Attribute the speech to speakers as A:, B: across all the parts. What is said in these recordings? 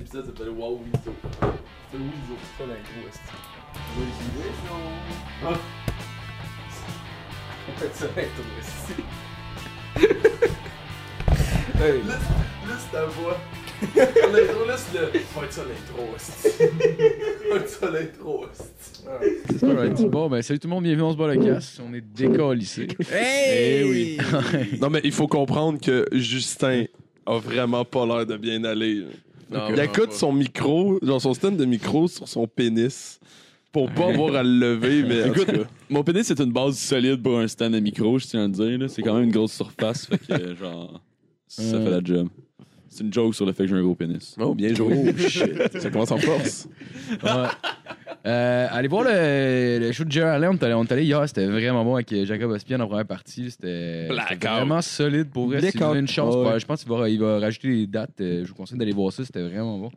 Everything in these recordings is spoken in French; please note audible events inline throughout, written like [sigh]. A: l'épisode s'appelle Wow Weasel. C'est Weasel.
B: C'est pas d'un gros esti.
A: Weasel.
B: On Ah! fait ça d'un gros esti.
A: [laughs]
B: Hey.
A: Laisse, laisse ta voix. L'intro, laisse le. Faites ça l'intro, hostie.
B: [laughs]
A: Faites ça l'intro, hostie.
B: Ah.
C: Alright. Bon, ben, salut tout le monde, bienvenue, on se bat la casse. On est décalissé.
B: Hey!
C: Eh oui. [laughs]
D: Non, mais il faut comprendre que Justin a vraiment pas l'air de bien aller. là.
C: Non,
D: il
C: vraiment
D: accoute
C: pas.
D: son micro, genre son stand de micro sur son pénis pour pas avoir à le lever, mais en tout
E: Écoute,
D: cas,
E: mon pénis, c'est une base solide pour un stand de micro, je tiens à le dire. là. C'est quand même une grosse surface, fait que euh, genre, ça
C: Euh.
E: fait la job. C'est une joke sur le fait que j'ai un gros pénis.
D: Oh, bien joué. shit. Ça commence en force.
C: Ouais. Euh, allez voir le, le show de Jerry Allen. On est allé- on est allé hier, c'était vraiment bon avec euh, Jacob Ospian en première partie. C'était
D: Blackout.
C: c'était vraiment solide pour vrai. Si vous avez une chance,
E: Ouais.
C: bah, je pense qu'il va, il va rajouter des dates. Euh, Je vous conseille d'aller voir ça, c'était vraiment bon.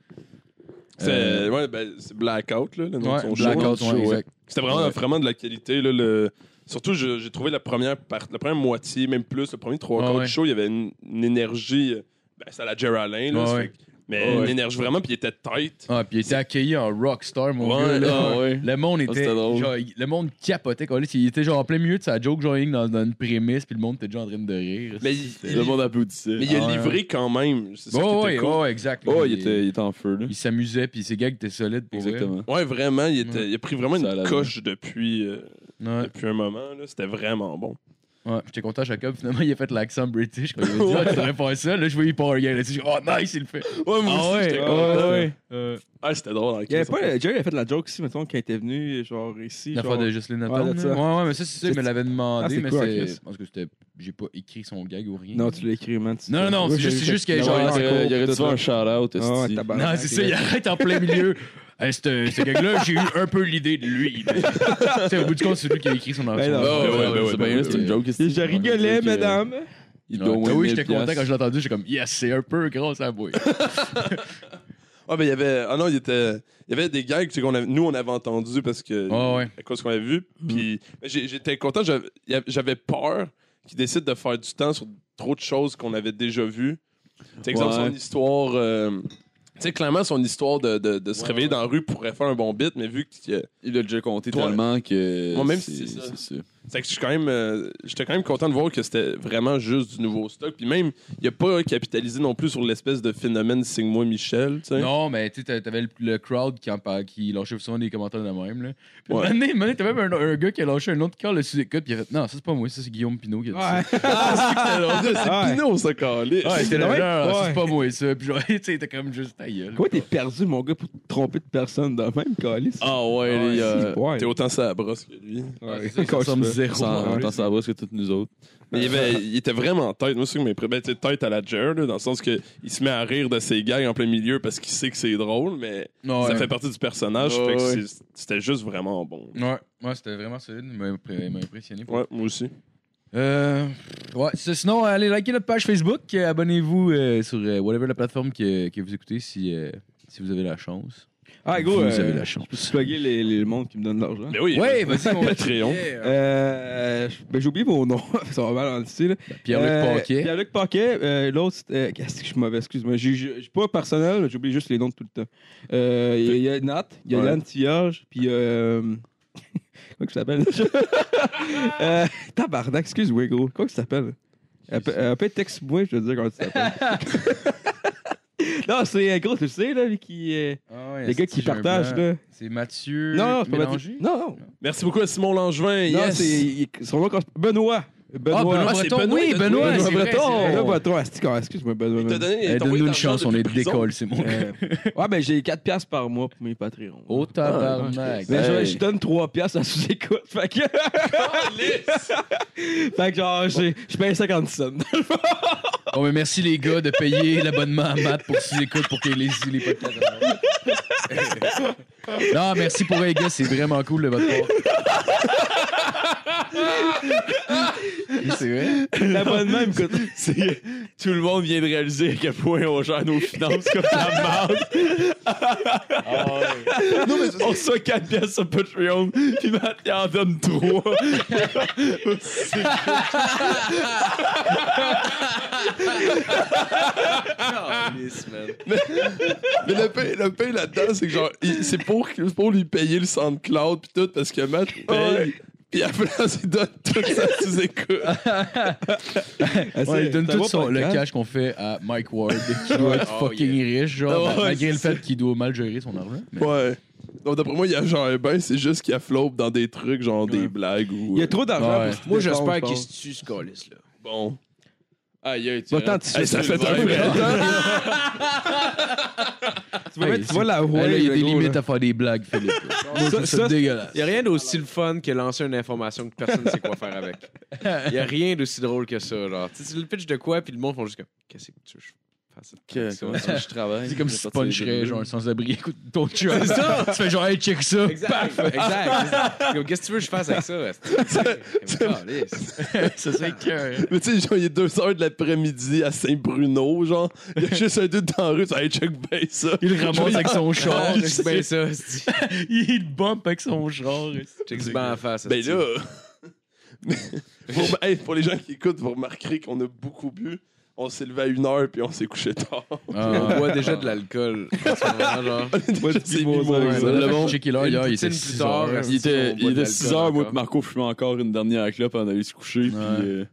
C: Euh,
D: C'est ouais, ben, c'est Blackout, là, le nom de
C: Ouais,
D: son show.
C: Blackout,
D: Son
C: ouais,
D: show, ouais.
C: exact.
D: C'était vraiment,
C: Ouais.
D: vraiment de la qualité. Là, le... Surtout, je- j'ai trouvé la première, part- la première moitié, même plus, le premier trois
C: Ouais,
D: quarts
C: ouais.
D: du show, il y avait une, une énergie. euh, Ben, c'est à la Geraldine, là,
C: Ouais,
D: ça
C: ouais.
D: fait que- mais
E: Ouais,
D: une
E: ouais.
D: énergie vraiment, puis il était tight.
C: Ah, puis il était accueilli en rockstar, mon
D: Ouais,
C: gars. là.
E: ah ouais.
C: Le monde était.
E: c'était drôle.
C: genre, il- le monde capotait. quoi. Là, Il était genre en plein milieu de sa joke, genre dans, dans une prémisse, puis le monde était déjà en train de rire.
D: Mais il, il-
E: Le monde applaudissait.
D: mais il
C: Ah,
D: a
C: ouais,
D: livré quand même. C'est ça qui
C: Oh,
D: était
C: ouais,
D: cool.
C: ouais, exact. là.
E: Oh, il était, il était en feu, là.
C: il s'amusait, puis ses gags étaient solides pour vrai.
E: Exactement.
D: Ouais, vraiment, il, était-
C: Ouais.
D: il a pris vraiment
E: Ça
D: une
E: allait
D: coche depuis, euh,
C: Mm. Ouais.
D: depuis un moment. là. C'était vraiment bon.
C: Ouais, j'étais content, Jacob. Finalement, il a fait l'accent british. Quand il m'a dit,
E: [laughs]
C: ah, tu devrais faire ça. Là, je voyais il part un gars là-dessus. Je dis, Oh, nice, il le fait.
D: Ouais,
C: Ah aussi, ouais, j'étais ouais, content. ouais.
B: Euh,
D: Ah, c'était drôle. en
B: Il y avait
D: crise,
B: pas,
D: en fait.
B: Jerry a fait de la joke ici, mettons, quand il était venu, genre ici.
C: L'affaire
B: Genre...
C: de Justine
B: Ouais,
C: Nathan. Ouais,
B: that's it.
C: ouais, mais ça, c'est ça, il me
B: C'est-
C: l'avait demandé.
B: Ah, c'est
C: mais
B: quoi,
C: c'est.
B: Chris?
C: Parce que c'était. J'ai pas écrit son gag ou rien.
B: Non, tu l'as écrit, man. tu-
C: Non, non, non,
B: Moi,
C: c'est
B: j'ai
C: juste-
B: vu
C: c'est juste
B: que-
C: qu'il y a
E: Non,
C: genre-
E: il
C: ouais,
B: Ah,
C: c'est-
E: aurait- Euh, il aurait dû
B: tout
E: faire un
B: ça.
E: shout-out,
B: Ah,
E: esti.
C: Non,
B: tabarnak,
C: c'est
D: hein,
C: ça, il
B: ouais.
C: arrête en
D: [laughs]
C: plein milieu. Hey, ce ce gag-là, j'ai eu un peu l'idée de lui. T'sais, au bout du compte, c'est lui qui a écrit son
B: Ben
D: Ah,
C: son-
B: non.
D: ouais, ouais, ouais,
E: c'est
D: ouais,
E: bien,
D: ouais,
E: c'est
C: ouais.
E: une joke. esti.
B: Je
E: On
B: rigolais,
E: dit que-
B: mesdames.
E: Il
C: Ouais.
E: doit au moins
C: Ah oui,
E: 1000
C: j'étais content quand
E: piastres.
C: je l'ai entendu. J'étais comme, yes, c'est un peu gros, ça
B: [laughs]
C: boy.
D: Ah, ben, il y avait. Ah non, il était. Il y avait des gags tu sais, qu'on avait- nous, on avait entendu parce que.
C: Ouais, Mm. ouais.
D: À cause qu'on avait vu. Puis mais j'ai- j'étais content. j'avais- il y avait- J'avais peur qu'il décide de faire du temps sur trop de choses qu'on avait déjà vues. Tu sais, exemple,
E: Ouais.
D: son histoire. euh, Tu sais, clairement, son histoire de, de- de se
A: Ouais,
D: réveiller
A: ouais.
D: dans la rue pourrait faire un bon bit, mais vu que.
E: Il l'a déjà compté
D: Toi-
E: tellement que.
D: Moi, même si c'est ça. C'est que je suis quand même, euh, j'étais quand même content de voir que c'était vraiment juste du nouveau stock. Puis même, il a pas capitalisé non plus sur l'espèce de phénomène signe-moi Michel, tu sais. [laughs]
C: Non, mais tu sais, t'a- t'avais le, le crowd qui, en par- qui lâchait souvent des commentaires de même. Là. Puis
D: Ouais.
C: un moment donné- un moment donné, t'as même un, un gars qui a lâché un autre corps dessus des cotes, puis il a fait Non, ça c'est pas moi, ça c'est Guillaume Pinot qui a dit ça.
B: Ouais.
D: c'est
B: Ouais.
D: Pinot, ça, calé.
C: Ouais, c'était le genre,
B: Ouais.
C: ça, c'est
B: Ouais.
C: pas moi ça. Puis genre, [laughs] tu sais, t'es comme juste ta gueule.
B: [laughs] Comment t'es perdu, mon gars, pour te tromper de personne de même, Calis?
E: Ah ouais,
C: Ah,
E: les
C: si,
E: gars.
B: ouais.
D: euh, T'es autant ça à brosse que lui.
C: Ouais, c'est ça, ça ressemble zéro.
E: Sans-
C: Ouais.
E: Tant ça brosse que toutes nous autres.
D: Mais il, avait- il était vraiment en tête. Moi, c'est que mes ben, tu sais, tête à la Jer, là, dans le sens que il se met à rire de ses gags en plein milieu parce qu'il sait que c'est drôle, mais
C: Non,
D: ça
C: ouais.
D: fait partie du personnage.
E: Ouais,
D: fait que
E: ouais.
D: c'est- c'était juste vraiment bon.
C: Ouais, ouais, c'était vraiment solide, il m'a impré- il m'a impressionné.
D: Ouais, moi aussi.
C: Euh, ouais, c'est- sinon, allez liker notre page Facebook, euh, abonnez-vous euh, sur euh, whatever la plateforme que, que vous écoutez si, euh, si vous avez la chance.
B: Ah, gros,
C: vous
B: euh,
C: avez la
B: je
C: chance.
B: peux plugger les, les monde qui me donne de l'argent.
D: Mais oui, euh,
C: Ouais, vas-y, mon
D: Patreon.
C: Yeah.
B: Euh, je- ben, j'ai oublié mon nom, [laughs] ça va mal en d'ici. là.
C: Pierre-Luc
B: Euh,
C: Paquet.
B: Pierre-Luc Paquet, euh, l'autre, c'était- euh, qu'est-ce que je suis mauvais, excuse-moi. J'ai- J'ai j'ai pas personnel, j'oublie juste les noms de tout le temps. Euh, Il y a- il y, a Nat, il y a
D: Ouais.
B: Yann Tillage, puis. Euh, [laughs] quoi que ça s'appelle [laughs] déjà? euh, tabarnak, excuse-moi, gros. Quoi que ça s'appelle? Un peu- Un peu texte-moi, je veux dire, comment ça s'appelle. [laughs] non, c'est euh, gros, tu le sais, là, lui qui. euh,
C: Ah ouais,
B: les gars
C: c'est-
B: qui
C: j'ai un
B: partagent,
C: blanc.
B: là.
C: C'est Mathieu.
B: Non, non, c'est pas
C: Mélanger?
B: Mathieu. Non, non.
D: Merci beaucoup à Simon Langevin.
B: Non,
D: yes.
B: c'est il- son nom correspond- Benoît. Benoît.
C: Ah, Benoît
D: Ah, c'est
C: Breton.
D: Benoît,
C: oui,
D: Benoît.
C: Benoît,
B: Benoît
C: c'est vrai,
B: Breton.
C: c'est vrai.
B: Benoît Breton. Asti, excuse-moi, Benoît.
D: Il t'a donné- il
C: Eh,
D: t'a envoyé
C: Donne-nous une
D: de l'argent
C: chance, on est
D: depuis prison.
C: décolle, c'est mon gars. [laughs]
B: Euh, ouais, ben j'ai 4 piastres par mois pour mes Patreons.
C: Oh, tabarnak.
B: Ben, je-
E: Hey.
B: je, donne 3 piastres à sous-écoute. Fait que. [laughs] fait que genre, j'ai- je paye
C: [laughs]
B: 50 cents.
C: Bon, mais Ah merci les gars de payer l'abonnement à Matt pour qu'ils écoutent pour qu'il les, les podcasts. non, merci pour les gars, c'est vraiment cool de votre part. c'est vrai.
B: L'abonnement, il me coûte.
E: C'est- Tout le monde vient de réaliser à quel point on gère nos finances comme la merde.
A: Non, mais c'est parce
E: On
A: que-
E: reçoit 4 pièces sur Patreon, puis Matt, il en donne 3.
D: Mais le pain, le pain là-dedans, c'est que genre, il- c'est pour, pour lui payer le SoundCloud pis tout, parce que Matt paye. Pis après, [laughs] il donne tout ça sous écoute.
C: Ouais, il donne
B: C'est un
C: tout
B: bon
C: son, le
B: podcast.
C: cash qu'on fait à Mike Ward, qui doit être
E: Oh,
C: fucking riche, genre,
D: Ouais,
C: malgré le
D: c'est
C: fait qu'il doit mal gérer son argent. mais-
D: Ouais. Donc, d'après moi, il y a genre un bain, c'est juste qu'il afflope dans des trucs, genre
B: Ouais.
D: des blagues ou. euh,
B: Il y a trop d'argent.
C: Ouais.
B: pour ce
F: Moi,
B: dépend,
F: j'espère
B: je
F: qu'il
B: pense.
F: se tue, ce calice là
D: Bon.
E: Aïe, aïe, tu
B: Va t'en tisser
D: Hey, ça fait
E: sur le
D: un
E: vibe,
D: vrai
E: hein.
D: temps.
B: Tu vas mettre- Ah, tu vois la
C: Hey,
B: roue.
C: là, il y a des limites à faire des blagues, Philippe. Moi, je trouve ça
B: ça, c'est-
C: dégueulasse.
F: Il n'y a rien d'aussi le fun que lancer une information que personne ne sait quoi faire avec. Il n'y a rien d'aussi drôle que ça. Genre. Tu sais, tu le pitch de quoi, puis le monde font juste comme Qu'est-ce que tu veux que je fasse?
E: Que- Comment tu veux que je travaille?
C: C'est comme si tu
E: Je vais partir
C: puncherais
E: de-
C: genre un sans-abri. [laughs] Écoute, ton chum. Tu fais genre, hey, check ça.
F: Exact. exact. Comme, Qu'est-ce que tu veux que je fasse avec ça? C'est
C: Ça, c'est cœur.
D: Mais tu sais, genre, il est 2h de l'après-midi à Saint-Bruno, genre. Il y a juste un doute dans la rue, ça, hey, check bien ça.
C: Il le ramasse avec son char.
F: bien Ben, ça. esti.
C: Il le bump avec son char.
F: Check ce banc en face.
D: Ben
F: esti.
D: là. [laughs] pour, hey, pour les gens qui écoutent, vous remarquerez qu'on a beaucoup bu. On s'est levé à 1h puis on s'est couché [laughs] tard.
F: Ah, On boit déjà de l'alcool. en ce
D: [laughs]
F: moment, genre.
B: Moi, je
D: C'est
B: dis bonjour,
D: mimosé.
B: ouais.
E: Le
C: Le
E: monde-
C: monde. Check là, hier, il était
F: Une poutine plus
C: 6
F: tard,
C: heures.
E: Il était,
F: On
E: il
F: boit de
E: était
F: l'alcool
E: 6 h moi
F: encore.
E: et Marco fumait encore une dernière clope avant d'aller se coucher, puis
C: Ouais.
E: euh,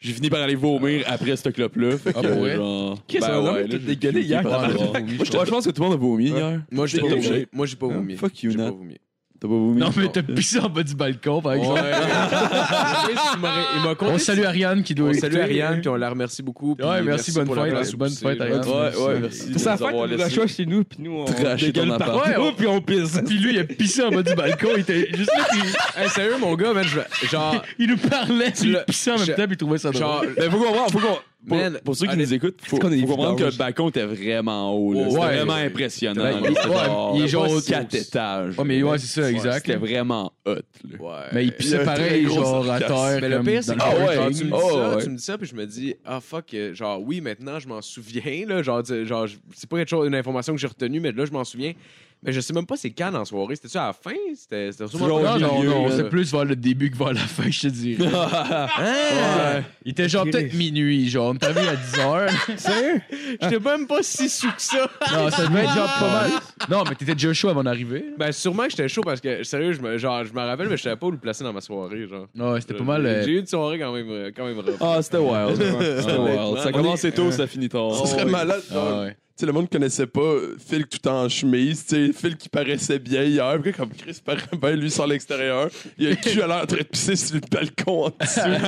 E: j'ai fini par aller vomir après cette clope-là. Fait que,
C: Ah, pour vrai?
E: genre,
B: Qu'est-ce
E: ben
B: qu'on a
E: ouais,
B: tout
E: là, j'ai-
B: dégueulé
E: j'ai
B: hier,
E: pas
C: t'as
E: le
B: [laughs]
E: droit.
C: pas vomi, je
E: Ouais, je pense que tout le monde a vomi hier.
F: Moi, j'ai
E: J'étais
F: pas vomi.
E: obligé.
F: Moi, j'ai pas vomi.
E: fuck you,
F: J'ai
E: Nat.
F: pas vomi.
E: T'as pas vomi?
C: Non, mais t'as pissé en bas du balcon, par exemple.
F: Ouais. Il m'aurait- il m'a conté-
C: On salue Ariane qui doit
F: On
C: écouter.
F: salue Ariane, puis on la remercie beaucoup. puis
C: Ouais, merci, bonne
F: pour la
C: fête,
F: place
C: bonne
F: où
C: fête,
F: c'est,
C: Ariane.
F: là.
E: Ouais, ouais, merci.
B: C'est la
E: de nous
B: fête
E: avoir
B: de
E: laissé.
B: l'achat chez nous, puis nous, on
E: Traché
B: dégueule
E: ton appart.
B: partout,
C: Ouais, on-
B: puis on pisse.
C: Puis lui, il a pissé en bas du balcon. Il était juste là, puis
F: Hey, sérieux, mon gars, man, je- genre,
C: il nous parlait, puis il
F: Le-
C: pissait en même
F: je-
C: temps, puis il trouvait ça drôle.
F: genre,
E: Mais ben, faut comprendre, faut qu'on- pour,
F: Man,
E: pour ceux qui nous
F: honnête-
E: écoutent, faut,
B: Est-ce qu'on est
E: faut comprendre que
B: évident,
E: le balcon était vraiment haut. là.
F: Ouais.
E: C'était
C: Ouais.
E: vraiment impressionnant.
F: Ouais.
E: là.
F: Il-
E: C'était
C: ouais,
E: genre-
C: il est genre au-
E: 4 étages.
C: Ouais, mais
E: là.
C: ouais, c'est ça, exact.
E: C'était vraiment hot. là.
F: ouais.
C: Mais il
D: Il y a
C: pissait
D: un très
C: pareil,
D: gros
C: genre à
D: sarcasme.
C: terre.
F: Mais le
C: comme
F: pire, c'est que
C: dans le
E: Ah
F: genre,
E: ouais.
F: tu me dis
E: Oh,
F: ça,
E: ouais.
F: tu me dis ça, puis je me dis, ah fuck, euh, genre, oui, maintenant, je m'en souviens, là, genre, tu- genre, je- c'est pas quelque chose, une information que j'ai retenue, mais là, je m'en souviens. Mais je sais même pas c'est quand dans la soirée, c'était-tu à la fin? C'était c'était sûrement
E: Genre,
C: Non,
F: pas-
C: non,
E: milieu,
C: non,
E: là.
C: c'est plus vers le début que vers la fin, je te dirais. [laughs] Ouais. Il était genre peut-être minuit, genre, on t'a vu à 10h.
B: Sérieux?
F: [laughs] J'étais même pas si sous que ça. [laughs]
C: Non, ça devait être genre pas mal. Non, mais t'étais déjà chaud avant d'arriver.
F: Ben, sûrement que j'étais chaud parce que, sérieux, je me, genre, je me rappelle, mais je savais pas où le placer dans ma soirée, genre.
C: Ouais, c'était pas mal. euh,
F: J'ai eu une soirée quand même, euh, quand même rough.
E: Ah, c'était wild.
C: [laughs]
E: C'était wild. Ça commençait tôt, ça finit
D: Ce
E: tard.
D: serait malade. genre,
C: Ah ouais.
D: Tu sais, le monde connaissait pas euh, Phil tout en chemise, tu sais, Phil qui paraissait bien hier, puis là, comme Chris paraît bien, lui sur l'extérieur, il a le cul à l'air en train de pisser sur le balcon en dessous.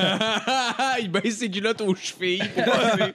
F: il baisse ses culottes aux chevilles pour [laughs] passer.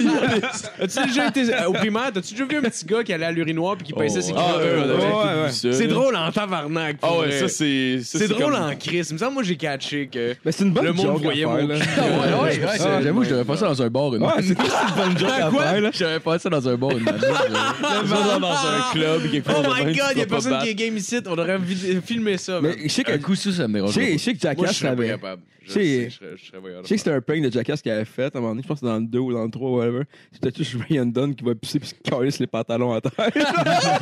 D: Il a les-
F: As-tu déjà été euh, au primaire? T'as-tu déjà vu un petit gars qui allait à l'urinoir puis qui baissait ses culottes?
E: Ah, ouais, on
B: Ouais,
E: avait tout
B: ouais.
E: vu ça,
D: Ah,
F: c'est
E: là.
F: drôle en tabarnak. pour
E: Ah ouais,
F: vrai.
E: ça c'est. ça,
F: C'est drôle
E: comme-
D: hein.
F: en crise. Il me semble que moi j'ai catché que.
B: Mais c'est une bonne
F: Le monde
B: joke à
F: voyait
B: faire,
F: mon
B: là. [laughs]
F: cul.
C: Ouais, ouais,
F: Ouais,
C: ouais,
F: ouais,
C: ça,
F: ouais.
C: J'avoue, je devais faire ça dans un bar une
B: Ouais, c'est quoi cette bonne joke
C: [laughs]
B: à faire, là?
C: J'avais pas ça dans un bar une manette, là.
E: Genre dans un club, quelque
F: Oh
E: chose de même,
F: my
E: tu
F: god,
E: vas
F: y'a
E: pas
F: personne
E: battre.
F: qui est game ici. On aurait vi- filmé ça. man.
B: Mais je sais que-
C: Un coup, ça, ça me
B: je
C: dérange.
B: sais- je sais que
F: Moi, je
B: Jackass
F: serais pas
B: l'avait.
F: capable. Je
B: C'est-
F: sais, je serais- je serais pas capable.
B: Je sais que c'était un prank de Jackass qu'il avait fait à un moment donné, je pense que c'était dans le 2 ou dans le 3 ou whatever. C'était-tu Ryan Dunn qui va pisser puis se calisse les pantalons à terre? [laughs]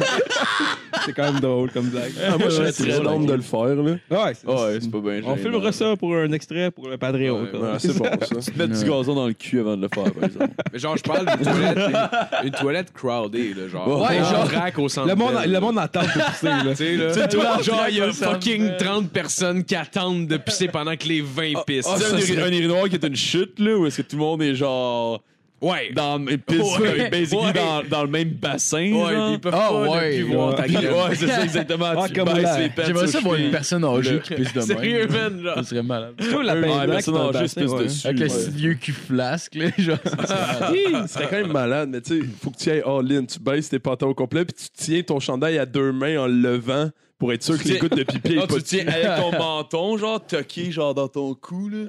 B: c'est quand même drôle comme blague.
D: Ah, moi, je
E: Ouais,
D: serais
E: c'est
D: très
E: drôle.
D: d'homme de le faire, là.
B: Ouais, c'est-
E: Ouais, c'est pas bien. gênant.
B: on filmera ça pour un extrait pour le Patreon.
F: Ouais,
B: quoi.
D: Ouais,
E: [laughs]
B: [laughs]
D: c'est bon, ça.
E: Tu te mets du gazon dans le cul avant de le faire, par exemple.
F: Mais genre, je
E: [laughs]
F: parle d'une toilette, une, une toilette crowded, là, genre.
C: Ouais,
F: Ouais,
C: genre-
F: genre. Rack au centre.
B: Le monde,
F: Bell,
B: le
F: là.
B: monde attend pour pisser, là.
F: Tu sais, là.
E: toi,
F: genre, il y a
E: Au centre
F: fucking 30 personnes qui attendent de pisser pendant que les 20 pissent.
E: Ah,
F: Ça,
E: c'est un,
F: c'est-
E: iri- un urinoir qui est une chute, là, ou est-ce que tout le monde est genre.
F: Ouais.
E: Dans, et pisse, [laughs]
F: Ouais.
E: basically
F: Ouais.
E: dans, dans le même bassin.
F: Ouais,
E: genre.
F: puis ils peuvent
C: Ah,
F: pas
C: ouais,
F: ouais, plus voir ta
E: Puis-
F: gueule.
E: ouais, c'est ça,
F: [laughs]
E: exactement.
B: Ah,
E: tu
B: comme
E: baisses
B: là.
E: les pattes
C: J'aimerais
E: sur
C: ça voir
E: cheville.
C: une personne âgée qui pisse de
F: Sérieux,
C: même.
F: man, genre.
C: Ça serait malade.
B: Toi, la
E: Ouais,
B: peinture,
E: une personne
B: dans le
E: âgée se
B: bassin,
E: pisse
B: ouais.
E: dessus.
C: Avec le
E: ouais.
C: petit vieux cul flasque, là, genre.
D: [laughs] Ce serait quand même malade, mais tu sais, faut que tu ailles all-in, tu baisses tes pantalons au complet, puis tu tiens ton chandail à deux mains en le levant pour être sûr que les
E: tiens-
D: gouttes de pipi
E: Non,
D: aient pas
E: tu tiens avec ton menton, genre, toqué, genre, dans ton cou, là.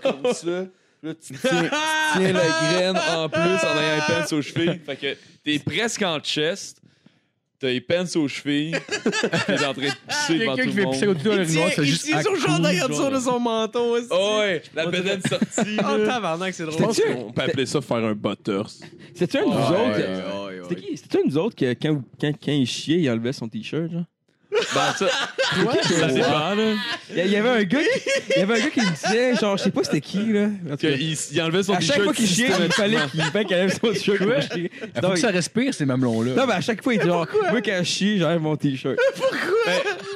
E: Comme ça. Là,
D: [laughs]
E: tu tiens, tu tiens la graine en plus en ayant les
F: [laughs]
E: pants aux chevilles. Fait que t'es presque en chest. T'as les pants aux chevilles. [laughs] T'es en train de pisser devant tout
C: Quelqu'un qui
E: le
C: fait
E: monde.
C: pisser au-dessus d'un
F: Il tient
C: urinoir, c'est
F: il
C: juste.
F: tient
C: à
F: son chandail en
C: coups,
F: dessous de
C: genre.
F: son menton. aussi.
E: Oh, ouais, la bedaine sortie.
F: Oh,
E: là.
F: tabarnak, c'est
D: Je
F: drôle.
D: pense qu'on peut appeler ça faire un butters.
B: C'est-tu un de vous
F: Ouais,
B: autres?
F: ouais, ouais, ouais.
B: C'était qui? C'était-tu nous autres que quand, quand, quand il chiait, il enlevait son t-shirt, genre?
F: Ben,
E: Ça dépend, là.
B: Il y- il y avait un gars qui, il y avait un gars qui me disait, genre, je sais pas c'était qui, là. En tout
E: Que
B: cas,
E: il, il enlevait son
B: à chaque fois
E: t-shirt.
B: qu'il chiait, il fallait qu'il fallait qu'il enlève son t-shirt. pour chier.
C: Il faut
B: Non,
C: que ça respire, ces mamelons-là.
B: Non, mais à chaque fois, il dit, genre, moi, quand je chie, j'enlève mon t-shirt.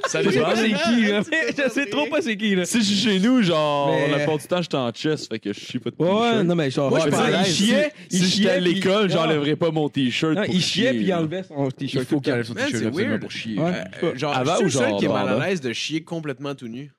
E: Ça
B: Je sais
E: dépend.
B: pas c'est qui,
F: [laughs]
B: là. Je sais trop pas c'est qui,
E: [laughs]
B: là.
E: Si je suis chez nous, genre,
B: Mais-
E: la plupart du temps, j'étais en chess, fait que je chie pas de
B: Ouais,
E: t-shirt.
B: ouais, non, mais genre,
C: Moi, je
B: je veux
C: pense
B: dire,
C: à
B: il
C: l'aise.
B: chiait, il
E: si j'étais
B: chiait.
E: à
B: puis-
E: l'école,
B: Non,
E: j'enlèverais pas mon t-shirt.
B: non,
E: pour
B: il chiait,
E: chier,
B: puis il
E: là.
B: enlevait son t-shirt.
C: Il faut qu'il enlève son
F: Man,
C: t-shirt
F: c'est
C: absolument
F: weird.
C: pour chier.
B: Ouais.
C: Euh,
F: Euh, genre,
E: Avant ou
F: je suis le seul
E: genre
F: qui est mal
E: avant?
F: à l'aise de chier complètement tout nu.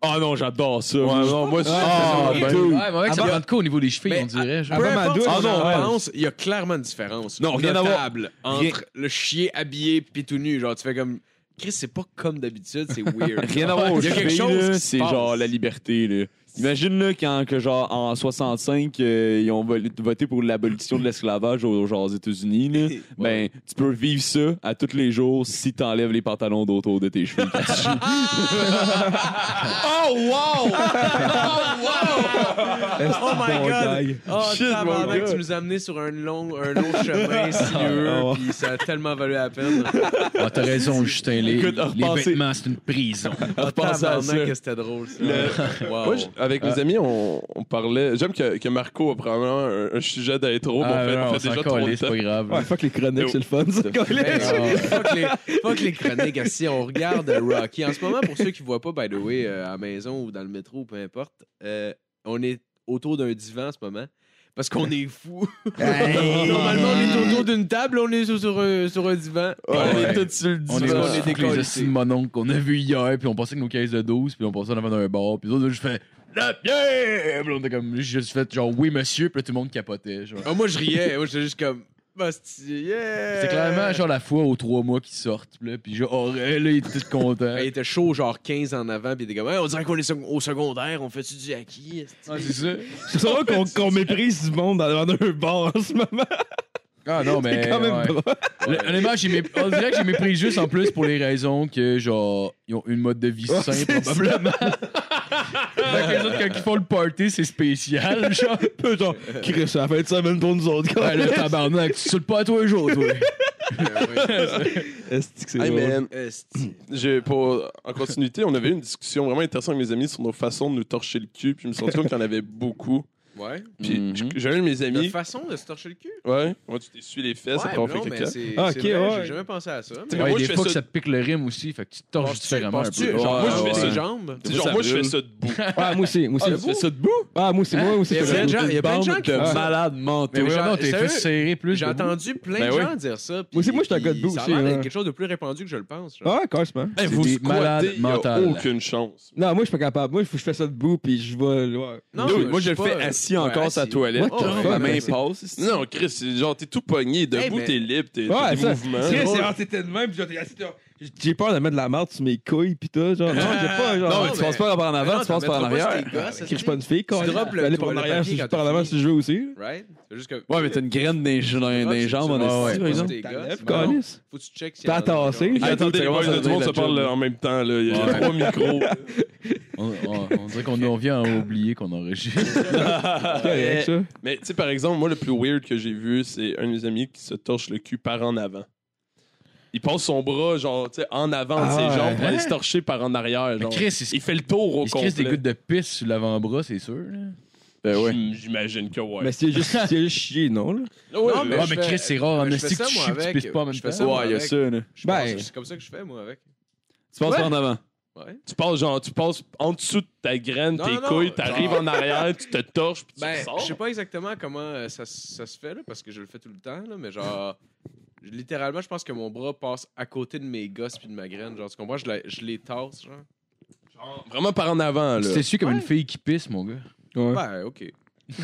E: Ah non, j'adore ça.
D: Ouais, non, moi,
B: que-
D: c'est-
E: Ah,
D: c'est-
E: ben.
D: dude.
C: Ouais, mais ouais, que ça
F: Avant-
C: prend de quoi au niveau des chevilles,
F: Mais
C: on dirait. genre.
B: Peu
F: Peu importe
B: importe
F: ce
E: Ah
F: qu'on
E: non,
F: en
E: ouais.
F: pense, il y a clairement une différence
E: Non, rien à voir.
F: notable entre le chier habillé pis tout nu. Genre, tu fais comme... Chris, c'est pas comme d'habitude,
E: [laughs]
F: c'est weird.
E: Rien à voir aux
F: Il y a quelque
E: chevilles,
F: chose
E: là,
F: qui se
E: c'est
F: passe.
E: genre la liberté. Là. Imagine là, quand que, genre, en 65, euh, ils ont vol- voté pour l'abolition de l'esclavage aux, genre, aux États-Unis. là. Ben, tu peux vivre ça à tous les jours si t'enlèves les pantalons d'autour de tes cheveux. quand tu chies.
F: Oh, wow!
E: [laughs]
F: Oh my God! Oh,
E: Shit, mon
F: tabarnak,
E: gars. Ah,
F: tu nous as amené sur un long, un long
E: [laughs]
F: chemin sinueux,
B: Oh.
F: puis ça a tellement valu la peine.
C: Ah, t'as raison, Justin. Les,
E: Écoute,
C: les
E: repensez-
C: vêtements, c'est une prison.
F: Oh,
E: Repensez à ça.
F: tabarnak, que c'était drôle, ça. Wow.
D: Moi,
E: Oh.
D: j- avec mes amis, on, on parlait. J'aime que, que Marco a probablement un, un sujet d'intro. mais
C: Ah,
D: en fait,
C: non,
D: on
C: on
D: fait
C: s'en
D: déjà trop
C: calait,
D: de
C: c'est
D: temps.
C: pas grave.
B: Ouais, fuck les
E: Oh.
B: chroniques, c'est le fun, ça.
F: Hey,
B: Colin.
F: oh, fuck, les, fuck les chroniques. Si on regarde euh, Rocky, en ce moment, pour ceux qui ne voient pas, by the way, euh, à la maison ou dans le métro, peu importe, euh, on est autour d'un divan en ce moment. Parce qu'on est
C: [laughs]
F: fou.
C: Oh,
F: Normalement, on est autour d'une table, on est sur, sur, un- sur un divan.
D: Ouais,
C: Ouais.
D: on est tous sur le
C: On est
D: divan.
F: on
C: tous
F: est
C: avec
F: décollés.
C: les assis de mononcles qu'on a vu hier, puis on passait avec nos caisses de 12, puis on passait en avant d'un bar, puis les autres, je fais la bière! Puis on était comme, je suis fait genre, oui monsieur, puis là, tout le monde capotait. Genre.
F: Ah, moi, je riais. Moi, j'étais juste comme. Basti, yeah!
C: C'est clairement genre la fois aux trois mois qu'ils sortent, là, puis genre, oh, là, il était tout content.
F: Ben, Il était chaud, genre 15 en avant, puis il était comme, Hey, on dirait qu'on est sec- au secondaire, on fait-tu du acquis? esti? [laughs]
C: Ah, c'est ça?
B: C'est vrai qu'on qu'on méprise du monde dans dans un bar en ce moment.
C: Ah non, mais.
E: Eh
B: C'est quand même
C: ouais.
B: drôle.
C: Le- Honnêtement, j'ai mép- on dirait que j'ai mépris juste en plus pour les raisons que, genre, ils ont une mode de vie
B: Ouais,
C: sain,
B: c'est
C: probablement. Fait que les autres, quand ils font le party, c'est spécial, [laughs] genre.
B: Peu genre, Chris, c'est la fin de semaine pour nous autres,
C: Ouais,
B: Colin.
C: le tabarnak, tu sautes pas à tous les jours,
F: [laughs]
C: toi.
B: Est-ce que c'est
D: Hey,
B: drôle?
D: mais,
F: Euh, Esti.
D: j'ai- pour- en continuité, on avait eu une discussion vraiment intéressante avec mes amis sur nos façons de nous torcher le cul. Puis je me suis rendu compte qu'il y en avait beaucoup.
F: Ouais.
D: Puis
E: Mhm.
D: j- j'ai un de mes
F: De
D: amis.
F: façon de se torcher le cul.
D: Ouais, ouais, tu t'essuies les fesses
F: Ouais,
D: après on
F: mais non,
D: fait
F: mais
D: caca.
F: c'est-
B: Ah,
F: c'est
B: ok,
F: vrai,
B: ouais.
F: J'ai jamais pensé à ça. mais-
D: T'sais,
C: Ouais,
D: moi, je
C: des
D: fais
C: fois
D: ça-
C: que ça te pique le rime aussi, fait que tu te torches différemment un
F: Penses-tu,
C: peu.
F: genre,
D: Ouais,
F: moi, je
D: ouais,
F: fais
D: ouais.
F: ses jambes.
D: Tu sais, genre, moi, je fais ça debout.
B: Ouais, moi aussi, moi aussi.
F: debout?
B: ça debout? Ah, moi aussi, moi aussi.
E: Eh,
F: Il y a
B: c'est
F: plein de
B: debout.
F: gens, il y a plein de gens qui
E: de
B: Ah.
E: malades
C: Mais
E: mentaux.
F: genre,
C: vraiment, t'es
F: sérieux,
C: fait serrer plus.
F: J'ai
C: debout.
F: entendu plein
E: Ben
F: de
E: oui.
F: gens dire ça. puis-
B: Moi aussi, moi, je suis un gars de
F: puis
B: boue
F: Ça a
B: aussi,
F: l'air d'être
B: hein.
F: quelque chose de plus répandu que je le pense. genre.
B: Ah, carrément.
D: Hey, vous
C: des
D: squattez,
C: malades
D: il y a
C: mentales.
D: aucune chance.
B: Non, moi, je suis pas capable. Moi, il faut que je fasse ça debout, puis je vais. ouais.
F: Non,
E: Dude,
F: euh,
E: moi, je le
F: sais
E: fais
F: pas,
E: assis
F: euh,
E: encore
F: ouais,
E: sur la
F: assis.
E: toilette.
B: What the
F: ouais,
E: Ma
B: fuck,
E: main
B: man?
E: passe. c'est-
D: Non, Chris, c'est genre, t'es tout pogné. Debout,
F: mais-
D: t'es libre, t'es t'as
B: Ouais,
D: des
B: ça.
D: mouvements.
B: Chris, genre, t'étais de même, puis genre, t'es assis, genre, j'ai peur de mettre de la merde sur mes couilles, pis tout. Genre, non, j'ai pas. Genre,
F: Non,
E: Non,
F: mais
E: mais tu
F: mais-
E: passes pas par en
F: non,
E: avant, tu
F: t'en
E: passes par en
F: mettras pas
E: arrière.
F: sur tes gosses,
B: Chris, je suis pas une fille, quoi.
F: droppes le-
B: aller par en
F: le
B: arrière,
F: papier
B: si je
F: quand
B: par
F: t'as
B: avant,
F: fini.
B: si je veux aussi.
F: Right? C'est juste que. Ah,
E: Ouais, mais t'as une graine dans les dans les- dans les jambes, en
F: Ouais,
E: esti,
F: ouais.
E: par exemple.
F: tes gosses,
B: T'enlèves,
F: ben non.
B: calice.
F: Faut que tu checkes si.
B: T'as tassé.
D: Hey, attendez,
E: ça
D: les boys,
E: commence
D: tout
E: à
D: le monde
E: devenir
D: se
E: la
D: parle
E: job,
D: en même temps. Là. Il y a
E: Ouais.
D: trois micros.
C: On, on- on dirait qu'on on vient
B: [laughs]
C: à oublier qu'on enregistre.
B: C'est correct, ça.
D: Mais tu sais, par exemple, moi, le plus weird que j'ai vu, c'est un de mes amis qui se torche le cul par en avant. Il passe son bras, genre, tu sais, en avant de
B: Ah
D: ses
B: ouais,
D: jambes pour aller
C: hein?
D: se torcher par en arrière.
C: Mais
D: genre.
C: Chris, il se-
D: il fait le tour au
C: Il se crisse des
D: complet.
C: gouttes de pisse sur l'avant-bras, c'est sûr. là.
F: Ben
D: J'im- J'imagine que ouais.
B: Mais c'est juste, c'est juste chier, non, là?
D: Ah ouais,
F: Non, mais
D: ouais.
C: Ah, mais
F: je fais-
C: Chris, c'est rare en
F: je fais
C: esti que
F: ça,
C: tu
F: moi,
C: chies, tu
F: avec.
C: pisses pas en même
F: Je fais
C: temps.
F: ça, moi,
E: Ouais, il y a
F: avec.
E: ça, là.
F: Je pense
B: Ben-
F: que C'est comme ça que je fais, moi, avec.
E: Tu passes
B: Ouais.
E: par en avant.
F: Ouais.
D: Tu passes, genre, tu passes en dessous de ta graine,
F: Non,
D: tes
F: non,
D: couilles,
F: genre-
D: t'arrives en arrière, tu te torches, puis tu
F: Ben,
D: sors.
F: je sais pas exactement comment euh, ça, s- ça se fait, là, parce que je le fais tout le temps, là, mais genre, je- littéralement, je pense que mon bras passe à côté de mes gosses puis de ma graine. Genre, tu comprends? Je, la- je les tasse, genre.
D: Vraiment par en avant,
C: Tu
D: là.
C: t'essuies comme une fille qui pisse, mon gars.
B: Ouais.
F: Ben, ok.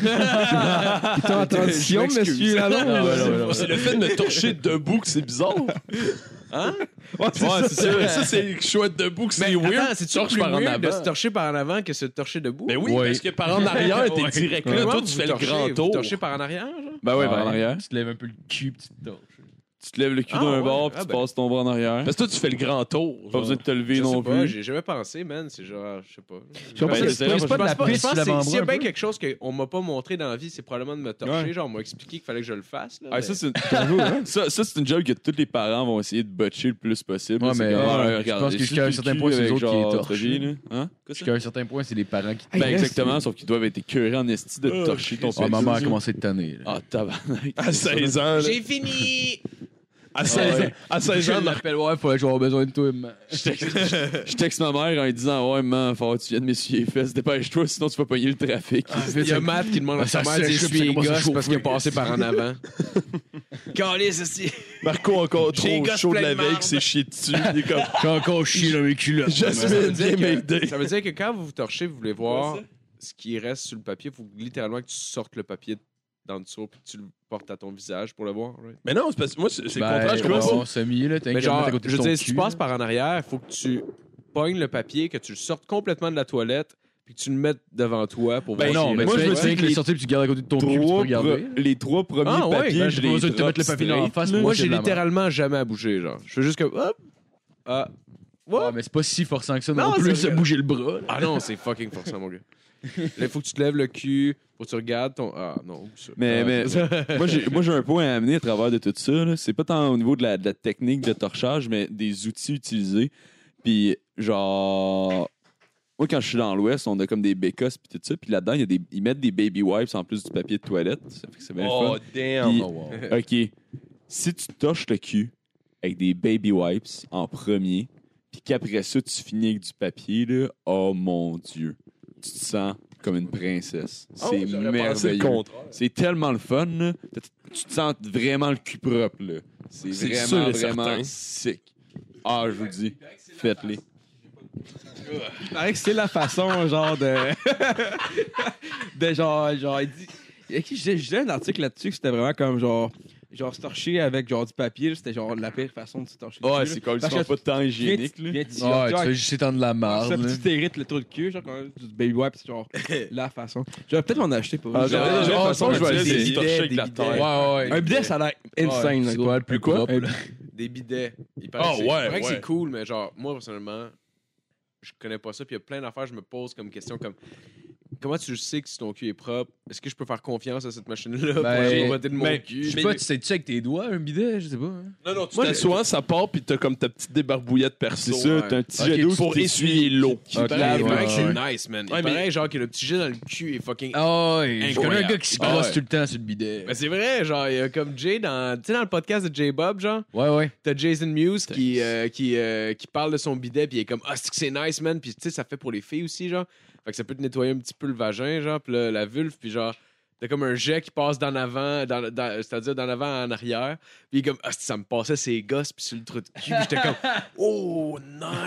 B: T'es
F: [laughs]
B: en transition,
F: m'excuse.
B: monsieur Lalonde.
C: ouais, ouais, ouais.
D: C'est le fait de me torcher debout que c'est bizarre.
B: Ouais, c'est ça.
D: Ouais, c'est ça. Ça, c'est le choix de debout que c'est weird.
F: c'est
D: torches
F: plus
D: par en
F: weird de
D: avant.
F: se torcher par en avant que de se torcher debout.
D: Ben oui,
C: Ouais.
D: parce que par en arrière, t'es
C: Ouais.
D: direct
F: Comment
D: là. Toi,
F: vous
D: tu
F: vous
D: fais le
F: torchez?
D: grand
F: Vous
D: tour.
F: torchez par en arrière, genre?
E: Ben ouais, par en
C: Ouais.
E: arrière.
C: Tu te lèves un peu le cul, pis tu te torches.
E: Tu te lèves le cul
F: Ah,
E: d'un
F: ouais.
E: bord, puis
F: Ah,
E: tu
F: ben.
E: passes ton bras en arrière.
D: Parce que toi, tu fais le grand tour.
E: Pas
D: genre.
E: besoin de te lever
F: Je
E: non
F: sais pas,
E: plus.
F: j'ai jamais pensé, man. C'est genre, je sais pas.
B: Je pense
E: Ben, c'est
B: que c'est
E: ça,
B: pas de
F: Je
B: la
F: pense pas- je
B: piste
F: pense
B: sur
F: que c'est-
B: l'avant-bras.
F: s'il y a
B: un
F: bien
B: peu.
F: quelque chose qu'on m'a pas montré dans la vie, c'est probablement de me torcher.
B: Ouais.
F: Genre, on m'a expliqué qu'il fallait que je le fasse. Là,
E: Ah,
F: mais-
E: ça, c'est
B: J'avoue, hein.
E: ça, ça, c'est une job que tous les parents vont essayer de botcher le plus possible.
C: Ouais,
E: là. C'est
C: mais,
E: comme,
C: ouais,
E: ah,
C: je
E: regarde,
C: pense que
E: j'ai
C: jusqu'à un
E: le
C: certain
E: cul
C: point, c'est les
E: avec,
C: autres qui
E: genre,
C: est torché,
E: Trogi, là. Hein? Qu'est-ce que
C: Jusqu'à un certain point, c'est les parents qui te
B: Hey,
E: Ben
B: yes.
E: exactement, sauf qu'ils doivent être écœurants en esti de te torcher ton
C: Oh,
E: pénis.
C: maman a commencé de tanner. là.
E: Ah, tabarnak.
D: À 16 ans. là.
F: J'ai fini!
D: À 16 ans. À 16 ans,
C: Je
D: Marc-
C: l'appelle, ouais, faudrait que j'aurai besoin de toi, man.
E: Je texte, je- je texte ma mère en lui disant Ouais, maman, faut que tu viennes m'essuyer les fesses, dépêche-toi, sinon tu vas pogner le trafic.
F: Il y a Matt qui demande à
C: Ah,
F: sa
C: ça
F: mère si
C: sèche,
F: je
C: puis ça
F: suis
C: commence à
F: gosse parce
C: chauffer.
F: qu'il est passé par en avant. [laughs] Calice, aussi.
D: Marco, encore
F: J'ai
D: trop
F: gosse
D: chaud de
F: plein
D: la
F: de
D: veille,
F: marde.
D: qui s'est chié dessus. Il est
F: [laughs]
D: comme
C: J'ai encore chié dans mes culottes.
F: Ça
D: Jasmine,
F: veut,
D: viens
F: dire que,
D: m'aider.
F: ça veut dire que quand vous vous torchez, vous voulez voir ce qui reste sur le papier. Il faut littéralement que tu sortes le papier dans le dessous puis tu le portes à ton visage pour le voir. right?
D: Mais non, c'est parce que moi, c'est c'est le
C: Ben,
D: contraire. Je comprends pas.
C: on semi, là, t'as
F: Mais
C: un
F: genre,
C: à côté de
F: je veux
C: ton
F: dire, si tu
C: cul,
F: passes
C: là.
F: par en arrière, il faut que tu pognes le papier, que tu le sortes complètement de la toilette puis que tu le mettes devant toi pour
C: Ben
F: voir
C: non,
F: ce qui
C: mais
F: reste.
C: moi,
E: Moi,
C: je
E: je me
C: veux
E: dis
C: dire
E: que
C: que les
E: les
C: sorties puis tu gardes à côté de ton cul, tu peux
E: Trois
C: regarder.
E: pre- les trois premiers
F: Ah, ouais,
E: papiers,
F: ben,
E: je
C: j'ai pas
E: les
C: besoin de te
E: drop
C: mettre le papier dans la
E: straight,
C: face,
E: là.
C: moi.
F: Moi,
C: c'est
F: j'ai
C: de la merde.
F: littéralement jamais à bouger, genre. Je fais juste comme hop, ah,
C: Ouais, mais c'est pas si forçant que ça
F: Non,
C: non
F: c'est
C: plus de
F: vrai.
C: bouger le bras. là.
F: Ah non, c'est fucking forçant, mon gars. Là, il faut que tu te lèves le cul, faut que tu regardes ton. Ah non, ça. Ah,
E: Mais, mais moi, j'ai- moi, j'ai un point à amener à travers de tout ça. là. C'est pas tant au niveau de la, de la technique de torchage, mais des outils utilisés. Puis, genre, moi, quand je suis dans l'Ouest, on a comme des bécosses puis tout ça. Puis là-dedans, il y a des- ils mettent des baby wipes en plus du papier de toilette. Ça fait que c'est bien le
D: Oh,
E: fun.
D: damn.
E: Puis,
C: Oh, wow.
E: Euh, OK, si tu torches le cul avec des baby wipes en premier, puis qu'après ça, tu finis avec du papier, là, oh mon Dieu, tu te sens comme une princesse. C'est merveilleux. C'est tellement le fun, là. T'as- Tu te sens vraiment le cul propre, là. C'est
D: C'est
E: vraiment,
D: sûr et
E: vraiment
D: certain.
E: sick. Ah, je vous dis, faites-les.
B: Il paraît que c'est la façon, genre, de. [laughs] de genre, genre, il dit. il y a qui- J'ai j'ai lu un article là-dessus que c'était vraiment comme genre. Genre, se torcher avec genre du papier, là, c'était genre la pire façon de se torcher. le
E: Ah, Ouais,
B: cul,
E: c'est
B: là. Parce
E: complètement
B: que
E: pas tant
B: tu viens-
E: hygiénique,
B: tu
E: là.
B: viens- tu-
C: Ah,
B: genre,
C: tu fais juste étendre la marde.
B: Ça,
C: là.
B: tu t'hérites le trou de cul, genre, quand du baby wipe, c'est
F: [laughs]
B: genre la façon. Je vais peut-être m'en acheter pour
E: Ah,
B: vous.
D: j'aurais-
B: Genre,
D: j'aurais
B: ah,
D: façon,
B: ça,
D: je vais
B: un
D: essayer de
B: bidet,
D: torcher avec
B: des
D: la
B: bidets.
D: terre.
C: Ouais, ouais.
B: Un bidet, ça a l'air
C: Ouais,
B: insane, le
C: C'est
B: gros.
C: quoi le plus
D: Quoi?
C: propre?
B: Un-
C: là?
F: Des bidets. Il
D: Ah,
F: paraît que c'est-
D: ouais,
F: il paraît que
D: ouais.
F: c'est cool, mais genre, moi, personnellement, je connais pas ça. Puis il y a plein d'affaires, je me pose comme question, comme. Comment tu sais que si ton cul est propre? Est-ce que je peux faire confiance à cette machine-là pour
C: Ben,
F: la propreté de mon
D: ben,
F: cul?
C: Je sais pas, tu sais-tu avec tes doigts un bidet? Je sais pas. hein.
D: Non, non, tu
F: Moi,
D: t'assois, ça part, puis t'as comme ta petite débarbouillette perso.
E: C'est ça,
F: ouais.
E: t'as un petit
C: Ok,
E: jet d'eau
C: tu
E: pour essuyer [laughs] l'eau.
F: Il
C: Ok,
F: paraît, il
C: ouais,
F: paraît que c'est
C: ouais.
F: nice, man. Il
D: Ouais, mais-
F: paraît, genre, que le petit jet dans le cul est fucking.
C: Ah ouais, je connais un
F: Incroyable.
C: gars qui se
F: Ah
C: crosse
F: ouais.
C: tout le temps sur le bidet.
F: Mais Ben, c'est vrai, genre, il y a comme Jay dans. Tu sais, dans le podcast de Jay Bob, genre.
C: Ouais, ouais.
F: T'as Jason Mewes qui, euh, qui, euh, qui parle de son bidet, puis il est comme Ah, c'est que c'est nice, man. Puis tu sais, ça fait pour les filles aussi, genre. Fait que ça peut te nettoyer un petit peu le vagin, genre, puis là, la vulve, puis genre, t'as comme un jet qui passe d'en avant, dans, dans- c'est-à-dire d'en avant en arrière. Puis il est comme Ah, c'est que ça me passait ses gosses, puis sur le trou de cul, puis j'étais comme Oh,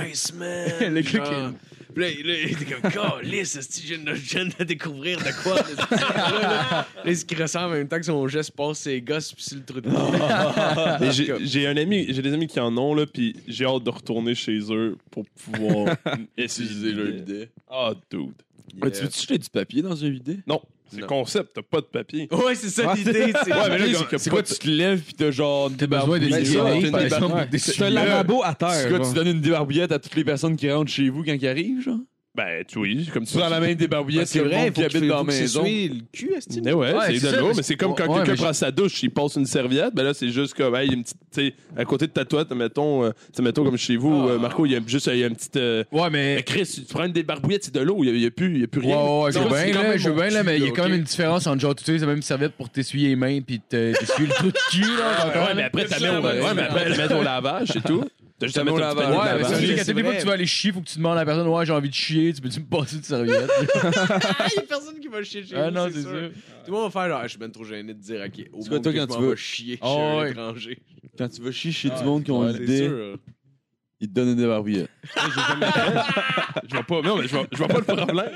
F: nice, man.
C: Le gars
F: Genre.
C: qui est-
F: Puis là, il- là, il était comme Calisse, esti, je viens de- je viens de découvrir de quoi. là, là, là, ce qui ressemble en même temps que son jet se passe ses gosses, puis sur le trou de cul. [laughs]
E: Ah,
D: Mais j'ai- j'ai un ami, j'ai des amis qui en ont là, puis j'ai hâte de retourner chez eux pour
E: [laughs]
D: pouvoir essayer leur bidet. Ah, dude.
F: euh,
E: Ah, Tu veux-tu jeter du papier dans un bidet?
D: Non, c'est
F: Non.
D: concept, t'as pas de papier.
F: [laughs] Ouais, c'est ça l'idée, c'est.
D: Ouais, mais là,
E: C'est
D: comme-
E: c'est quoi, tu te lèves pis t'as genre une
C: T'as besoin
E: débarbouillette.
C: de
E: C'est quoi,
B: Ouais,
E: t'as une
B: par
E: débar-
B: exemple.
C: des
B: C'est un
C: souliers.
B: lavabo à
E: C'est
B: terre.
E: quoi,
B: genre.
E: tu donnes une débarbouillette à toutes les personnes qui rentrent chez vous quand ils arrivent, genre?
D: Ben, tu oui, comme
E: Tu prends la même débarbouillette que
F: C'est
E: le
F: vrai,
E: monde
F: faut
E: qui habite dans la
F: maison.
E: maison.
F: le
E: [laughs]
F: cul, est-ce
D: Mais ouais,
C: Ouais, c'est
D: c'est de
C: ça,
D: l'eau,
C: mais
D: mais c'est comme quand
C: Ouais,
D: quelqu'un
C: mais je-
D: prend sa douche, il passe une serviette, ben là, c'est juste comme, hey, il y a une petite, tu sais, à côté de ta toilette, mettons, euh, tu sais, mettons comme chez vous,
F: Ah.
D: euh, Marco, il y a juste, euh, il y a une petite. euh,
C: Ouais,
D: mais
C: mais.
D: Chris, tu prends une débarbouillette, c'est de l'eau, il n'y a, plus il y a plus
C: Ouais,
D: rien.
C: Eh. ouais, ouais, je
F: Non,
C: veux
F: c'est
C: bien,
F: quand
C: là,
F: même
C: je veux
F: mon
C: bien, là,
F: cul,
C: mais il y a
F: là,
C: quand même
F: ok.
C: une différence entre genre, tu sais, la même serviette pour t'essuyer les mains pis te- t'essuyer le trou de cul, là.
D: Ah, Ouais, mais après, t'as mis au,
F: Ouais,
D: ouais, mais après, t'as mis au lavage, c'est tout. T'as juste à mettre un petit peu
E: lavage.
D: d'eau
C: Ouais, mais
D: lavage.
C: ça veut dire
F: c'est
C: qu'à toutes les fois
F: vrai.
C: que tu vas aller chier, faut que tu demandes à la personne, ouais, j'ai envie de chier, tu peux-tu me passer une serviette?
F: Ah, il y a personne qui va chier chez
C: ah
F: vous,
C: non, c'est
F: sûr.
C: sûr.
F: Tout le monde va faire, genre, Ah, je suis ben trop gêné de dire, ok, au
E: C'est quoi,
F: moins,
E: toi,
F: je
E: quand
F: m'en
E: tu veux?
F: vais chier chez
C: Ah,
F: un
C: ouais.
F: étranger. Ah,
E: Quand tu vas chier chez du monde qui ont
F: Ouais,
E: une
F: c'est
E: idée,
F: sûr.
E: ils te donnent une débarbouillette.
D: Je vois pas, non, mais je vois, je vois pas le problème.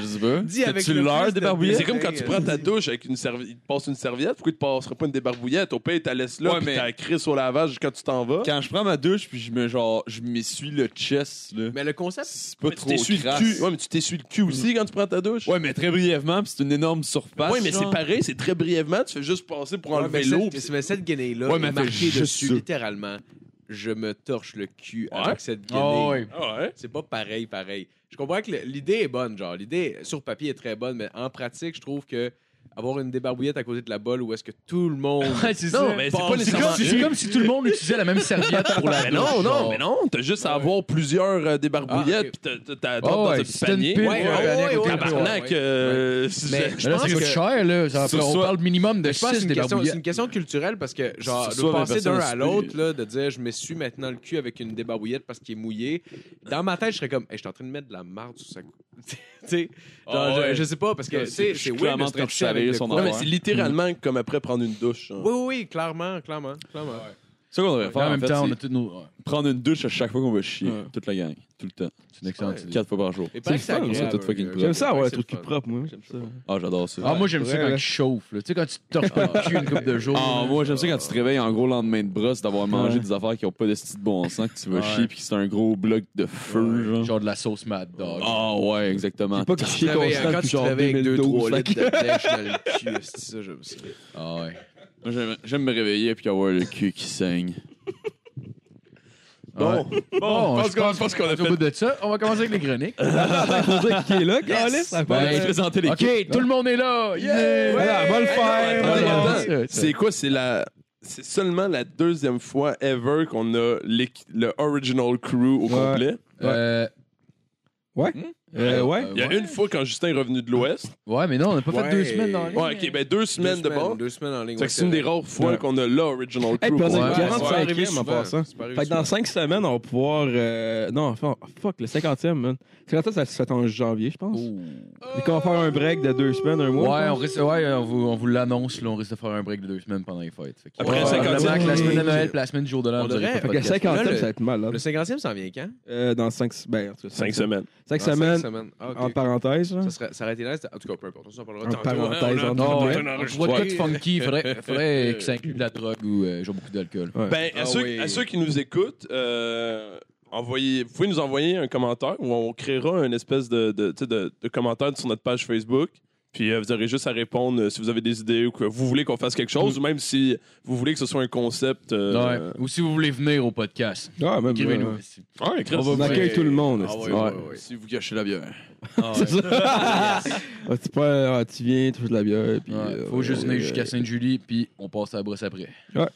E: Je sais pas.
F: Dis avec
E: T'as-tu
F: le
E: l'heure
F: plus de
E: débarbouiller?
D: Mais C'est comme quand tu
F: Hey,
D: prends ta douche avec une serviette, il te passe une serviette, pourquoi tu te passerais pas une débarbouillette? Au pire, tu la laisses
E: Ouais,
D: là, puis
E: mais-
D: tu la crisses au lavage quand tu t'en vas.
E: Quand je prends ma douche, puis je me genre, je m'essuie le chest, là.
F: Mais le concept,
E: C'est pas
D: Mais tu
E: trop
D: t'essuies le
E: crasse.
D: cul. Ouais, mais tu t'essuies le cul aussi quand tu prends ta douche.
E: Ouais, mais très brièvement, puis c'est une énorme surface.
D: Ouais, mais c'est
E: genre.
D: pareil, c'est très brièvement, tu fais juste passer pour
F: ouais, mais
D: enlever
F: cette-
D: l'eau.
F: mais mais cette guenille-là,
E: Ouais,
F: est
E: mais elle fait
F: marquée
E: juste
F: dessus,
E: ça.
F: littéralement, je me torche le cul
D: Ouais.
F: avec cette guenille.
C: Ah ouais.
D: Ah ouais?
F: C'est pas pareil, pareil. Je comprends que le- l'idée est bonne, genre. L'idée sur papier est très bonne, mais en pratique, je trouve que avoir une débarbouillette à côté de la bolle où est-ce que tout
E: [laughs]
F: le monde.
C: Ouais, c'est
D: Non,
C: ça.
D: mais c'est
C: Bon,
D: pas nécessairement
C: comme, si- c'est comme si tout le monde utilisait la même serviette pour la
D: Mais
C: douche,
D: Ben non, non,
C: genre.
D: mais non, t'as juste à avoir plusieurs euh,
F: Ah,
D: débarbouillettes,
F: ok.
D: puis t'as- t'as t'as
C: Ah
D: dans
C: ouais,
D: un
C: si
D: petit
C: t'as
D: panier.
C: une pile,
F: Ouais,
C: ouais,
F: ouais,
C: ouais,
F: ouais,
C: ouais,
D: Tabarnak,
F: ouais.
D: euh, je-
F: Mais-
D: je
C: Mais là,
D: pense
C: ça coûte
D: que-
C: cher, là. Ça,
E: Sur
C: on
E: soi-
C: parle minimum de
F: Je pense que
C: 6
F: c'est une, question- c'est
C: débarbouillettes.
F: une question culturelle parce que, genre,
E: C'est
F: de
E: ça, la
F: passer
E: personne
F: d'un
E: se
F: à
E: peut-
F: l'autre, là, de dire je m'essuie maintenant le cul avec une débarbouillette parce qu'il est mouillé, dans ma tête, je serais comme, Hey, je suis en train de mettre de la marde sur sa cou. [laughs] tu sais, genre,
E: Ah ouais.
F: je, je sais pas parce que,
E: Ouais,
F: tu sais,
E: je suis
F: c'est weird
E: clairement
F: de
E: en
F: se
E: train de
F: torcher avec
E: salir
F: le
E: son
F: cou.
D: Ouais,
E: affaire.
D: mais c'est littéralement comme après prendre une douche. hein.
F: Oui, oui, oui, clairement, clairement, clairement.
E: Ça qu'on devrait faire,
C: En même
E: fait,
C: temps, on a tous
E: c'est
C: nos. ouais,
E: prendre une douche à chaque fois qu'on va chier.
B: Ouais.
E: Toute la gang, tout le temps.
C: C'est une excellente
F: Ouais.
C: idée.
E: Quatre fois par jour.
F: Et pareil que
B: C'est le fun,
F: agréable,
E: ça, tout fucking
F: euh,
E: propre.
B: J'aime ça avoir un
F: c'est
B: truc
F: le
B: qui
F: fun.
B: propre, moi. J'aime ça.
E: Ah, j'adore ça.
C: Ah, moi, j'aime ça
B: Ouais,
C: quand
B: ouais.
C: tu chauffes, là. Tu sais, quand tu te torches pas le cul une couple de jours.
E: Ah,
C: là.
E: moi, j'aime ça quand tu te réveilles en gros lendemain de brosse d'avoir mangé
B: Ouais.
E: des affaires qui ont pas de style de bon sens, que tu vas
C: Ouais.
E: chier puis que c'est un gros bloc de feu. genre.
C: Genre de la sauce Mad Dog.
E: Ah, ouais, exactement.
B: C'est pas que tu
F: Tu
B: chies
F: te réveilles-
B: constant,
F: Quand
B: puis
F: tu te
B: genre
F: réveilles avec
B: 2012.
F: 2-3
B: fait
F: litres
B: que-
F: de pêche dans le cul, c'est ça, j'aime ça.
C: Ah ouais.
E: Moi, j'aime- J'aime me réveiller puis avoir le cul qui saigne.
C: Bon, bon, je pense, qu'on a fait. Au bout de ça, on va commencer avec les chroniques.
B: Faut dire qui est là, câlisse, ça
C: Ben,
B: va.
C: je vais
E: présenter
C: OK, tout le monde est là. Yeah!
B: Voilà, va le faire.
D: Attends,
B: voilà.
D: attends.
C: Ouais, ouais.
D: C'est quoi? C'est la. C'est seulement la deuxième fois ever qu'on a l'équ- le original crew au
B: Ouais.
D: complet.
C: Euh, Hmm?
B: Euh, Ouais.
D: Il y a
C: ouais.
D: une fois quand Justin est revenu de l'Ouest.
C: ouais, mais non, on n'a pas fait
F: Ouais.
C: deux semaines dans la ligne.
D: Ouais, ok, ben deux semaines de bord.
F: Deux semaines en ligne.
D: Fait que c'est une des rares fois
B: Ouais.
D: qu'on a l'original
B: Hey,
D: crew.
B: puis on
D: au
B: a
D: complet.
B: une
C: Ouais,
F: ça va arriver
B: 45e en
F: souvent.
B: passant.
F: C'est pas arrivé
B: Fait que dans
F: souvent.
B: 5 semaines, on va pouvoir. euh, Non, enfin, fuck, le 50e, man. 50e, ça se fait en janvier, je pense. Et qu'on va faire un break de deux semaines, un mois.
C: Ouais,
B: je
C: on,
B: pense.
C: risque, ouais on, vous, on vous l'annonce, là, on risque de faire un break de deux semaines pendant les fêtes. Fait que-
D: Après
C: Ouais,
D: 50,
C: probablement que la semaine de
B: ok.
C: Noël, puis la semaine du jour de l'an,
F: On
C: vous aurez
F: devrait-
C: pas de
B: Fait que le
C: podcast.
B: 50e,
F: Là, le-
B: ça va être mal, là.
F: Le 50e s'en vient quand?
B: Euh, dans 5 ben, en tout cas,
D: Cinq
B: cinq
D: semaines.
B: Cinq
F: Dans
B: semaines,
F: Cinq semaines. Ah, ok.
B: entre parenthèses, là.
F: Ça, serait, ça aurait été nice. de- En tout cas, peu importe. On s'en parlera
B: En
F: tantôt. hein,
B: parenthèse, entre
C: Non,
B: guillemets.
C: ouais. Je vois de quoi de funky. Il faudrait, faudrait que ça inclue de la drogue ou euh, genre beaucoup d'alcool.
D: Ben, à,
F: Ah
D: ceux,
F: oui.
D: à ceux qui nous écoutent, euh, envoyez, vous pouvez nous envoyer un commentaire où on créera une espèce de, de, tu sais, de- de commentaire sur notre page Facebook. Puis euh, vous aurez juste à répondre euh, si vous avez des idées ou que vous voulez qu'on fasse quelque chose, ou même si vous voulez que ce soit un concept. euh,
C: Ouais. Ou si vous voulez venir au podcast,
B: Ah, même,
C: écrivez-nous.
B: ouais.
D: Ah, ouais, Chris.
B: On va- On [laughs] accueille tout le monde.
F: Ah,
B: esti.
F: ouais, ouais, ouais.
E: Si vous gâchez la bière.
B: [laughs] C'est ça. Ah, tu, peux- ah, tu viens, tu touches de la bière. Puis,
C: Ouais,
B: euh,
C: faut
B: ouais,
C: juste venir
B: ouais,
C: jusqu'à Sainte-Julie, puis on passe à la brosse après.
D: Yes.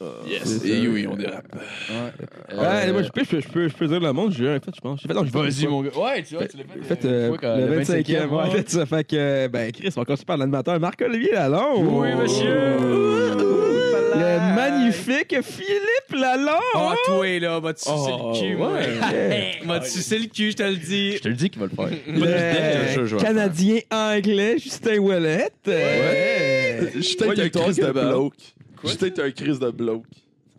B: C'est ça.
E: dérape.
C: Ouais.
B: ouais. Ouais, Ah, moi, je peux, je peux, je peux, je peux dire le monde, j'ai un fait, je pense. J'ai fait, non, j'ai fait une
C: Euh, Vas-y,
B: fois.
C: mon gars. Ouais, tu vois, tu l'as
B: J'ai
C: fait.
B: fait,
C: euh,
B: euh,
C: une fois quand-
B: le 25e, ouais,
C: ouais.
B: fait [laughs] ça. Fait que, euh, ben, Chris, on commence par l'animateur Marc-Olivier Lalonde.
C: Oui, monsieur.
B: Le magnifique Philippe Lalonde. Oh,
F: Ah, toi, là, va te sucer le cul, moi.
B: ouais.
F: Va te sucer le cul, je te le dis.
C: Je te le dis qu'il va le [laughs] faire.
B: [laughs] Le Canadien anglais Justin Ouellet. Ouais.
D: Je suis peut-être
E: Ouais,
D: un
E: il
D: Chris
E: torque
D: de
E: de balle.
D: bloke. Je suis peut-être un Chris de bloke.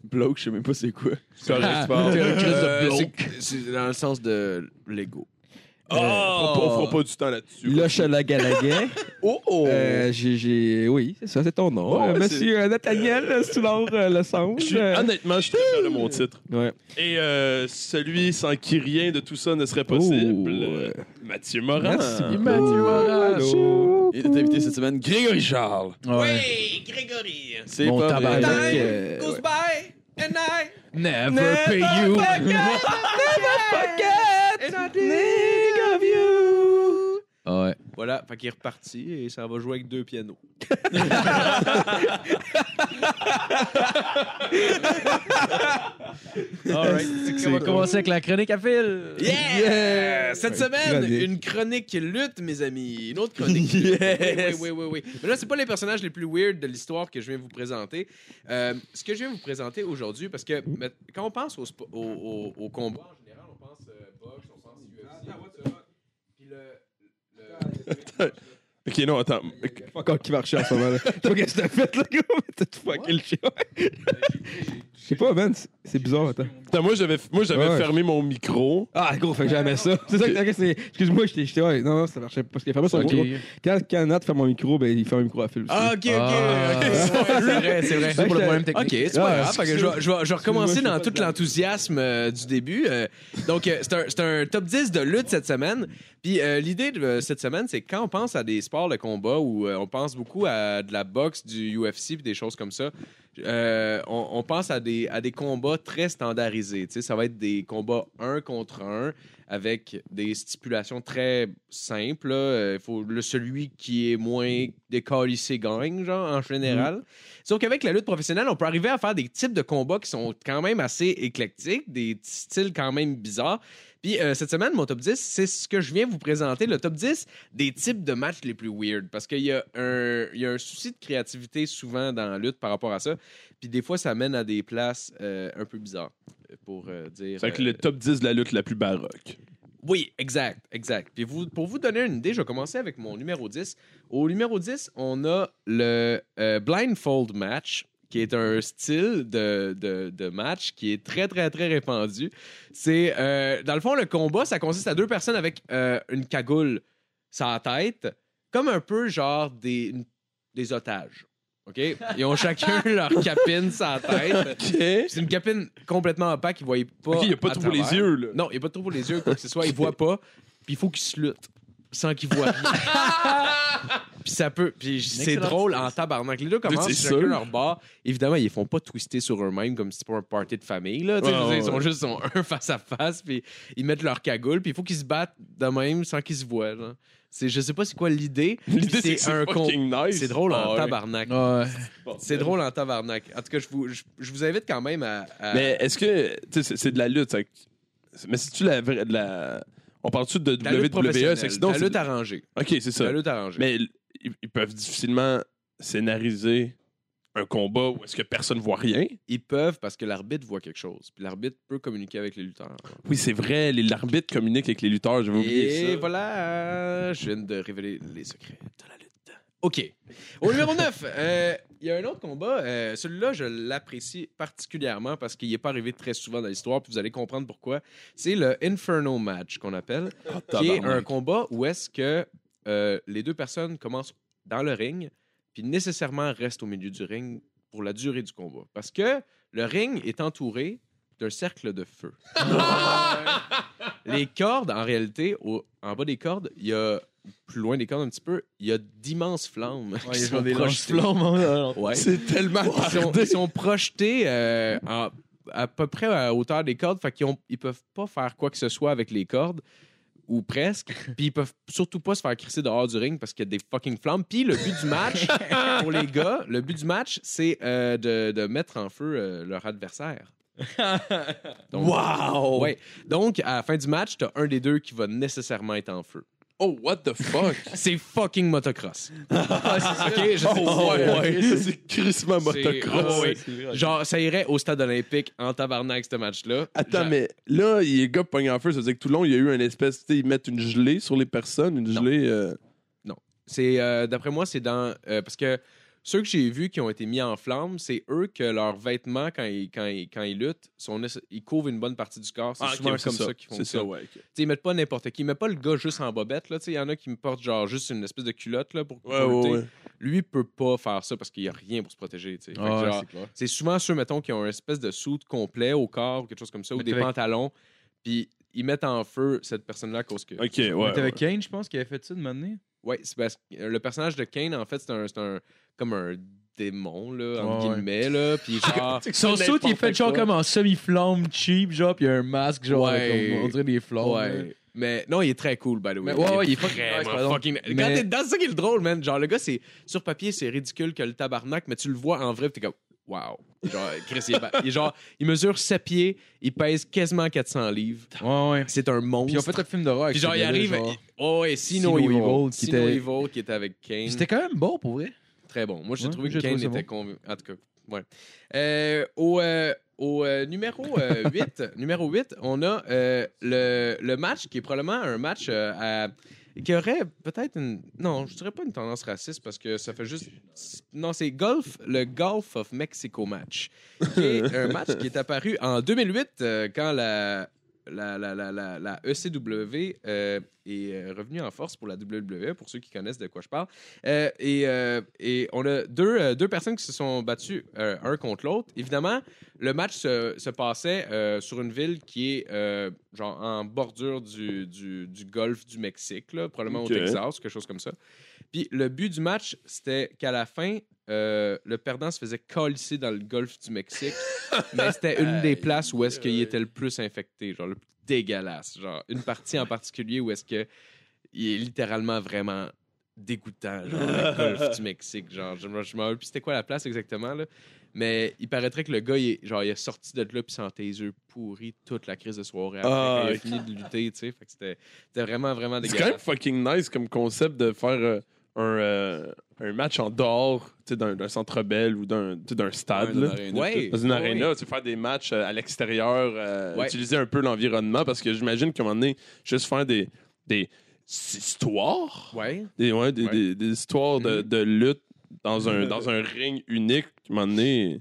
E: Bloke, je sais même pas c'est quoi.
D: C'est correct, tu parles.
C: T'es
F: [laughs]
C: un Christ de
F: Euh,
C: bloke.
F: c'est- C'est dans le sens de l'ego.
D: Oh! On fera pas- on fera pas du temps là-dessus.
B: Lochola Galaguet.
D: Oh oh!
B: Euh, j'ai- j'ai- Oui, c'est ça, c'est ton nom.
D: Ouais,
B: Euh,
D: c'est-
B: Monsieur euh, Nathaniel Soulard euh, Le Songe.
D: Je suis-
B: Euh,
D: honnêtement, je suis très fier de mon titre.
B: ouais.
D: Et euh, celui sans qui rien de tout ça ne serait possible,
B: Oh,
D: euh, Mathieu Morin.
B: Merci beaucoup.
C: Mathieu Morin.
B: Allô.
E: Il est invité cette semaine, Grégory Charles.
C: Ouais.
E: C'est
B: Mon
E: pas
B: tabarnak.
E: vrai. Ah,
B: euh, ouais.
C: Never pay you. [laughs] Ouais.
F: Voilà, fait qu'il est reparti et ça va jouer avec deux pianos.
C: On va commencer avec la chronique à fil.
F: Yeah! Cette
B: Ouais,
F: semaine,
B: chronique.
F: une chronique lutte, mes amis. Une autre
C: [laughs]
F: chronique. lutte. Oui, oui, oui, oui, oui. Mais là, c'est pas les personnages les plus weird de l'histoire que je viens vous présenter. Euh, ce que je viens vous présenter aujourd'hui, parce que mais, quand on pense au, spo- au, au- au combat en général, on pense euh, boxe, on pense UFC. tout ça. Puis le- le-
D: Ok, non, attends.
B: Pas encore qui marchait en [laughs] ce moment. là. Je sais pas qu'est-ce que t'as fait, là, gros, mais t'as tout fucké le chien. Je sais pas, man. c'est- C'est bizarre, attends.
D: Putain, moi, j'avais, moi, j'avais
B: Ouais.
D: fermé mon micro.
B: Ah, gros, fait que j'aimais ça. C'est ça que ok, c'est. Excuse-moi, j'étais. j'étais- Ouais, non, non, ça marchait pas. Parce qu'il fermait son micro. Quand, quand Nat ferme mon micro, ben, il ferme le micro à Phil aussi.
F: Ah, ok, ok.
C: Ah.
F: ok, [laughs] c'est
C: C'est
F: vrai.
C: vrai, c'est vrai.
B: C'est pour le problème
F: Ok, c'est pas
B: Ah,
F: grave. Fait que je, vais- je vais- je vais recommencer
B: Excuse-moi, je fais
F: dans tout
B: pas de blague.
F: l'enthousiasme euh, du début. Euh, donc, euh, c'est un- c'est un, top 10 de lutte cette semaine. Puis euh, l'idée de euh, cette semaine, c'est que quand on pense à des sports de combat ou euh, on pense beaucoup à de la boxe, du UFC puis des choses comme ça, euh, on, on pense à des, à des combats très standardisés. Tu sais, ça va être des combats un contre un avec des stipulations très simples. là. Euh, Il faut le celui qui est moins décalissé gagne, genre, en général. Sauf qu'avec la lutte professionnelle, on peut arriver à faire des types de combats qui sont quand même assez éclectiques, des petits styles quand même bizarres. Puis euh, cette semaine, mon top 10, c'est ce que je viens vous présenter, le top 10 des types de matchs les plus weird. Parce qu'il y, a un- il y a un souci de créativité souvent dans la lutte par rapport à ça. Puis des fois, ça mène à des places euh, un peu bizarres, pour euh, dire...
D: Fait que le
F: euh,
D: top 10 de la lutte la plus baroque.
F: oui, exact, exact. Puis vous, pour vous donner une idée, je vais commencer avec mon numéro 10. Au numéro 10, on a le euh, blindfold match, qui est un style de, de- de match qui est très, très, très répandu. C'est, euh, dans le fond, le combat, ça consiste à deux personnes avec euh, une cagoule sur la tête, comme un peu genre des, une- des otages. OK? Ils ont chacun leur capine sur
D: [laughs]
F: la tête. C'est une capine complètement opaque, ils ne voient pas.
D: Ok, il n'y a pas
F: à
D: trop les
F: travers.
D: yeux, là.
F: Non, il n'y a pas de trou pour les yeux, quoi que ce soit. Il voit pas. Puis il faut qu'il se lutte sans qu'il voit
D: [laughs]
F: rien. puis ça peut. Puis c'est
C: excellente
F: drôle en tabarnak. Les deux commencent
D: C'est
F: chacun
D: sûr.
F: leur bar. Évidemment, ils font pas twister sur eux-mêmes comme si c'était pas un party de famille. Là. Tu
D: Ouais,
F: sais, je veux dire, ils sont
D: ouais.
F: juste ils sont un face à face. Puis ils mettent leur cagoule. Puis il faut qu'ils se battent de même sans qu'ils se voient. genre. C'est, je sais pas c'est quoi l'idée. puis
D: L'idée, c'est, que c'est
F: con-
D: fucking nice.
F: C'est drôle
D: Ah
F: en
D: ouais.
F: tabarnak.
C: Ouais.
F: C'est drôle en tabarnak. En tout cas, je vous, je, je vous invite quand même à. à-
D: Mais est-ce que. tu sais, C'est, c'est de la lutte. ça- Mais si tu la, vraie- de la. On parle-tu de
F: la lutte
D: WWE? E, c'est que sinon,
F: la
D: c'est-
F: lutte arrangée.
D: Ok, c'est ça.
F: La lutte arrangée.
D: Mais ils, ils peuvent difficilement scénariser un combat où est-ce que personne voit rien.
F: Ils peuvent parce que l'arbitre voit quelque chose. Puis l'arbitre peut communiquer avec les lutteurs.
D: Oui, c'est vrai, les- l'arbitre communique avec les lutteurs, j'avais oublié
F: Et
D: ça.
F: voilà, je viens de révéler les secrets de la lutte. OK. Au numéro 9, il y a un autre combat. Euh, Celui-là, je l'apprécie particulièrement parce qu'il n'est pas arrivé très souvent dans l'histoire. Puis vous allez comprendre pourquoi. C'est le Inferno Match qu'on appelle, qui est un combat où est-ce que euh, les deux personnes commencent dans le ring, puis nécessairement restent au milieu du ring pour la durée du combat. Parce que le ring est entouré d'un cercle de feu. Les cordes, en réalité, au- en bas des cordes, il y a, plus loin des cordes un petit peu, il y a d'immenses flammes. qui sont projetées.
C: hein.
F: Ouais.
E: C'est tellement.
F: Ils sont, ils sont projetés euh, en- à peu près à la hauteur des cordes, fait qu'ils ont- ils peuvent pas faire quoi que ce soit avec les cordes,
E: [laughs]
F: ou presque. Puis ils peuvent surtout pas se faire crisser dehors du ring parce qu'il y a des fucking flammes. Puis le but du
E: [laughs]
F: match, pour les gars, le but du match, c'est euh, de, de mettre en feu euh,
E: [laughs]
F: leur adversaire. Donc,
E: Wow!
F: Ouais. Donc, à la fin du match, t'as un des deux qui va nécessairement être
E: [laughs]
F: en feu.
D: Oh, what the fuck?
F: C'est fucking motocross.
E: Ah,
F: [laughs] ok, je sais
E: Oh,
D: Oh, ouais, ouais. Ça, [laughs] c'est crissement
F: Oh, C'est-
D: motocross.
F: ah ouais. Genre, ça irait au stade olympique en tabarnak, ce match-là.
D: Attends,
F: Genre-
D: mais là, les gars pognent en feu, ça veut dire que tout le long, il y a eu une espèce, tu sais, ils mettent une gelée sur les personnes, une gelée. euh,
F: C'est, euh, d'après moi, c'est dans. euh, parce que ceux que j'ai vus qui ont été mis en flammes, c'est eux que leurs vêtements, quand ils, quand ils, quand ils luttent, sont, nécess- ils couvrent une bonne partie du corps. C'est
D: ah, ok,
F: souvent
D: ouais, c'est
F: comme ça, qu'ils font
D: C'est ça, ouais. ok.
F: T'sais, ils mettent pas n'importe qui. Ils mettent pas le gars juste en bobette. là. T'sais, Il y en a qui me portent genre juste une espèce de culotte là, pour, pour
D: Ouais, ouais,
F: lutter.
D: ouais.
F: Lui, il peut pas faire ça parce qu'il y a rien pour se protéger. t'sais. Fait que genre, C'est souvent ceux, mettons, qui ont une espèce de soute complet au corps ou quelque chose comme ça, ou
C: Mais
F: des
C: avec-
F: pantalons, puis ils mettent en feu cette personne-là à cause que.
D: Ok, ouais.
C: T'avais
D: ouais.
C: Kane, je pense, qui avait fait ça de m'amener.
F: Ouais, c'est parce que euh, le personnage de Kane, en fait, c'est un, c'est un- comme un démon, là, entre
C: Ouais.
F: guillemets, là,
C: [laughs]
F: puis genre.
C: Son saut, il est fait genre comme en semi-flamme cheap, genre, pis il y a un masque, genre,
F: Ouais.
C: comme on dirait des flammes. là.
F: Ouais. Mais non, il est très cool, by the way.
C: hein. Mais ouais, ouais, il est fucking
F: vraiment
C: nice, pardon.
F: fucking-
C: Mais-
F: Quand t'es dedans, c'est ça qui est le drôle, man. Genre, le gars, c'est sur papier, c'est ridicule que le tabarnak, mais tu le vois en vrai, pis t'es comme, wow. Genre, Chris, il, est ba- il est genre, il mesure 7 pieds, il pèse quasiment 400 livres.
C: Ouais, ouais.
F: C'est un monstre.
C: Puis ils ont fait un film d'horreur avec
F: Puis genre,
C: ce
F: il
C: gars-là,
F: arrive.
C: genre.
F: Oh, ouais,
C: Sino
F: Sino Evil.
C: Evil, qui
F: Sino
C: était-
F: Evil qui était avec
C: Puis
F: Kane.
C: C'était quand même bon pour vrai.
F: Très bon. Moi, j'ai
C: Ouais,
F: trouvé que
C: j'ai
F: Kane
C: trouvé ça
F: était convaincu. En tout cas, ouais. Euh, au euh, au euh, numéro,
C: [laughs]
F: euh, 8, numéro 8, on a euh, le, le match qui est probablement un match euh, à qui aurait peut-être une. Non, je dirais pas une tendance raciste parce que ça fait juste. Non, c'est golf, le Golf of Mexico match. Qui est un match qui est apparu en 2008 euh, quand la, la, la, la, la, la ECW euh, est euh, revenue en force pour la WWE, pour ceux qui connaissent de quoi je parle. Euh, et, euh, et on a deux, euh, deux personnes qui se sont battues euh, un contre l'autre. Évidemment, le match se, se passait euh, sur une ville qui est euh, genre en bordure du, du, du golfe du Mexique, là, probablement
D: Ok.
F: au Texas, quelque chose comme ça. Puis le but du match, c'était qu'à la fin, euh, le perdant se faisait colisser dans le golfe du Mexique,
D: [laughs]
F: mais c'était une des places où est-ce qu'il était le plus infecté, genre le plus dégueulasse. Genre une partie en particulier où est-ce que il est littéralement vraiment dégoûtant,
D: [laughs]
F: genre le golfe du Mexique. Genre, je me je me rappelle plus c'était quoi la place exactement, là. Mais il paraîtrait que le gars, il est, genre, il est sorti de là puis sentait les yeux pourris toute la crise de soirée. Après,
D: Ah,
F: il a
D: ok.
F: fini de lutter, tu sais. Fait que c'était c'était vraiment, vraiment
D: C'est quand même
F: dégueulasse.
D: fucking nice comme concept de faire euh, un, euh, un match en dehors tu sais, d'un d'un centre belle ou d'un tu sais, d'un stade. là.
F: Ouais.
D: Dans une
F: Ouais.
D: arena, tu sais, faire des matchs euh, à l'extérieur, euh,
F: Ouais.
D: utiliser un peu l'environnement parce que j'imagine qu'à un moment donné, juste faire des, des histoires,
F: Ouais.
D: des, ouais, des,
F: Ouais.
D: des- des histoires de,
F: Mhm. Euh,
D: de lutte dans un, dans un ring unique, à un moment donné,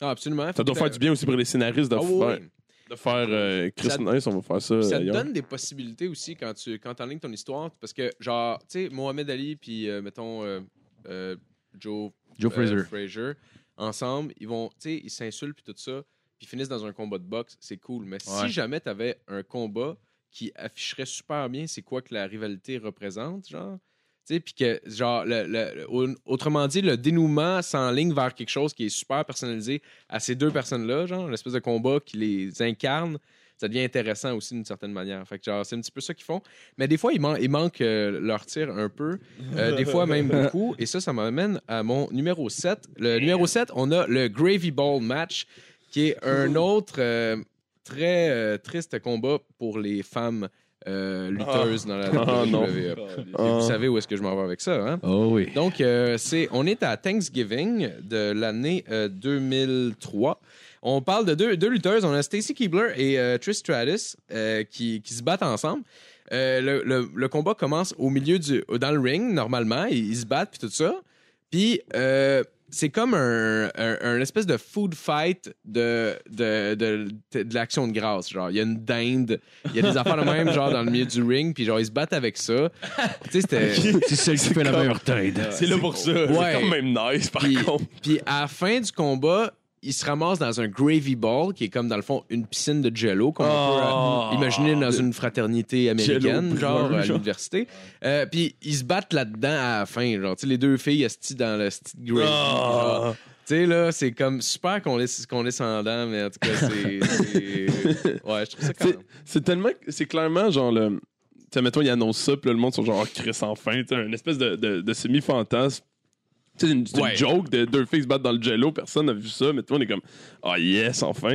F: Ah, absolument.
D: ça doit faire du bien aussi pour les scénaristes de
F: Ah, oui,
D: faire,
F: oui.
D: de faire euh, Chris
F: Ça-
D: Nice, on va faire ça.
F: Puis ça te
D: ailleurs.
F: donne des possibilités aussi quand tu quand enlignes ton histoire. Parce que, genre, tu sais, Mohamed Ali, puis euh, mettons euh, euh, Joe,
C: Joe
F: euh,
C: Fraser.
F: ensemble, ils vont, tu sais, ils s'insultent, puis tout ça, puis ils finissent dans un combat de boxe, c'est cool. Mais
C: Ouais.
F: si jamais tu avais un combat qui afficherait super bien c'est quoi que la rivalité représente, genre. Tu sais, puis que, genre, le- le- le- au- autrement dit, le dénouement s'enligne vers quelque chose qui est super personnalisé à ces deux personnes-là, genre, une espèce de combat qui les incarne, ça devient intéressant aussi d'une certaine manière. Fait que, genre, c'est un petit peu ça qu'ils font. Mais des fois, ils, man- ils manquent euh, leur tir un peu,
D: [laughs]
F: Euh, des fois même beaucoup. Et ça, ça m'amène à mon numéro 7. Le numéro 7, on a le Gravy Ball Match, qui est un autre euh, très euh, triste combat pour les femmes euh, lutteuses dans la
D: [laughs] Ah, non.
F: WWE. Et
D: Ah.
F: E. Vous savez où est-ce que je m'en vais avec ça, hein?
C: Oh oui.
F: Donc, euh, c'est, on est à Thanksgiving de l'année euh, 2003. On parle de deux, deux lutteuses. On a Stacy Keebler et euh, Trish Stratus euh, qui, qui se battent ensemble. Euh, le, le- le combat commence au milieu du... dans le ring, normalement. Ils, ils se battent, puis tout ça. Puis, euh, c'est comme un, un- un espèce de food fight de, de, de, de- de l'action de grâce. Genre, il y a une dinde, il y a des affaires de même, genre, dans le milieu du ring, puis genre, ils se battent avec ça. Tu sais, c'était...
C: [laughs] C'est celle qui fait la meilleure tête.
D: C'est là pour ça.
F: Ouais.
D: C'est quand même nice, par
F: Puis-
D: contre.
F: Puis à la fin du combat, il se ramasse dans un gravy ball qui est comme dans le fond une piscine de jello qu'on
D: Oh.
F: peut euh, imaginer dans une fraternité américaine,
D: Jell-O
F: genre
D: brun,
F: à
D: genre.
F: l'université. Euh, puis ils se battent là-dedans à la fin, genre tu sais les deux filles esti dans le esti de gravy. genre.
D: Ah.
F: Tu sais là, c'est comme super qu'on laisse qu'on laisse en dedans, mais en tout cas c'est
D: [laughs]
F: c'est- ouais, je trouve ça quand même.
D: C'est tellement. C'est clairement genre le. Tu sais, mettons, ils annoncent ça, puis là, le monde sont genre, oh, Chris, enfin, tu sais, une espèce de, de, de semi-fantasme. Tu sais, une, c'est une
F: Ouais.
D: joke de deux filles qui se battent dans le jello, personne n'a vu ça, mais tout le monde est comme, ah yes, enfin.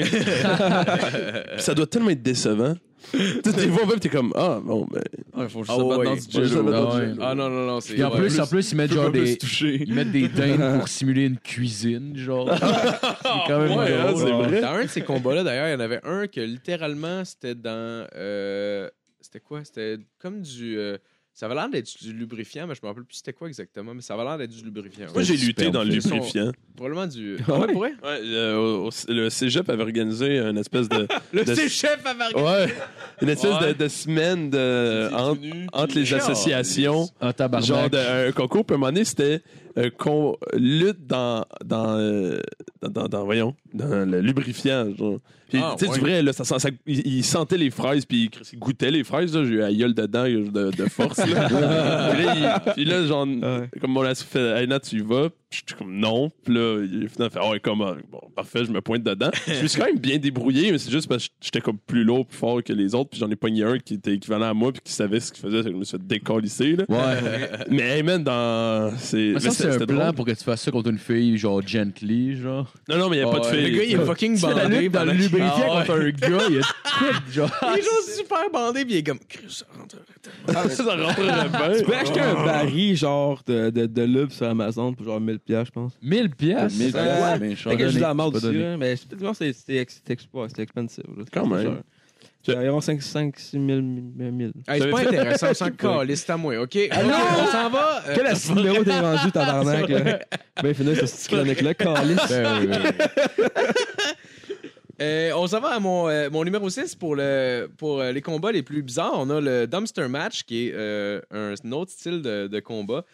D: Puis ça doit tellement être décevant. Tu sais, des fois, même, t'es comme, ah bon, ben.
E: Il faut juste
F: Ah
E: se battre
F: ouais.
E: dans
D: Faut
E: du
D: juste se
E: jello.
D: battre
E: là.
D: dans du
E: Ouais.
D: jello.
F: Ah non non non, c'est
C: Puis en
F: ouais.
C: plus, en plus, ils mettent genre
D: Faut pas se
C: des.
D: toucher.
C: Ils mettent des dindes pour simuler une cuisine, [laughs] genre. C'est quand même
D: Ouais, hein,
C: drôle.
D: c'est vrai.
F: Dans un de ces combats-là, d'ailleurs, il y en avait un que littéralement, c'était dans. euh, c'était quoi C'était comme du. euh, ça avait l'air d'être du lubrifiant, mais je me rappelle plus c'était quoi exactement. Mais ça avait l'air d'être du lubrifiant.
D: Moi,
F: ouais.
D: j'ai lutté
C: superbe.
D: dans le
F: Ils sont-
D: lubrifiant.
F: Probablement du.
B: Ah ouais?
F: Ouais, pour vrai?
D: Ouais, euh, au- au- le cégep avait organisé une espèce de.
F: Le
D: de-
F: chef avait regardé.
D: Ouais. Une espèce
E: Ouais.
D: de, de semaine de, Euh, entre, entre les associations.
C: En tabarnak.
D: Genre de, un concours, puis à un moment donné, c'était euh, qu'on lutte dans, dans, euh, dans, dans- dans- voyons, dans le lubrifiant. Genre. Puis,
F: Ah,
D: tu sais,
F: ouais.
D: du vrai, là, ça, sent- ça- il, il sentait les fraises, puis il, il goûtait les fraises. là. J'ai eu la gueule dedans de, de force. Là. puis, là, il- puis là, genre,
B: Ouais.
D: comme on l'a fait, Aina, tu y vas. Puis je suis comme non. Puis là, il finalement fait, ouais, comme, ah, bon, parfait, je me pointe dedans. je me suis quand même bien débrouillé, mais c'est juste parce que j'étais comme plus lourd, plus fort que les autres. Puis j'en ai pogné un qui était équivalent à moi, puis qui savait ce qu'il faisait. Je me suis fait décalisser, là.
C: Ouais.
D: Mais hey man, dans. C'est
C: Mais Ah, ça,
D: mais
C: c'est un
D: c'était
C: plan
D: drôle.
C: pour que tu fasses ça contre une fille, genre gently, genre.
D: Non, non, mais il n'y a pas de
C: Ouais.
D: fille.
F: Le gars, il est fucking
C: C'est la
F: bandé.
C: lutte dans le
F: pendant-
C: lubrifiant
F: Ah ouais.
C: contre un gars, il y a tout, genre.
F: Ah, Il est juste super bandé, puis il est comme. Chris, ça rentre.
D: ça rentrerait
B: Tu peux
D: bien.
B: Ben, acheter un baril genre de, de, de lube sur Amazon pour genre 1000$, piastres, je pense.
C: 1000 piastres.
B: Ouais,
C: mais je suis
B: Fait que je dis la mort
C: pas
B: dessus,
C: donné.
B: hein, mais c'est- non, c'est- c'était ex- c'était expo- c'était expensive. là.
D: Quand même.
B: Genre. C'est environ 5, 5 6 000. 1000.
F: Hey, c'est pas intéressant, on s'en calisse, c'est à moi, OK?
D: Ah
B: non!
F: On s'en va. euh,
B: Quel assis numéro t'es rendu, tabarnak, [laughs] là? Ben, finir cette petite [laughs] chronique-là, calice.
F: [laughs] Euh, on s'en va à mon, euh, mon numéro 6 pour, le, pour euh, les combats les plus bizarres. On a le Dumpster Match, qui est euh, un autre style de, de combat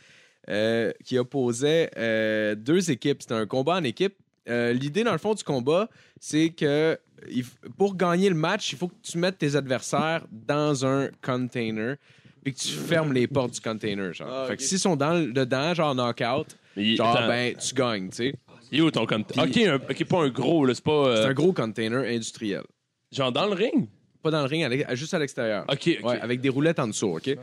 F: euh, qui opposait euh, deux équipes. C'était un combat en équipe. Euh, L'idée, dans le fond, du combat, c'est que il f- pour gagner le match, il faut que tu mettes tes adversaires dans un container et que tu fermes les portes du container. Genre.
E: Ah,
F: Fait
E: ok.
F: que s'ils sont dans, le- dedans, genre knock-out,
D: Mais il-
F: genre,
D: attends,
F: ben, tu gagnes, tu sais.
D: il est où ton compte? Ok, un- ok, pas un gros, là, c'est pas. euh,
F: C'est un gros container industriel.
D: Genre dans le ring?
F: Pas dans le ring, à l'ex- juste à l'extérieur.
D: Ok, ok.
F: Ouais, avec des roulettes en dessous, OK?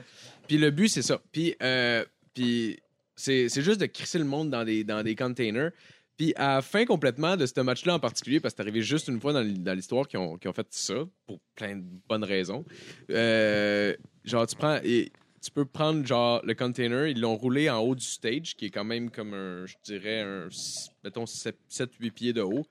F: Puis le but, c'est ça. Puis, euh, puis c'est c'est juste de crisser le monde dans des, dans des containers. Puis à la fin complètement de ce match-là en particulier, parce que c'est arrivé juste une fois dans l- dans l'histoire qu'ils ont, qu'ils ont fait ça, pour plein de bonnes raisons, euh, genre tu prends... et tu peux prendre genre le container, ils l'ont roulé en haut du stage, qui est quand même comme un, je dirais, un, s- mettons, 7-8 pieds de haut.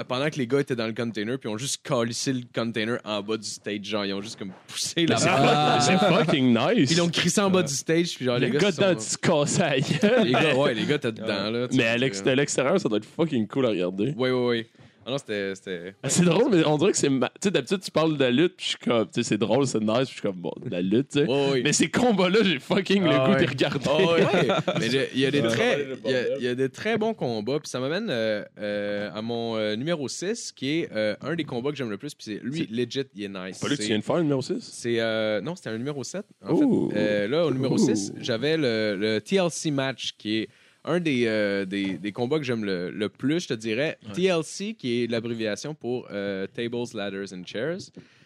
F: Euh, Pendant que les gars étaient dans le container, puis ils ont juste calissé le container en bas du stage, genre, ils ont juste comme poussé la
D: C'est
F: barre.
C: Ah.
D: c'est fucking nice.
F: Puis ils l'ont crissé en bas du stage, puis genre,
D: le
F: les,
D: gars
F: gars, se
D: dedans,
F: sont-
D: tu te casses à la gueule.
F: [laughs] les gars, ouais, les gars, t'es dedans, là. tu
D: Mais
F: sais,
D: à l'ex-
F: euh,
D: de l'extérieur, ça doit être fucking cool à regarder.
F: Ouais, ouais, ouais. Ah non, c'était- c'était.
D: C'est drôle, mais on dirait que c'est. ma- Tu sais, d'habitude, tu parles de la lutte, puis je suis comme. Tu sais, c'est drôle, c'est nice, puis je suis comme, bon, de la lutte, tu sais.
F: Ouais, ouais.
D: Mais ces combats-là, j'ai fucking
F: Ah
D: le goût
F: ouais.
D: de regarder.
F: [laughs] Ah ouais. Mais le- il y a des
A: Ouais.
F: très,
A: Le bordel.
F: il y a- il y a des très bons combats. Puis ça m'amène euh, euh, à mon euh, numéro 6, qui est euh, un des combats que j'aime le plus. Puis c'est lui, legit, il est nice.
D: C'est pas lui que tu
F: C'est-
D: viens de faire, le numéro 6?
F: C'est euh, non, c'était un numéro 7 en
D: Ouh.
F: fait. Euh, là au numéro
D: Ouh.
F: 6, j'avais le, le TLC match qui est un des, euh, des, des combats que j'aime le, le plus, je te dirais. TLC qui est l'abréviation pour euh, Tables, Ladders and
D: [laughs]
F: Chairs.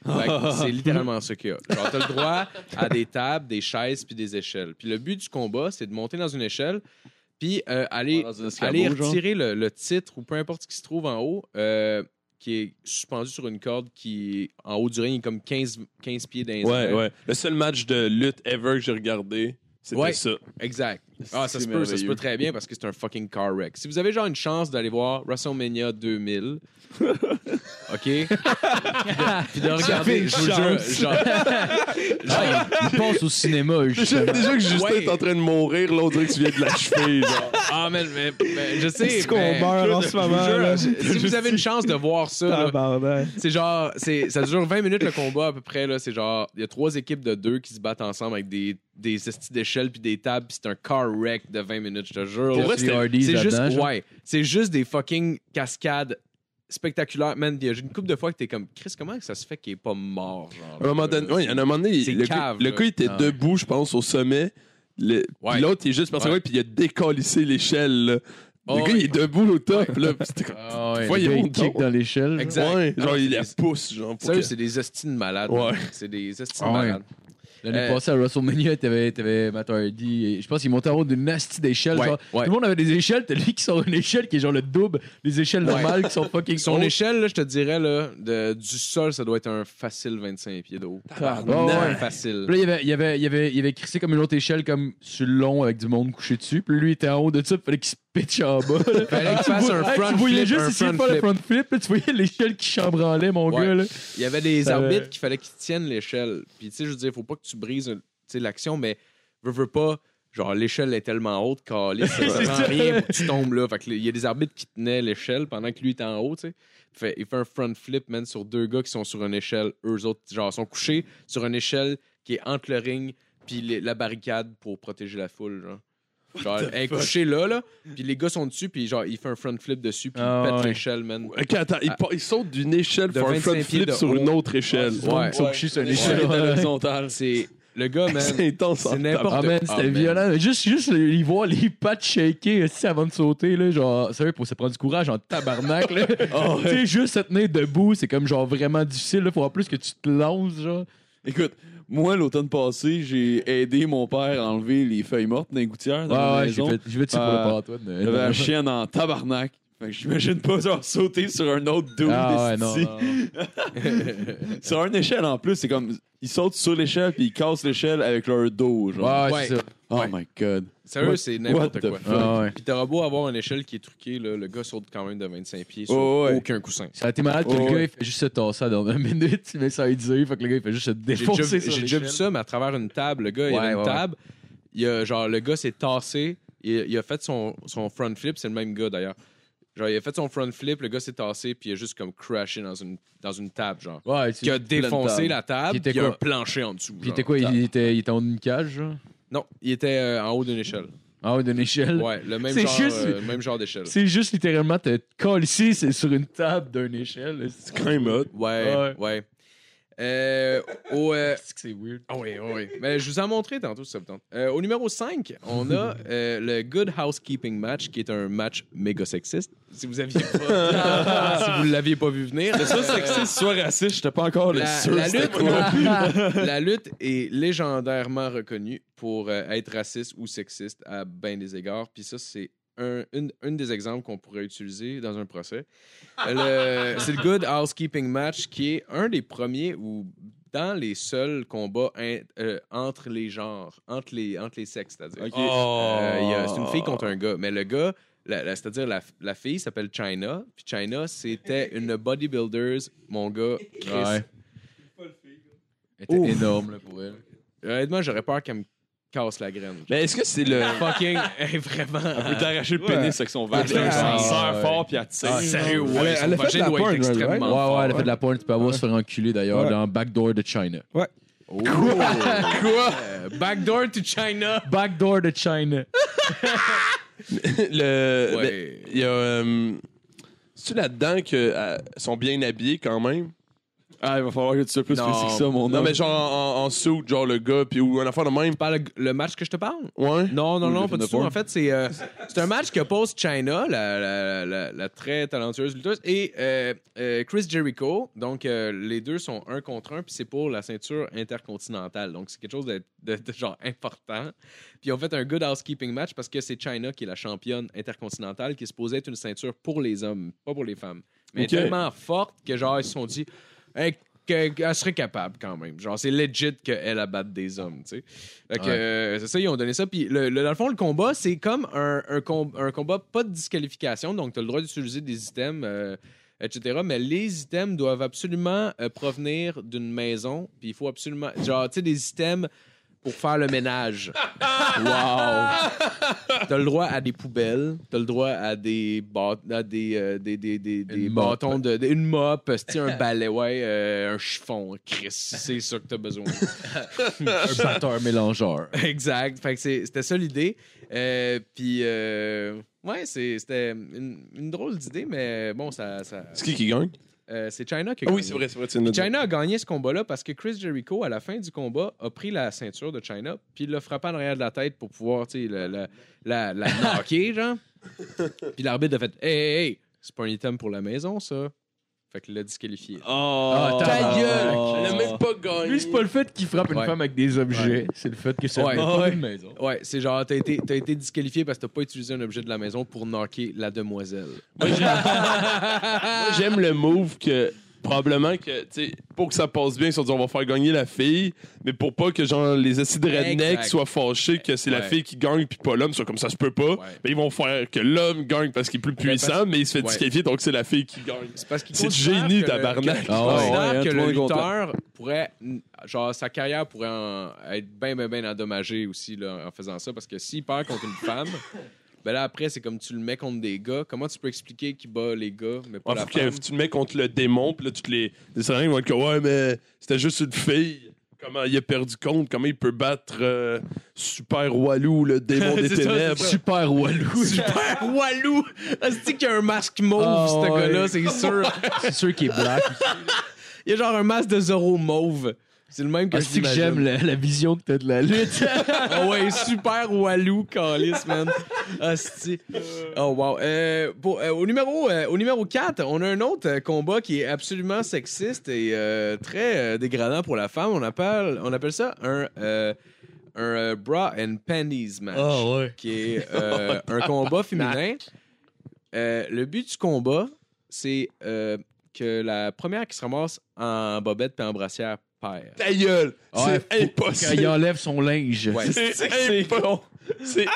F: Fait que c'est littéralement ce qu'il y a. Genre t'as le droit à des tables, des chaises puis des échelles. Puis le but du combat, c'est de monter dans une échelle puis euh, aller
E: Dans un escabeau,
F: aller
E: genre.
F: retirer le, le titre ou peu importe ce qui se trouve en haut, euh, qui est suspendu sur une corde qui, en haut du ring, est comme 15, 15 pieds d'un
D: Ouais, ouais. Le seul match de lutte ever que j'ai regardé, c'était
F: Ouais.
D: ça.
F: Exact. Ah, ça
E: C'est
F: se peut, ça se
E: merveilleux.
F: peut très bien parce que c'est un fucking car wreck. Si vous avez genre une chance d'aller voir WrestleMania
E: [laughs]
F: 2000, OK? Puis de, puis de regarder, je vous le jure, genre,
C: il pense au cinéma,
D: [laughs] Déjà,
C: justement.
D: déjà que Justin
F: Ouais.
D: est en train de mourir, là, on dirait que tu viens de la cheville. genre.
F: ah, man, mais, mais je sais, ben,
B: C'est qu'on
F: mais-
B: meurt en
F: je
B: ce
F: vous
D: Ah,
B: moment,
F: jure,
B: là.
F: je- si vous avez une chance de voir ça, là,
B: Tabarnak.
F: C'est genre, c'est, ça dure 20 minutes le combat à peu près. Là. C'est genre, il y a trois équipes de deux qui se battent ensemble avec des, des estis d'échelle puis des tables. Puis c'est un car wreck de 20 minutes, je te jure.
D: Pour
F: là.
D: vrai,
C: Puis
D: c'était-
C: Hardy
F: c'est juste,
C: là-dedans, genre.
F: ouais, c'est juste des fucking cascades spectaculaires. Man, il y a une couple de fois que t'es comme, Chris, comment ça se fait qu'il est pas mort? Genre,
D: À un moment donné, ouais, à un moment donné,
F: C'est
D: il- le,
F: cave,
D: gars- le
F: là.
D: gars il était
C: Ah ouais.
D: debout, je pense, au sommet. Le-
F: Ouais.
D: Puis l'autre, il est juste passé
F: Ouais.
D: ouais, puis il a décalissé l'échelle. là. Le
F: Oh,
D: gars, il est debout au top. Là, Puis c'était comme-
C: Ah ouais,
D: Voyons
C: le gars, il
D: donc.
C: kick dans l'échelle. genre.
F: Exact.
D: Ouais, genre,
F: Ah,
D: il
F: c'est
D: la
F: des-
D: pousse. Genre, pour
F: Sérieux,
D: que-
F: c'est des estis de malades.
D: Ouais.
F: C'est des estis
C: Ah
F: de
C: ouais.
F: malades.
C: L'année
F: Euh,
C: passée à WrestleMania, t'avais, t'avais Matt Hardy. Et je pense qu'il montait en haut d'une nasty d'échelle.
F: Ouais,
C: genre,
F: ouais.
C: Tout le monde avait des échelles. T'as lui qui sort une échelle qui est genre le double des échelles
F: Ouais.
C: normales qui sont fucking
F: Son
C: hautes.
F: échelle, là, je te dirais, là, de- du sol, ça doit être un facile 25 pieds de haut.
C: Ah ouais.
F: Un Facile.
C: Puis là, il y avait, il y avait, il y avait, il y avait crissé comme une autre échelle, comme sur le long avec du monde couché dessus. Puis lui, il était en haut de ça, il fallait qu'il se pitche en bas.
F: [laughs]
C: là.
F: Fallait que tu fasses un
C: Hey,
F: front
C: Ah, tu voyais
F: flip,
C: juste
F: un
C: essayer de faire
F: front
C: le
F: flip.
C: front flip, là, tu voyais l'échelle qui chambranlait, mon
F: Ouais.
C: gars. Là.
F: Il y avait des
C: Ça-
F: arbitres qu'il fallait qu'ils tiennent l'échelle. Puis tu sais, je veux dire, faut pas que tu brises tu sais, l'action, mais veux, veux pas. Genre, l'échelle est tellement haute qu'à ça
C: [laughs] C'est
F: prend
C: ça.
F: rien pour que tu tombes là. Fait que, il y a des arbitres qui tenaient l'échelle pendant que lui était en haut, tu sais. Fait- il fait un front flip, man, sur deux gars qui sont sur une échelle. Eux autres, genre, sont couchés sur une échelle qui est entre le ring puis les- la barricade pour protéger la foule, genre. Genre, elle est couchée là, là, puis les gars sont dessus, puis genre, il fait un front flip dessus, puis
C: Ah
F: il pète
C: ouais.
F: l'échelle, man.
D: Ok, attends, il, pa- il saute d'une échelle
F: De
D: pour un
F: 25
D: front
F: pieds
D: flip
F: de
D: sur une
F: haut.
D: autre échelle.
C: Du monde qui sont couchés sur une
E: Les
C: échelle.
E: chaînes
C: Ouais.
E: horizontales.
F: C'est. Le gars, man.
D: C'est intense.
F: C'est
D: en
F: n'importe
C: Ah, man, c'était
F: Ah, man.
C: violent. Mais Juste, juste le- il voit les pattes shaker aussi avant de sauter. Là, genre, sérieux, pour se prendre du courage en tabarnak.
F: [laughs]
C: Là. [laughs]
F: Ah,
C: Tu sais, juste se tenir debout, c'est comme genre vraiment difficile. Il faut en plus que tu te lances. Genre.
E: Écoute, moi, l'automne passé, j'ai aidé mon père à enlever les feuilles mortes d'un gouttière dans la
C: Ouais, ouais, j'ai
E: maison.
C: fait, j'ai fait ça pour [laughs]
E: Euh,
C: le pantoine.
E: Il avait la chienne en tabarnak. Fait que j'imagine pas genre sauter sur un autre dude.
C: Ah ouais, non.
E: esti. [laughs] Sur une échelle en plus, c'est comme. Ils sautent sur l'échelle puis ils cassent l'échelle avec leur dos. Genre.
C: Ouais,
F: Ouais.
C: c'est ça.
E: Oh
F: ouais.
E: my god.
F: Sérieux,
E: What-
F: c'est
E: What
F: n'importe
E: the
F: quoi.
E: fuck?
C: Ah ouais.
F: Puis t'auras beau avoir une échelle qui est truquée, là, le gars saute quand même de 25 pieds sur
E: Oh, ouais.
F: aucun coussin.
C: Ça a été malade que
E: Oh,
C: le gars
E: ouais.
C: il fait juste se tasser à la dernière minute, [laughs] mais ça a été fait que le gars il fait juste se
F: J'ai
C: défoncer
F: déjà,
C: sur
F: j'ai déjà vu
C: l'échelle.
F: ça, mais à travers une table. Le gars, il y
C: Ouais,
F: avait une
C: ouais,
F: table. Il a, genre, le gars s'est tassé. Il, il a fait son, son front flip. C'est le même gars, d'ailleurs. Genre, il a fait son front flip. Le gars s'est tassé, puis il a juste comme crashé dans une, dans une table, genre.
C: Ouais,
F: Qui a défoncé la
C: Puis
F: table,
C: il était
F: puis il a
C: quoi?
F: un plancher en dessous.
C: Puis
F: genre,
C: était quoi
F: de
C: il,
F: table.
C: il était, il était en une cage, genre?
F: Non, il était euh, en haut d'une échelle.
C: En haut d'une échelle.
F: Ouais, le même
C: C'est
F: genre,
C: juste-
F: euh, le même genre d'échelle.
C: C'est juste littéralement te coller ici, c'est sur une table d'une échelle. C'est
D: Quand même hot.
F: Ouais, ouais.
C: Ouais.
F: Euh, au, euh,
C: c'est weird.
F: Ah oui, oui, oui. Mais je vous en montrais tantôt, si ça vous tente. Euh, au numéro 5, on
C: [laughs]
F: a euh, le Good Housekeeping Match, qui est un match méga sexiste. Si vous
C: [laughs]
F: aviez pas, si vous l'aviez pas vu venir.
E: Soit sexiste, soit raciste, j'étais pas encore le
F: La,
E: sûr.
F: la
E: c'était
F: lutte,
E: quoi.
F: [laughs] la lutte est légendairement reconnue pour euh, être raciste ou sexiste à bien des égards. Puis ça, c'est un une, une des exemples qu'on pourrait utiliser dans un procès. [laughs] Euh, le- c'est le Good Housekeeping Match qui est un des premiers ou dans les seuls combats in- euh, entre les genres, entre les, entre les sexes, c'est-à-dire.
E: Ok.
F: Euh, il y a- c'est une fille contre un gars. Mais le gars, la- la- c'est-à-dire la, la fille s'appelle China. Puis China, c'était une bodybuilder, mon gars, Chris.
C: Ouais. Elle était énorme là, pour elle.
F: Honnêtement, j'aurais peur qu'elle me casse la graine.
E: Mais est-ce que c'est le.
D: [laughs]
F: Fucking, hey, vraiment.
E: Elle peut t'arracher le pénis avec son
F: Ben,
E: verre.
B: Ouais.
E: Elle
B: Ah,
E: serre
C: ouais.
E: fort puis elle
F: Ah,
E: tire.
F: sérieux,
B: Elle a-
F: ouais,
B: elle a
F: son
B: fait de
F: vagin
B: la
F: doit être
B: porn, right?
F: extrêmement
C: Ouais,
F: fort.
C: ouais, elle a fait de la porn, tu peux avoir
B: Ouais.
C: se faire enculer d'ailleurs
B: Ouais.
C: dans Backdoor de China.
F: Quoi? Backdoor to China.
C: Backdoor de China.
D: Le,
F: Ouais.
D: ben, il y a. euh, C'est-tu là-dedans qu'ils sont bien habillés quand même?
E: Ah, il va falloir que tu sois plus
F: Non.
E: précis que ça, mon
D: Non,
E: homme.
D: mais genre en, en, en suit, genre le gars, puis ou un affaire de même.
F: Par le, le match que je te parle?
D: Ouais.
F: Non, non,
E: Ou le
F: non, pas
E: film
F: du
E: de
F: tout.
E: porn.
F: En fait, c'est euh, c'est un match que pose China, la, la- la- la très talentueuse lutteuse, et euh, euh, Chris Jericho. Donc, euh, les deux sont un contre un, puis c'est pour la ceinture intercontinentale. Donc, c'est quelque chose de, de- de genre important. Puis, on fait un good housekeeping match parce que c'est China qui est la championne intercontinentale, qui se posait être une ceinture pour les hommes, pas pour les femmes. Mais
E: Ok.
F: tellement forte que, genre, ils se sont dit, Hey, que- qu'elle serait capable quand même. Genre, c'est legit qu'elle abatte des hommes, tu sais. Fait que,
C: Ouais.
F: euh, c'est ça, ils ont donné ça. Puis, le, le- dans le fond, le combat, c'est comme un, un com- un combat pas de disqualification. Donc, tu as le droit d'utiliser des items, euh, etc. Mais les items doivent absolument euh, provenir d'une maison. Puis, il faut absolument. Genre, tu sais, des items pour faire le ménage. wow! T'as le droit à des poubelles, t'as le droit à des, bâ- à des, euh, des, des, des, des
C: Une mop.
F: bâtons, de, des- une mop, euh, c'est-tu un balai, ouais, euh, un chiffon, Chris, c'est ça que t'as besoin.
C: un batteur mélangeur.
F: [laughs] Exact. Fait que c'est- c'était ça l'idée. Euh, puis, euh, ouais, c'est- c'était une, une drôle d'idée, mais bon, ça. ça-
D: C'est qui qui gagne?
F: euh, c'est China
D: Ah
F: qui a gagné.
D: oui, c'est vrai, c'est vrai. tu nous
F: Puis
D: dis.
F: China a gagné ce combat-là parce que Chris Jericho, à la fin du combat, a pris la ceinture de China, puis l'a frappé en arrière de la tête pour pouvoir, tu sais, la, la, la, [laughs] la knocker, genre. Puis l'arbitre a fait Hey, hey, hey, c'est pas un item pour la maison, ça. Fait qu'il l'a disqualifié.
E: Oh,
C: Ah, ta gueule!
E: Elle a même
D: pas gagné.
C: Lui, c'est pas le fait qu'il frappe une
F: Ouais.
C: femme avec des objets, c'est le fait que c'est
F: Ouais.
C: pas une maison.
F: Ouais, c'est genre, t'as été, t'as été disqualifié parce que t'as pas utilisé un objet de la maison pour knocker la demoiselle.
D: Moi, j'aime- Moi, j'aime le move que probablement que, tu sais, pour que ça passe bien, ils se sont dit on va faire gagner la fille, mais pour pas que genre les acides redneck
F: Exact.
D: soient fâchés que c'est la
F: Ouais.
D: fille qui gagne puis pas l'homme, soit comme ça se peut pas.
F: Ouais.
D: Ben, ils vont faire que l'homme gagne parce qu'il est plus
F: parce-
D: puissant, mais il se fait
F: Ouais.
D: disqualifier donc c'est la fille qui gagne.
F: C'est parce qu'il
D: C'est du
F: considère
D: génie,
F: que le-
D: tabarnak.
F: que-
E: Ah
F: il
E: ouais,
F: considère
E: ouais,
F: que
E: tout
F: le
E: le monde est content.
F: lutteur pourrait, n- genre, sa carrière pourrait en- être bien, bien, bien endommagée aussi là, en faisant ça. Parce que s'il perd contre une femme, ben là, après, c'est comme tu le mets contre des gars. Comment tu peux expliquer qu'il bat les gars, mais pas
D: Ouais,
F: la
D: faut
F: femme?
D: que tu le mets contre le démon, puis là, toutes les, les salariés vont être comme Ouais, mais c'était juste une fille. Comment il a perdu compte, comment il peut battre euh, Super Walou, le
F: [laughs]
D: démon des
F: C'est ça,
D: ténèbres.
C: Ah, Super Walou.
F: [laughs] Super Walou! cest qu'il y a un masque mauve,
C: Ah,
F: ce
C: ouais.
F: gars-là, c'est sûr.
C: [laughs] C'est sûr qu'il est black.
F: Il y a genre un masque de Zoro mauve. C'est le même que je
C: Ah, C'est que j'aime la, la vision que t'as de la lutte.
F: Ah ouais, super Walou, Calis, man. Hostie. Oh, wow. Euh, pour- euh, au, numéro, euh, au numéro 4, on a un autre euh, combat qui est absolument sexiste et euh, très euh, dégradant pour la femme. On appelle, on appelle ça un, euh, un euh, bra and panties match. Qui est euh, un combat féminin Euh, le but du combat, c'est euh, que la première qui se ramasse en bobette puis en brassière perd.
D: Ta gueule!
C: Ouais,
D: c'est
C: Quand il
D: impossible!
C: enlève son linge.
F: Ouais.
E: [laughs]
D: C'est impo- C'est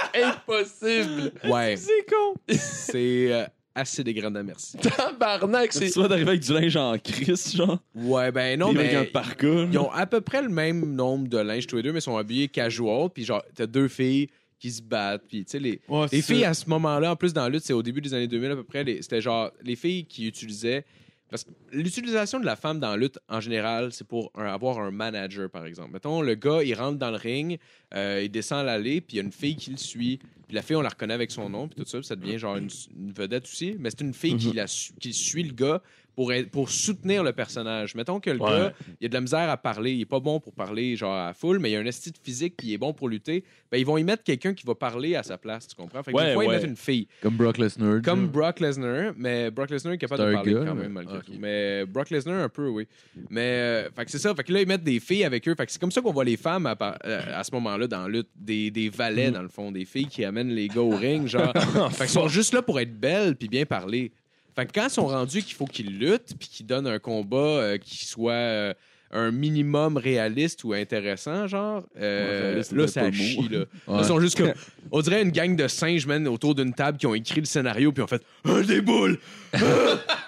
D: impossible!
F: Ouais,
D: C'est con!
F: c'est euh, assez dégradant, merci.
D: Tabarnak!
E: C'est
D: C'est
E: soit d'arriver avec du linge en crise, genre.
F: Ouais, ben non,
E: puis avec un
F: mais
E: parka.
F: ils ont à peu près le même nombre de linges tous les deux, mais ils sont habillés casual. Puis genre, t'as deux filles qui se battent. Puis tu sais, les,
C: Ouais,
F: Les
C: c'est ça.
F: filles à ce moment-là, en plus dans la lutte, c'est au début des années 2000 à peu près, les- c'était genre les filles qui utilisaient. Parce que l'utilisation de la femme dans la lutte, en général, c'est pour un- avoir un manager, par exemple. Mettons, le gars, il rentre dans le ring, euh, il descend l'allée, puis il y a une fille qui le suit. Puis la fille, on la reconnaît avec son nom, puis tout ça, puis ça devient genre une, une vedette aussi. Mais c'est une fille
D: Mhm.
F: qui, la su- qui suit le gars pour, être- pour soutenir le personnage. Mettons que le
D: Ouais.
F: gars, il a de la misère à parler, il est pas bon pour parler genre à full, mais il a un esti de physique, puis il est bon pour lutter. Ben, ils vont y mettre quelqu'un qui va parler à sa place, tu comprends? Fait que
D: Ouais,
F: des fois,
D: ouais.
F: ils mettent une fille.
C: Comme Brock Lesnar.
F: Comme
C: genre.
F: Brock Lesnar, mais Brock Lesnar est capable
C: C'est
F: de
C: un
F: parler
C: gars,
F: quand
C: mais-
F: même, malgré
C: ok.
F: tout. Mais Brock Lesnar, un peu, oui. Mais, euh, fait que c'est ça. Fait que là, ils mettent des filles avec eux. Fait que c'est comme ça qu'on voit les femmes à, par- euh, à ce moment-là dans la lutte. Des, des valets,
C: Mm.
F: dans le fond. Des filles qui amènent les gars au ring, genre. fait qu'ils sont juste là pour être belles puis bien parler. Fait que quand ils sont rendus qu'il faut qu'ils luttent puis qu'ils donnent un combat euh, qui soit... euh, un minimum réaliste ou intéressant, genre, euh,
E: Ouais, réaliste,
F: là,
E: c'est
F: ça
E: pas le mot. [laughs]
F: chie, là.
C: Ouais.
F: Ils sont juste comme. On dirait une gang de singes, man, autour d'une table qui ont écrit le scénario puis ont fait Ah, des boules!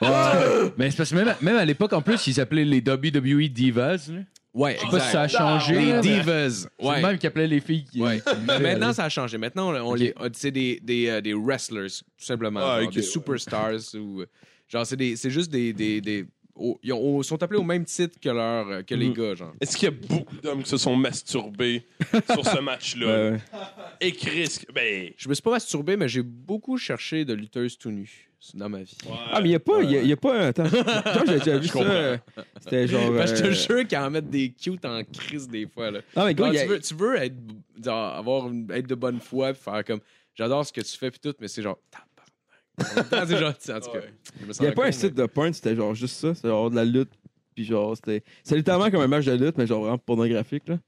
C: Ouais. Mais c'est parce que même, à- même à l'époque, en plus, ils appelaient les WWE Divas. là.
F: Ouais,
C: Je sais pas si ça
F: exact.
C: a changé.
F: Des
C: là, mais
F: divas.
C: C'est le
F: Ouais.
C: même qui appelait les filles qui.
F: Ouais.
C: qui-
F: Mais Euh, maintenant, ça a changé. Maintenant, on, on
C: Ok.
F: les, on- c'est des, des, euh, des wrestlers, tout simplement.
D: Ah,
F: genre,
D: ok,
F: des
D: ouais.
F: superstars. [laughs] ou, euh, genre, c'est, des, c'est juste des. des, des- au- ils ont- au- sont appelés au même titre que, leur, euh, que les
D: Mm.
B: Mhm.
F: gars, genre.
D: Est-ce qu'il y a beaucoup d'hommes qui se sont masturbés sur ce match-là?
B: Ouais.
D: Et Chris, ben.
F: Je me suis pas masturbé, mais j'ai beaucoup cherché de lutteuses tout nues dans ma vie.
B: Ah, mais il n'y a pas. il Y a, il y a pas attends, attends, j'ai déjà vu ça.
D: comprends.
B: euh, C'était genre.
F: Parce que Ben, je te
B: euh,
F: jure qu'à en mettre des cute en crise des fois, là.
B: Non, mais gars,
F: Genre,
B: il y a-
F: tu, veux, tu veux être, genre, avoir une- être de bonne foi puis faire comme j'adore ce que tu fais puis tout, mais c'est genre tabarnak. En même
B: [laughs]
F: temps, c'est genre, tu- en tout cas, je me sens
B: Il n'y avait pas un
F: con,
B: site de porn, c'était genre juste ça, c'était genre de la lutte, puis genre, c'était. C'était littéralement comme un match de lutte, mais genre vraiment pornographique, là.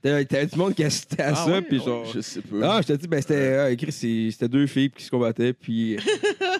B: T'avais t'avais du monde qui assistait
F: Ah
B: à ça, puis
F: oh,
B: genre.
E: Je sais pas.
B: Ah, je t'ai dit, ben c'était euh, écrit, c'est- c'était deux filles qui se combattaient,
F: [laughs]
B: puis.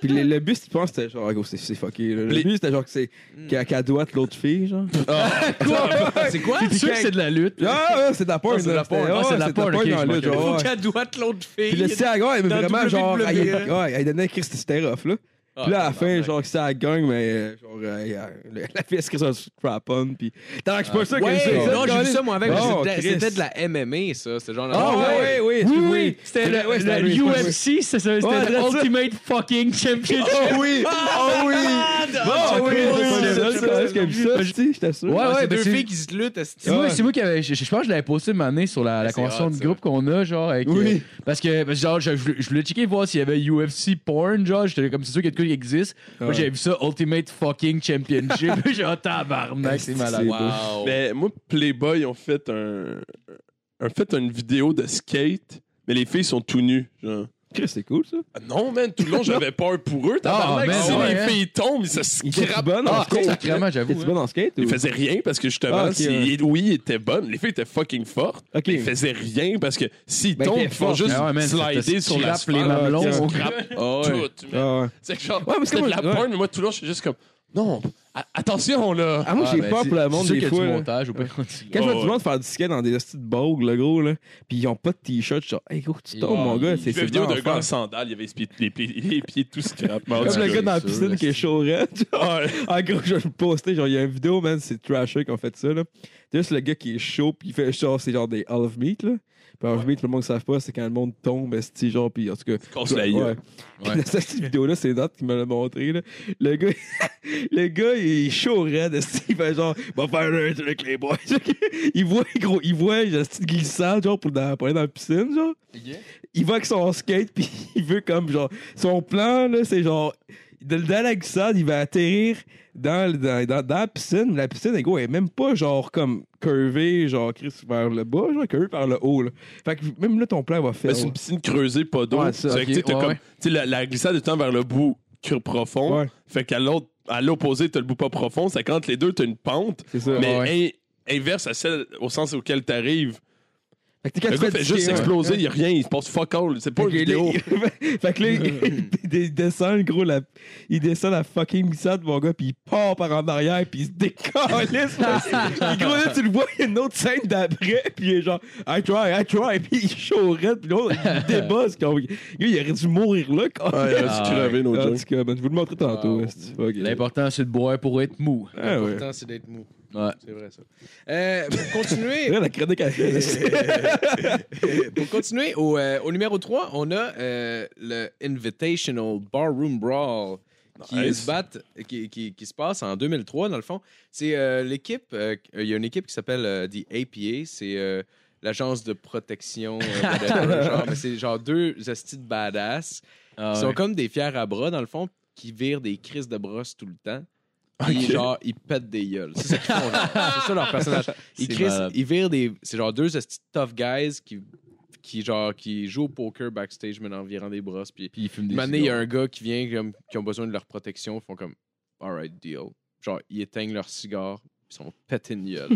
B: puis le, le but, tu penses, c'était genre, ah, gros, c'est c'est fucké, là. Le
D: Les-
B: but, c'était genre que c'est.
F: Hmm.
B: qu'elle qu'elle doite l'autre fille, genre.
F: mais- [laughs] C'est quoi?
C: C'est sûr que c'est de la lutte.
B: Ah, ouais, c'est de la porn,
F: c'est de
B: là,
F: la
B: c'était-
F: porn. Ah,
B: ouais,
C: c'est de la porn, ok,
B: dans
C: je
B: la lutte,
C: m'en
B: genre,
F: Faut
B: ouais.
F: qu'elle doite l'autre fille.
B: Oh. Puis le Saga, elle
F: Dans E.
B: aimait vraiment, genre,
F: WWE.
B: elle, ouais, elle donnait Chris, c'était rough, là.
F: Ah,
B: Puis là, à la fin,
F: tabarnak.
B: genre, que ça gagne, mais euh, genre, euh, y a- le- la fille inscrit sur strap-on, pis. Tant que c'est pas ça que
C: Ah,
F: Ouais,
B: j'ai ça,
F: non, j'ai
B: Colin.
F: vu ça, moi, avec. mais
B: Oh,
F: c'était-
B: Christ.
F: C'était de la MMA, ça. C'était genre.
B: Ah, ouais, ouais, ouais,
C: Oui,
B: excuse-moi.
C: oui, c'était le,
B: ouais,
C: le
B: Harry Potter.
C: UFC, c'est ça, c'était
B: Ouais,
C: le
B: c'est ça.
C: Ultimate Fucking Championship. [laughs]
B: oui! Ah oui! Ah oui!
C: oh, oui, oui,
B: C'est ça,
C: oui,
B: c'est comme ça,
C: oui.
B: tu sais, j'étais sûr.
C: Ouais,
F: Ah,
C: ouais,
F: c'est
C: ben
F: deux
C: c'est-
F: filles qui se luttent. est-ce
B: Ah,
C: C'est
F: que-
C: moi, c'est moi qui avais. Je, je pense que je l'avais posté une année sur la, la
F: c'est
C: convention
F: hot,
C: de
F: ça.
C: groupe qu'on a, genre. Avec,
B: Oui.
C: euh, parce que, parce que genre, je, je voulais- je voulais checker voir s'il y avait UFC porn, genre. J'étais comme, c'est sûr qu'il y a de quoi qui existe. Moi,
B: Ouais.
C: j'avais vu ça, Ultimate Fucking Championship. J'ai un tabarnak, c'est malade.
F: Wow.
D: Mais ben, moi, Playboy ont fait un. ont fait une vidéo de skate, mais les filles sont tout nues. Genre.
B: Chris, c'est cool, ça.
D: Ah Non, man, tout le long, j'avais peur pour eux. Tabarnak,
C: man,
D: si
C: ouais,
D: les
C: hein.
D: filles tombent, ils se scrapent.
B: bon
C: Ah,
B: en skate?
C: sacrément, j'avoue.
B: T'es-tu
C: hein.
B: bon en skate?
D: Ils
B: ou-
D: faisaient rien parce que justement,
B: Ah, ok,
D: si-
B: ouais.
D: oui, ils étaient bonnes. Les filles étaient fucking fortes.
B: Ok.
D: mais Ils faisaient rien parce que s'ils
B: Ben,
D: tombent,
B: t'es
D: ils font
B: fort.
D: juste
C: Ah ouais, man,
D: slider
C: c'était-
D: sur
C: tu
D: la
C: frappes les mamelons.
D: on grappe
F: Ah, ouais.
D: tout. man.
B: Ah, ouais.
D: C'est genre,
B: Ouais, parce que
D: c'était de
B: moi,
D: la
B: ouais.
D: porn, mais moi, tout le long, je suis juste comme, non, a- attention, là.
B: Ah, moi,
C: Ah,
B: j'ai
C: ben,
B: peur
C: c'est-
B: pour le
C: c'est
B: monde,
C: sûr
B: des
C: qu'il y a du
B: fois. là.
C: montage, au pire, quand tu-
B: Quand je vois
D: Oh,
B: du monde faire du skate dans des petites bogues, le gros, là, pis ils ont pas de t-shirt, genre, hey gros, tu tombes,
C: Ouais.
B: mon gars,
D: J'ai
B: c'est
D: fait
B: c'est
D: une vidéo
B: vraiment
D: d'un gars en
B: fort.
D: sandales, il avait les pieds, les pieds, les pieds tout scrap. Mon
B: Comme le
D: Dieu.
B: gars dans la
C: sûr,
B: piscine
C: là,
B: qui est
C: c'est-
B: chaurette, genre.
D: Ouais.
B: En gros, je vais le poster, genre, il y a une vidéo, man, c'est Trasher qui ont fait ça, là. C'est juste le gars qui est chaud, puis il fait genre, c'est genre des half meat, là. Puis half meat, tout le monde ne savent pas, c'est quand le monde tombe, c'est genre, puis en tout cas.
D: Casse la gueule.
B: Ouais. Puis dans cette vidéo-là, c'est Nat qui me l'a montré, là. Le gars, [laughs] le gars, il est chaud, raide, esti. il fait genre, va faire un truc, les boys. [laughs] il voit, gros, il voit, genre, cette glissade, genre, pour, dans, pour aller dans la piscine, genre. Il va avec son skate, [laughs] puis il veut comme, genre, son plan, là, c'est genre, de- dans la glissade, il va atterrir dans, le- dans, dans, dans la piscine. mais La piscine, gros, elle est même pas genre comme curvée, genre Chris vers le bas, genre curvée vers le haut. Là. Fait que même là, ton plan va faire.
D: Ben, c'est une piscine creusée, pas d'eau.
B: Ouais,
D: c'est
B: ça,
D: vrai
C: ok,
D: que tu sais, t'as
C: ouais,
D: comme-
C: ouais.
D: tu sais, la, la glissade étant vers le bout cru- profond.
B: Ouais.
D: Fait qu'à l'autre, à l'opposé, t'as le bout pas profond. C'est quand les deux, t'as une pente,
B: C'est ça.
D: mais
C: ouais.
D: in- inverse à celle au sens auquel t'arrives.
B: Fait que quand
D: Le
B: tu
D: gars
B: fais
D: fait
B: du
D: juste
B: skate, ouais.
D: exploser, il a rien, il se passe fuck all, c'est pas
B: Fait
D: une
B: que là,
D: vidéo.
B: il- [laughs] fait que là, il- il descend, gros, la... il descend la fucking glissade, mon gars, puis il part par en arrière, puis il se décalisse. puis gros, là, tu le vois, il y a une autre scène d'après, puis il est genre, I try, I try, puis il chaurette, puis l'autre,
D: [laughs]
B: il débosse. Gars, il aurait dû mourir là. Quand...
D: Ah, il a
C: Ah,
D: dû crever, no
B: en
D: joke.
B: tout cas, ben, je vous le montrer tantôt.
F: Wow.
B: esti. Fuck it.
C: L'important, c'est de boire pour être mou.
B: Ah, ouais.
F: L'important, c'est d'être mou.
C: Ouais.
F: C'est vrai, ça. Euh, pour
B: [laughs]
F: continuer.
B: Là, la
D: [laughs]
B: chronique à
F: Pour continuer, au, euh, au numéro 3, on a euh, le Invitational Barroom Brawl qui
D: Nice.
F: se bat, qui, qui- qui se passe en 2003, dans le fond. C'est euh, l'équipe, euh, il y a une équipe qui s'appelle euh, The APA, c'est euh, l'agence de protection, euh, whatever, genre, mais c'est genre deux hosties de badass
C: Ah,
F: qui sont
C: ouais.
F: comme des fiers à bras, dans le fond, qui virent des crises de brosse tout le temps. Puis
D: Ok.
F: genre, ils pètent des gueules. C'est ça qu'ils font, genre. [laughs] C'est ça leur personnage. Ils,
C: C'est
F: crissent-
C: malade.
F: ils virent des. C'est genre deux esti de tough guys qui, qui, genre, qui jouent au poker backstage, mais en virant des brosses. Puis
C: Puis ils fument des
F: une année, il y a
C: cigares.
F: un gars qui vient, comme, qui ont besoin de leur protection. Ils font comme, alright, deal. Genre, ils éteignent leur cigare. Ils sont pétés de [laughs] gueule.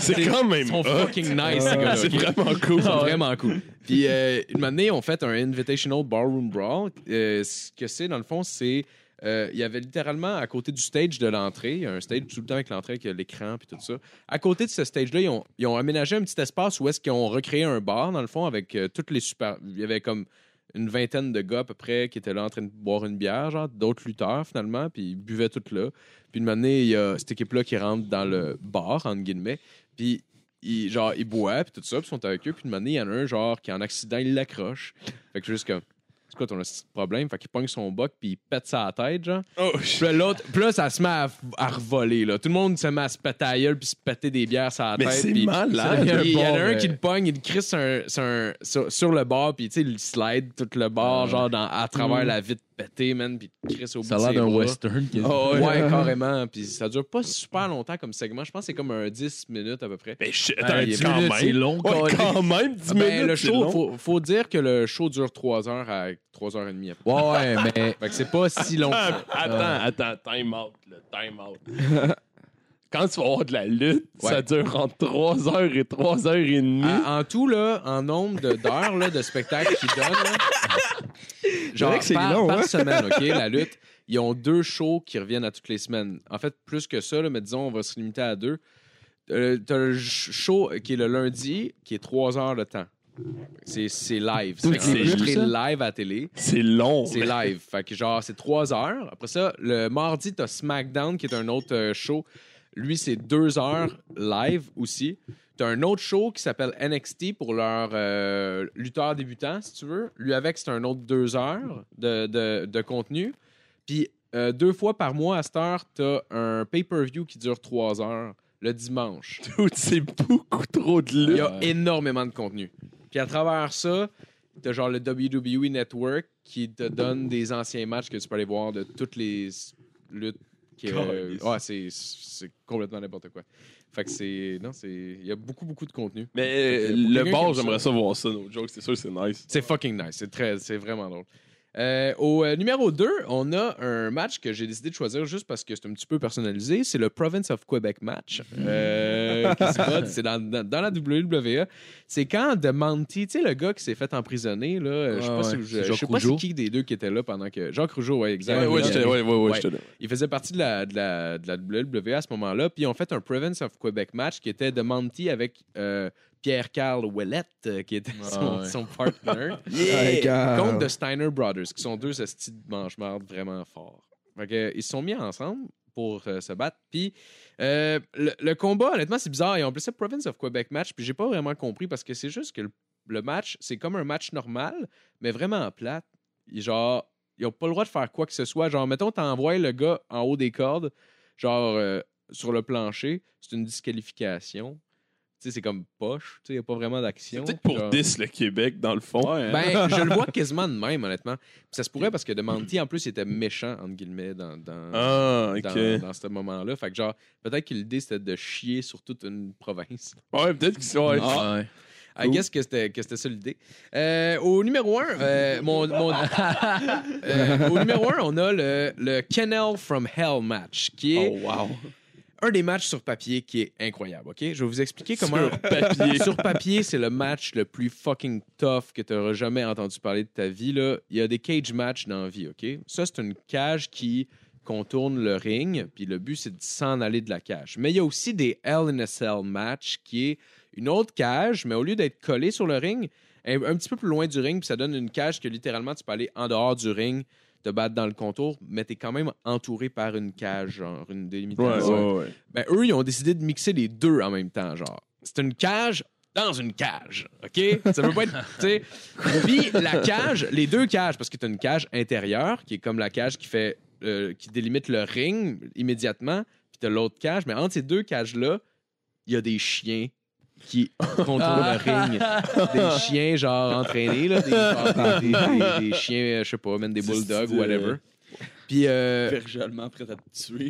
D: C'est quand même.
F: Ils sont
D: hot.
F: fucking nice, ces
B: Ouais.
D: [laughs]
F: gars-là.
D: C'est
F: ok?
D: vraiment cool. [laughs]
F: Ils sont vraiment cool. Puis, euh, une année, on fait un Invitational Barroom Brawl. Euh, ce que c'est, dans le fond, c'est. euh, il y avait littéralement à côté du stage de l'entrée, il y a un stage tout le temps avec l'entrée, avec euh, l'écran puis tout ça. À côté de ce stage-là, ils ont, ils ont aménagé un petit espace où est-ce qu'ils ont recréé un bar, dans le fond, avec euh, toutes les super. Il y avait comme une vingtaine de gars à peu près qui étaient là en train de boire une bière, genre d'autres lutteurs finalement, puis ils buvaient tout là. Puis une année, il y a cette équipe-là qui rentre dans le bar, entre guillemets, puis ils, genre, ils boivent, puis tout ça, puis ils sont avec eux, puis une année, il y en a un, genre, qui en accident, il l'accroche. Fait que juste comme, c'est quoi ton petit problème? Fait qu'il pogne son boc, puis il pète sa tête, genre.
D: Oh,
F: Puis là, l'autre, puis là, ça se met à, à revoler, là. Tout le monde se met à se péter la gueule, puis se péter des bières sur la
D: Mais
F: tête.
D: c'est
F: puis-
D: malade.
F: puis Il y en a
C: Bon,
F: un
C: euh,
F: qui le pogne, il le crisse sur, un- sur un- sur- sur le bord, puis tu sais, il le slide tout le bord, genre dans- à
D: Mm.
F: travers la vitre pétée, man, puis il le crisse au bout
C: Ça a
F: de
C: l'air
F: ses
C: d'un
F: bras.
C: western. quasiment.
F: hein. Ah [laughs] ouais, ouais, carrément. Puis ça dure pas super longtemps comme segment. Je pense que c'est comme un 10 minutes à peu près.
D: Mais shit,
C: Ah,
D: attends,
C: il y a
D: quand
C: dix minutes, C'est
D: même.
C: long.
D: Ouais,
C: câlisse.
D: quand même, 10
F: Ben,
D: minutes.
F: le
D: c'est
F: show,
D: long.
F: faut, faut dire que le show dure 3 heures à 3h30 après.
C: Ouais, ouais, mais.
F: [laughs] Fait que c'est pas
D: [laughs]
F: si long. que
D: Ah,
F: ça.
D: Attends, attends, time out, là, time out. [laughs] Quand tu vas avoir de la lutte,
F: Ouais. Ah.
D: ça dure entre 3h et 3h30.
F: À- en tout, là, en nombre de- d'heures là, de spectacles qu'ils donnent, là, genre
B: vrai que c'est
F: par,
B: long,
F: par
B: hein?
F: semaine, OK,
B: [laughs]
F: la lutte, ils ont deux shows qui reviennent à toutes les semaines. En fait, plus que ça, là, mais disons, on va se limiter à deux. Euh, T'as le j- show qui est le lundi, qui est trois heures de temps. C'est c'est live. C'est
C: Avec les
F: enregistré
C: pubs,
F: live à la télé.
D: C'est long. [laughs]
F: C'est live. Fait que genre, c'est trois heures. Après ça, le mardi, t'as SmackDown qui est un autre euh, show. Lui, c'est deux heures live aussi. T'as un autre show qui s'appelle NXT pour leur euh, lutteur débutant, si tu veux. Lui, avec, c'est un autre deux heures de, de- de contenu. Puis euh, deux fois par mois, à cette heure, t'as un pay-per-view qui dure trois heures le dimanche.
D: Dude, C'est beaucoup trop de
F: Il y
D: lutte.
F: a énormément de contenu. Puis à travers ça, t'as genre le WWE Network qui te donne des anciens matchs que tu peux aller voir de toutes les s- luttes. qui, euh,
D: Calisse.
F: ouais, c'est- c'est complètement n'importe quoi. Fait que c'est. Non, c'est. Il y a beaucoup, beaucoup de contenu.
D: Mais euh,
F: Fait que pour
D: le
F: quelqu'un qui
D: bar,
F: aime
D: j'aimerais ça voir ça, no joke. C'est sûr, c'est nice.
F: C'est fucking nice. C'est très, c'est vraiment drôle. Euh, au euh, numéro 2, on a un match que j'ai décidé de choisir juste parce que c'est un petit peu personnalisé. C'est le Province of Quebec match.
C: Mm.
F: euh, qui se bat. c'est dans, dans- dans la WWE. C'est quand The Monty, tu sais, le gars qui s'est fait emprisonner, là, euh, je sais
C: Ouais,
F: pas, si,
C: Ah ouais.
F: je,
C: C'est
F: je
C: Jacques
F: sais pas c'est
C: Rougeau.
F: qui des deux qui était là pendant que. Jacques Rougeau, ouais, exact.
D: Ouais, ouais,
F: Il-
D: j'étais- ouais, ouais, ouais, j'étais là.
F: il faisait partie de la, de la, de la WWE à ce moment-là. Puis ils ont fait un Province of Quebec match qui était de Monty avec euh, Pierre-Carl Ouellette, euh, qui était son,
C: Ah ouais.
F: son partner,
B: [laughs]
D: Euh,
F: contre The Steiner Brothers, qui sont deux estis de mange-marde vraiment forts. Fait que, euh, ils se sont mis ensemble pour euh, se battre. Puis euh, le, le combat, honnêtement, c'est bizarre. Ils ont appelé ça Province of Quebec match, puis j'ai pas vraiment compris parce que c'est juste que le, le match, c'est comme un match normal, mais vraiment plate. Il- Genre, ils ont pas le droit de faire quoi que ce soit. Genre, mettons, t'envoies le gars en haut des cordes, genre euh, sur le plancher, c'est une disqualification. Tu sais, c'est comme poche, tu sais, y a pas vraiment
D: C'est
F: d'action.
D: peut-être pour
F: Genre-
D: 10 le Québec, dans le fond.
F: ben, je le vois quasiment de même, honnêtement. Puis ça se pourrait parce que de Monty, en plus, il était méchant, entre guillemets, dans, dans,
D: Ah, ok.
F: dans, dans ce moment-là. Fait que, genre, peut-être que l'idée, c'était de chier sur toute une province.
D: Ouais, peut-être que c'est. ouais.
C: Ah, ouais.
F: I guess que c'était que c'était ça l'idée. Euh, au numéro 1, mon, mon- [laughs] euh, au numéro un, on a le, le Kennel from Hell match, qui est
D: Oh, wow.
F: un des matchs sur papier qui est incroyable, OK? Je vais vous expliquer comment.
E: Sur papier.
F: [laughs] Sur papier, c'est le match le plus fucking tough que tu auras jamais entendu parler de ta vie. Là. Il y a des cage matchs dans la vie, OK? Ça, c'est une cage qui contourne le ring, puis le but, c'est de s'en aller de la cage. Mais il y a aussi des Hell in a Cell match qui est une autre cage, mais au lieu d'être collé sur le ring, un, un petit peu plus loin du ring, puis ça donne une cage que littéralement, tu peux aller en dehors du ring, te battre dans le contour, mais t'es quand même entouré par une cage, genre une
D: Ouais,
F: délimitation.
D: ouais, ouais.
F: Ben, eux, ils ont décidé de mixer les deux en même temps, genre. C'est une cage dans une cage, OK? Ça peut pas être, tu sais. Puis la cage, les deux cages, parce que t'as une cage intérieure, qui est comme la cage qui fait, euh, qui délimite le ring immédiatement, puis t'as l'autre cage, mais entre ces deux cages-là, il y a des chiens qui contournent le ring. Des chiens, genre, entraînés, là. Des, genre, des- des- des- des chiens, euh, je sais pas, même des
E: C'est
F: bulldogs,
E: style, euh,
F: whatever.
E: [laughs]
F: Puis, euh,
E: Verge allemand prêt à te tuer.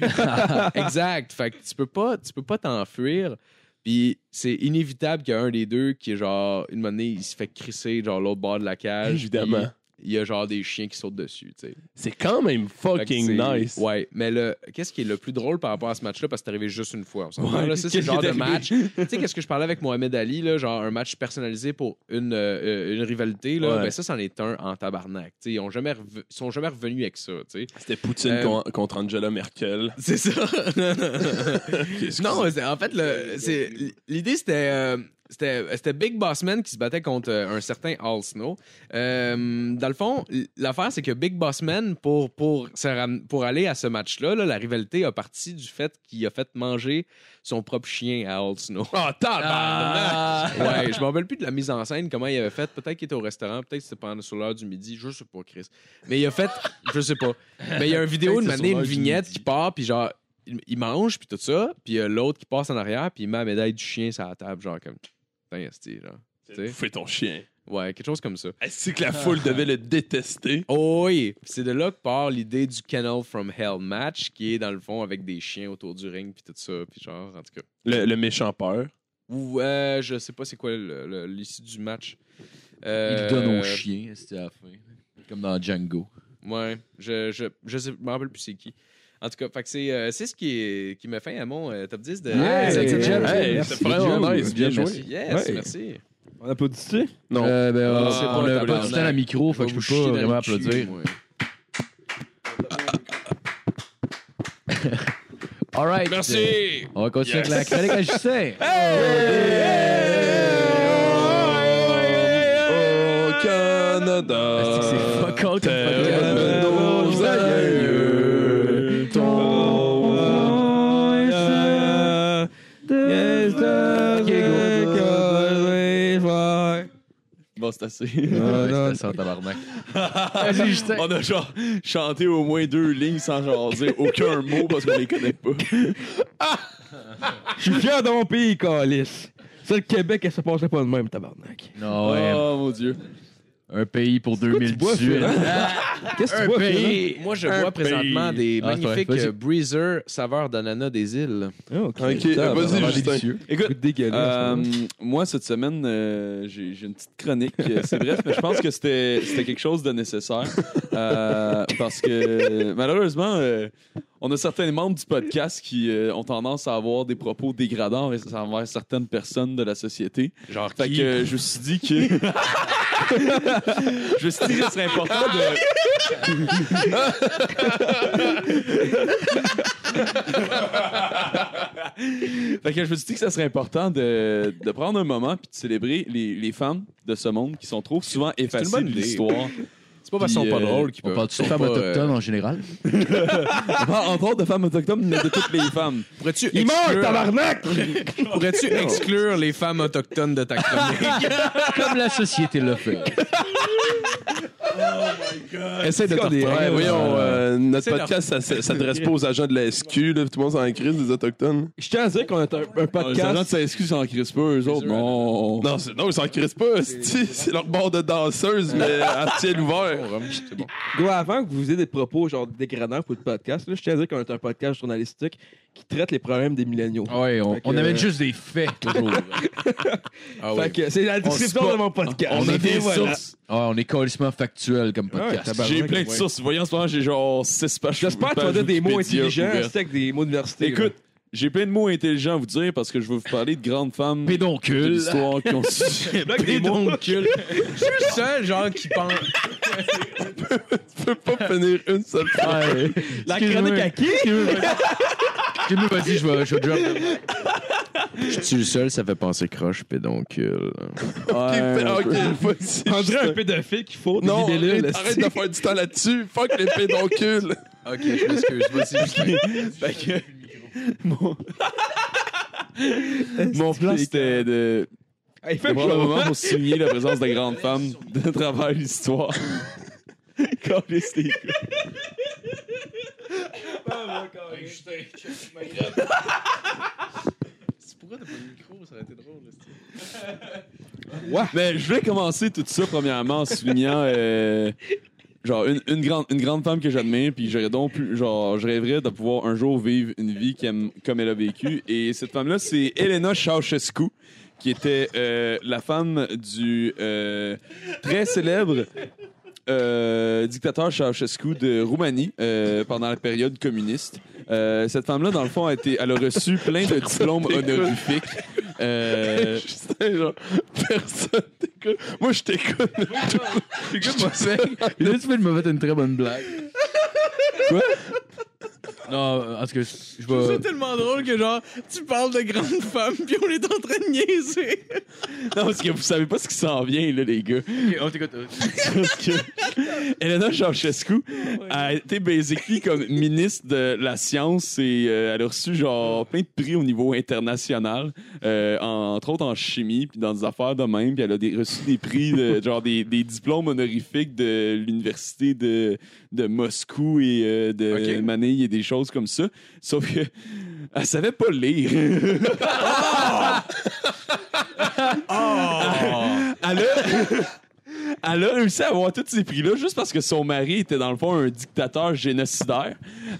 F: exact. Fait que tu peux pas, tu peux pas t'enfuir. Puis c'est inévitable qu'il y a un des deux qui est genre une monnaie, il se fait crisser genre l'autre bord de la cage.
D: Évidemment.
F: puis Il y a genre des chiens qui sautent dessus, tu sais.
D: C'est quand même
F: Fait que
D: fucking
F: c'est-
D: nice.
F: Ouais, mais le qu'est-ce qui est le plus drôle par rapport à ce match-là parce que c'est arrivé juste une fois. on s'entend,
D: Ouais,
F: là, ça, c'est
D: [laughs]
F: le
D: qu'est-ce
F: genre
D: qui
F: de
D: est
F: match.
D: arrivé?
F: tu sais qu'est-ce que je parlais avec Mohamed Ali là, genre un match personnalisé pour une, euh, une rivalité là,
D: Ouais.
F: ben ça c'en est un en tabarnak. Tu sais, ils ont jamais rev- ils sont jamais revenus avec ça, tu sais.
D: [laughs] C'était Poutine
F: Euh,
D: con- contre Angela Merkel.
F: C'est [laughs] ça. non, c'est- en fait, le- c'est- l'idée, c'était, euh, c'était, c'était Big Bossman qui se battait contre euh, un certain All Snow. Euh, dans le fond, l- l'affaire, c'est que Big Bossman, pour, pour, se ram- pour aller à ce match-là, là, la rivalité a parti du fait qu'il a fait manger son propre chien à All Snow.
E: Oh,
D: Ah, tabarnak!
C: Ah,
F: Ouais, je me rappelle plus de la mise en scène, comment il avait fait. Peut-être qu'il était au restaurant, peut-être que c'était pendant sur l'heure du midi, je sais pas, Chris. Mais il a fait, je sais pas. Mais il y a une vidéo de
E: Peut-être que c'est
F: manière
E: sur
F: une
E: l'heure du
F: vignette
E: midi.
F: qui part, puis genre, il, il mange, puis tout ça, puis il y a l'autre qui passe en arrière, puis il met la médaille du chien sur la table, genre comme, putain, esti, genre. Tu sais?
D: Fais ton chien.
F: Ouais, quelque chose comme ça.
D: Est-ce que la [laughs] foule devait le détester?
F: Oh oui, Puis c'est de là que part l'idée du Kennel from Hell match, qui est dans le fond avec des chiens autour du ring, puis tout ça, puis genre, en tout cas.
D: Le, le méchant peur.
F: Ou, euh, je sais pas c'est quoi le- le- l'issue du match.
C: Il
F: Euh,
C: le donne aux chiens, c'était à la fin. Comme dans Django.
F: Ouais, je, je, je, sais, je me rappelle plus c'est qui. En tout cas, fait que c'est, euh, c'est ce qui, est- qui me fait à mon euh, top 10 de
B: Yeah,
F: cette
B: yeah,
F: semaine.
B: yeah.
D: Hey,
B: merci,
D: c'est vraiment
B: Joe.
D: nice. Bien
C: Bien,
D: joué.
F: Yes,
B: Ouais.
F: merci.
B: On applaudit-tu?
D: Non.
C: Euh, ben, euh,
F: c'est
C: on
F: pas
C: n'a
F: le
C: pas
F: tabarnak.
C: du temps à la micro, fait que je
F: vous
C: peux
F: chier dans
C: pas
F: le
C: vraiment
F: cul,
C: applaudir. [laughs]
F: moi.
C: Alright. On va continuer
D: Yes.
C: avec la chronique à Justin.
D: Euh, Au Canada.
C: [laughs] C'est fuck all comme
D: terre de
C: podcast.
D: nos
C: euh,
D: aïeux, ton voisin
B: Yes,
C: Ok, go.
E: [laughs] Bon, c'est assez.
C: Ouais, c'était euh, ça, tabarnak. Vas-y, Justin.
E: On a genre chanté au moins deux lignes sans genre dire aucun mot parce qu'on les connaît [laughs] pas.
B: Je suis fier de mon pays, Calis. Ça, le Québec, elle se passait pas de même, tabarnak.
C: Non, ouais.
E: Oh mon dieu.
C: Un pays pour
B: tu bois,
C: 2018.
B: Qu'est-ce que
C: Un
B: tu vois, Phil?
C: pays.
F: Moi, je vois présentement des
C: Ah, c'est vrai.
F: magnifiques
C: Vas-y.
F: euh, Breezer saveur d'ananas des îles.
B: Ah, Ok,
E: Ok, euh, vas-y,
C: vraiment
E: Justin.
C: délicieux.
E: [laughs] Écoute,
B: dégueulasse.
E: euh, moi, cette semaine, euh, j'ai j'ai une petite chronique. euh, C'est bref, mais je pense que c'était c'était quelque chose de nécessaire. euh, parce que malheureusement, euh, on a certains membres du podcast qui euh, ont tendance à avoir des propos dégradants envers- envers certaines personnes de la société.
F: Genre
E: Fait
F: qui?
E: que euh, je me suis [laughs] dit que. je me suis dit que ce serait important de. fait que je me suis dit que ça serait important de, de prendre un moment puis de célébrer les, les femmes de ce monde qui sont trop souvent effacées
F: bonne
E: de
F: idée.
E: l'histoire.
F: C'est pas parce qu'ils sont pas
E: Puis, euh,
F: drôles qu'ils
C: On
F: peuvent.
C: parle de
F: Ils sont
C: femmes
F: pas, euh,
C: autochtones en général.
E: On parle [laughs] entre autres de femmes autochtones, mais de toutes les femmes.
F: Pourrais-tu
B: Il meurt,
F: exclure,
B: tabarnak!
F: pourrais-tu exclure les femmes autochtones de ta chronique?
C: Comme la société le fait.
D: Essaye de
B: te reprendre.
D: Ouais, voyons, euh, notre
F: C'est leur-
D: podcast ça- [laughs] ça- s'adresse pas aux agents de la SQ, là, tout le monde s'en crise des Autochtones.
B: Je tiens à dire qu'on a un, un
E: Les agents de
B: podcast.
E: s'excusent en crise pas, eux autres. Non.
D: Non, c'est- non, ils s'en crissent pas, c'est c'est leur bord de danseuse,
B: [laughs]
D: mais à ciel ouvert.
F: C'est bon.
B: Gros, avant que vous ayez des propos genre dégradants pour le podcast, là, je tiens à dire qu'on est un podcast journalistique qui traite les problèmes des milléniaux.
C: Ouais, on,
B: Fait que-
C: on amène juste des faits, toujours.
F: [laughs]
C: Ouais,
F: Ah
B: fait
F: oui.
B: que c'est la description
E: se bat.
B: de mon podcast.
E: On a des sources.
C: on est colissement factuel comme podcast.
B: tabarnak.
E: J'ai plein de
B: ouais.
E: sources. Voyons, en ce moment, j'ai genre 6 pages.
B: J'espère que tu vas
E: pages
B: dire des mots
E: Wikipédia
B: intelligents,
E: ouvertes.
B: c'est avec des mots d'université.
E: Écoute, J'ai plein de mots intelligents à vous dire parce que je veux vous parler de grandes femmes de
C: Pédoncule.
E: l'histoire qui ont
B: [laughs]
E: su-
C: [laughs] Pédoncule.
F: Je suis seul, genre, qui pense.
D: Je peux pas finir une seule fois.
C: La chronique à qui? Excuse-moi, vas-y, je vais, je vais drop.
F: Je suis le seul, ça fait penser croche, pédoncule.
E: Ouais, un peu.
D: vas-y.
B: On dirait un pédophile qu'il faut.
D: Non,
B: des libellules,
D: arrête, arrête de faire du temps là-dessus. Fuck les
B: [laughs]
D: pédoncules.
F: Ok, je m'excuse, vas-y.
E: Fait que- mon... mon plan, c'était de...
B: Hey, fais
E: de prendre un
B: chaud. [laughs]
E: moment pour souligner la présence de grandes femmes de travers l'histoire. Quand les c'était cool.
F: Pourquoi t'as pas le micro Ça aurait été drôle.
E: Mais Ben, je vais commencer tout ça, premièrement, en soulignant euh, genre une, une grande, une grande femme que j'admire, puis j'aurais donc plus, genre, je rêverais de pouvoir un jour vivre une vie qu'elle- comme elle a vécu. Et cette femme-là, c'est Elena Ceausescu, qui était euh, la femme du euh, très célèbre euh, dictateur Ceausescu de Roumanie euh, pendant la période communiste. Euh, cette femme-là, dans le fond, a été, elle a reçu plein de diplômes honorifiques. Euh,
D: Justin, genre, personne t'écoute. Moi, je t'écoute.
C: [laughs] Là, tu fais de me mettre une très bonne blague.
E: Quoi?
C: Non, en tout cas, je vais.
F: tellement drôle que, genre, tu parles de grandes femmes, puis on est en train de niaiser.
E: Non, parce que vous savez pas ce qui s'en vient, là, les gars.
C: Ok, on t'écoute. euh,
E: Parce [laughs] que Elena Ceausescu a été basically comme ministre de la science et euh, elle a reçu genre plein de prix au niveau international, euh, en- entre autres en chimie puis dans des affaires de même. Puis elle a des- reçu des prix, de, genre des, des diplômes honorifiques de l'université de, de Moscou et euh, de
F: Ok.
E: Manille et des choses comme ça. Sauf que elle savait pas lire. [laughs] elle a, elle a réussi à avoir tous ces prix-là juste parce que son mari était dans le fond un dictateur génocidaire.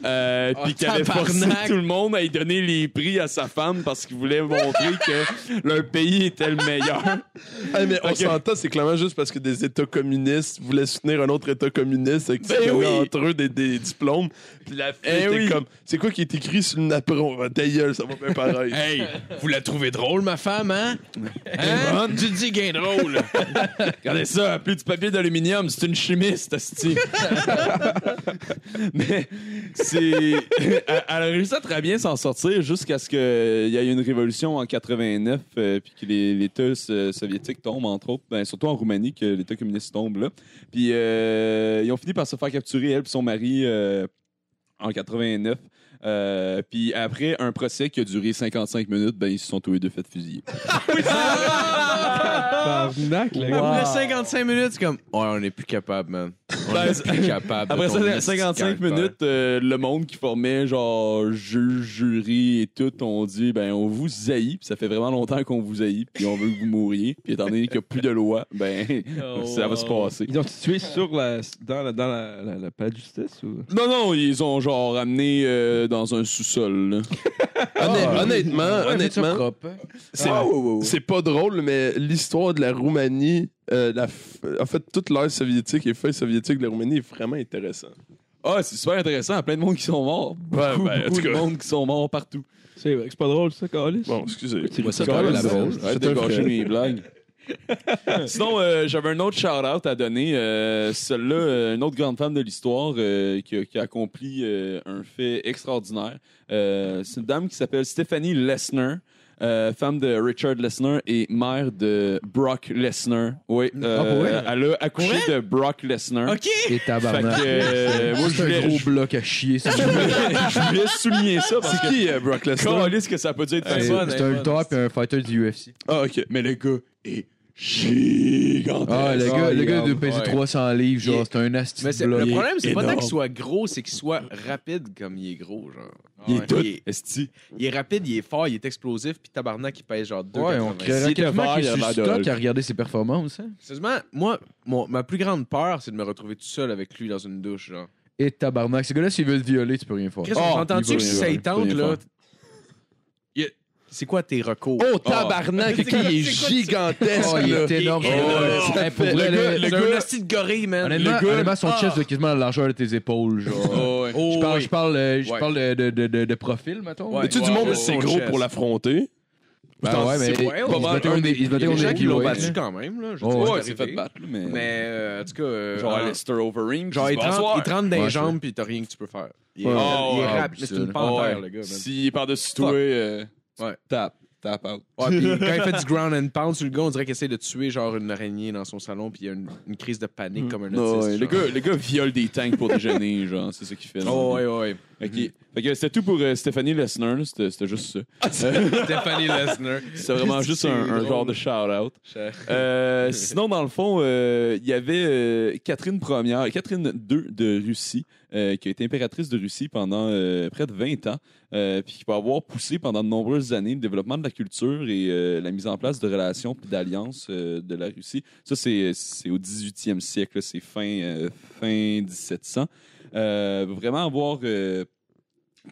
E: Euh,
F: Oh,
E: Puis qu'il avait
F: tabarnak.
E: forcé tout le monde à y donner les prix à sa femme parce qu'il voulait montrer que leur pays était le meilleur.
D: Hey, mais on
E: Ok.
D: s'entend, c'est clairement juste parce que des États communistes voulaient soutenir un autre État communiste et que
E: Ben oui.
D: entre eux des, des diplômes. Puis la fille
E: Eh
D: était
E: oui.
D: comme, c'est quoi qui est écrit sur le napperon? Ben, ta gueule, ça va bien pareil.
F: Hey, vous la trouvez drôle, ma femme, hein? Hein? Tu dis qu'elle est drôle.
E: Regardez ça, plus du papier d'aluminium, c'est une chimiste, asti. [laughs] Mais c'est. [laughs] Elle elle a réussi à très bien s'en sortir jusqu'à ce qu'il y ait une révolution en 89, euh, puis que les- l'État so- soviétique tombe, entre autres, ben, surtout en Roumanie, que l'État communiste tombe, là. Puis euh, ils ont fini par se faire capturer, elle et son mari, euh, en 89. Euh, puis après un procès qui a duré 55 minutes, ben, ils se sont tous les deux fait fusiller.
B: Tabarnak, le gars.
F: Après 55 minutes, c'est comme, ouais, on est plus capable, man. On
E: Ben,
F: est plus capable. de
E: Après
F: ton
E: ça,
F: esti
E: 55
F: caractère.
E: minutes, euh, le monde qui formait genre juge, jury et tout, on dit ben on vous haït, puis ça fait vraiment longtemps qu'on vous haït, puis on veut que vous mouriez, puis étant donné qu'il n'y a plus de loi, ben
D: Oh,
E: [laughs] ça va se passer.
B: Ils ont tué sur la, dans la, dans la, la, la palais de justice ou.
E: Non non, ils ont genre amené euh, dans
D: [laughs]
E: un sous-sol. là. Ah,
D: Honnêt- honnêtement,
C: ouais, fais ça
D: honnêtement,
C: propre, hein.
D: c'est c'est pas drôle, mais l'histoire de la Roumanie, euh, la f- en fait, toute l'ère soviétique et feuille soviétique de la Roumanie est vraiment intéressante.
E: Ah c'est super intéressant, plein de monde qui sont morts,
D: Ouais,
E: beaucoup,
D: ben, en
E: beaucoup
D: tout
E: de
D: cas.
E: monde qui sont morts partout.
B: C'est vrai que c'est pas drôle ça, Calis.
D: Bon, excusez.
B: Tu ris
F: c'est
B: de
F: quand même
B: Calis.
F: la bonne.
E: Arrête
D: C'est
E: de
D: un
E: gâcher
D: fait.
E: mes blagues. [laughs] Sinon, euh, j'avais un autre shout-out à donner. Euh, Celle-là, euh, une autre grande femme de l'histoire euh, qui, a- qui a accompli euh, un fait extraordinaire. Euh, C'est une dame qui s'appelle Stephanie Lesner. euh, femme de Richard Lesner et mère de Brock Lesner. Oui, euh,
C: pour vrai?
E: elle a accouché de Brock Lesner.
F: OK.
C: Et
E: Fait que,
C: tabarnak.
E: euh, moi, je
C: C'est un
E: voulais,
C: gros bloc à chier. ça.
E: je voulais- [laughs] je voulais souligner ça parce
D: C'est
E: que
D: qui, euh, Brock Lesnar?
E: calisse que ça peut dire de
C: C'est
E: façon-
C: c'est un lutteur et un fighter du UFC.
D: Ah, ok.
E: Mais le gars est gigantesque.
C: Ah, le gars, le gars de peser
F: Ouais.
C: 300 livres,
F: Il est-
C: genre, c'est un asti
F: Mais
C: de
F: c'est-
C: bloc.
F: le problème, c'est pas tant
E: énorme.
F: qu'il soit gros, c'est qu'il soit rapide comme il est gros, genre.
E: Il est
F: Ouais.
E: tout
F: Il est,
E: esti.
F: il est rapide, il est fort, il est explosif, puis tabarnak, il pèse genre 2
C: Ouais, on
E: Si
C: créerait
E: t'es
C: quasiment qu'il
E: vert,
C: est
E: il y
C: sur
E: a de la
C: stock
E: dolle.
C: à regarder ses performances. hein.
F: Sérieusement, moi, mon- ma plus grande peur, c'est de me retrouver tout seul avec lui dans une douche, genre.
C: Et tabarnak. Ce gars-là, s'il veut te violer, tu peux rien faire.
F: Chris,
E: Oh,
F: on
E: il
F: s'entend-tu
E: va
F: que si
E: rien
F: ça y
E: faire, il
F: tente,
E: va rien
F: là... il y a- C'est quoi tes recours?
D: Oh, tabarnak, ok, il est gigantesque,
C: Oh, il
D: là.
C: est énorme.
F: Oh,
C: ce gars-là.
F: ouais.
C: Hey, Pour
D: Le
C: vrai,
D: gars-
C: là,
F: C'est
E: gars-
F: un asti de gorille, man.
C: honnêtement,
E: le gars-
C: honnêtement, son chest de quasiment la largeur de tes épaules, genre.
F: Oh,
E: ouais.
C: je parle, je parle, euh, je
E: Ouais.
C: parle de, de, de, de- de profil, mettons.
E: Ouais.
D: Mais tu du monde,
E: ouais,
D: c'est
E: ouais,
D: gros
E: chest.
D: pour l'affronter.
C: Ben ouais, mais
E: C'est
C: il
E: wild.
C: se battait un des- il se battait
F: Il y a
C: un
F: des hein. gens
C: des
F: qui l'ont
C: heavyweight,
F: battu
C: là.
F: quand même. Là, je veux
C: Oh,
F: dire,
E: Ouais,
F: c'est
E: c'est
F: arrivé.
E: fait battre, là, mais.
F: Mais euh, en tout cas. euh,
E: Genre
F: en-
E: Alistair Overeem.
F: Genre,
E: puis
F: il te rentre- il te rentre
C: Ouais,
F: dans les
C: c'est
F: jambes, puis t'as rien que tu peux faire. Il est
C: Ouais.
E: Oh,
F: il est
E: ouais,
F: rapide,
C: c'est
F: c'est une
C: ça.
F: panthère,
E: Ouais.
F: le
E: [laughs]
F: gars. man.
E: S'il est par-dessus toi, euh,
F: Ouais.
E: tap, tap out.
F: Ouais, puis quand il fait du ground and pound sur le gars, on dirait qu'il essaie de tuer genre une araignée dans son salon, puis il y a une, une crise de panique comme un
E: Non,
F: autiste.
E: Mm. ouais, le,
F: genre.
E: gars, le gars viole des tanks pour [laughs] déjeuner, genre, c'est ça qu'il fait.
F: Oh, ouais, ouais.
E: Ok. Fait que c'était tout pour euh, Stéphanie Lesner, là, c'était c'était juste ça. [laughs]
F: Stephanie Lesnar.
E: C'est vraiment juste un, un genre de shout-out. Euh, sinon, dans le fond, euh, il y avait euh, Catherine Première, Catherine II de Russie, euh, qui a été impératrice de Russie pendant euh, près de 20 ans, euh, puis qui va avoir poussé pendant de nombreuses années le développement de la culture et euh, la mise en place de relations puis d'alliances euh, de la Russie. Ça, c'est c'est au 18e siècle, là, c'est fin, euh, fin 1700. Euh, vraiment avoir euh,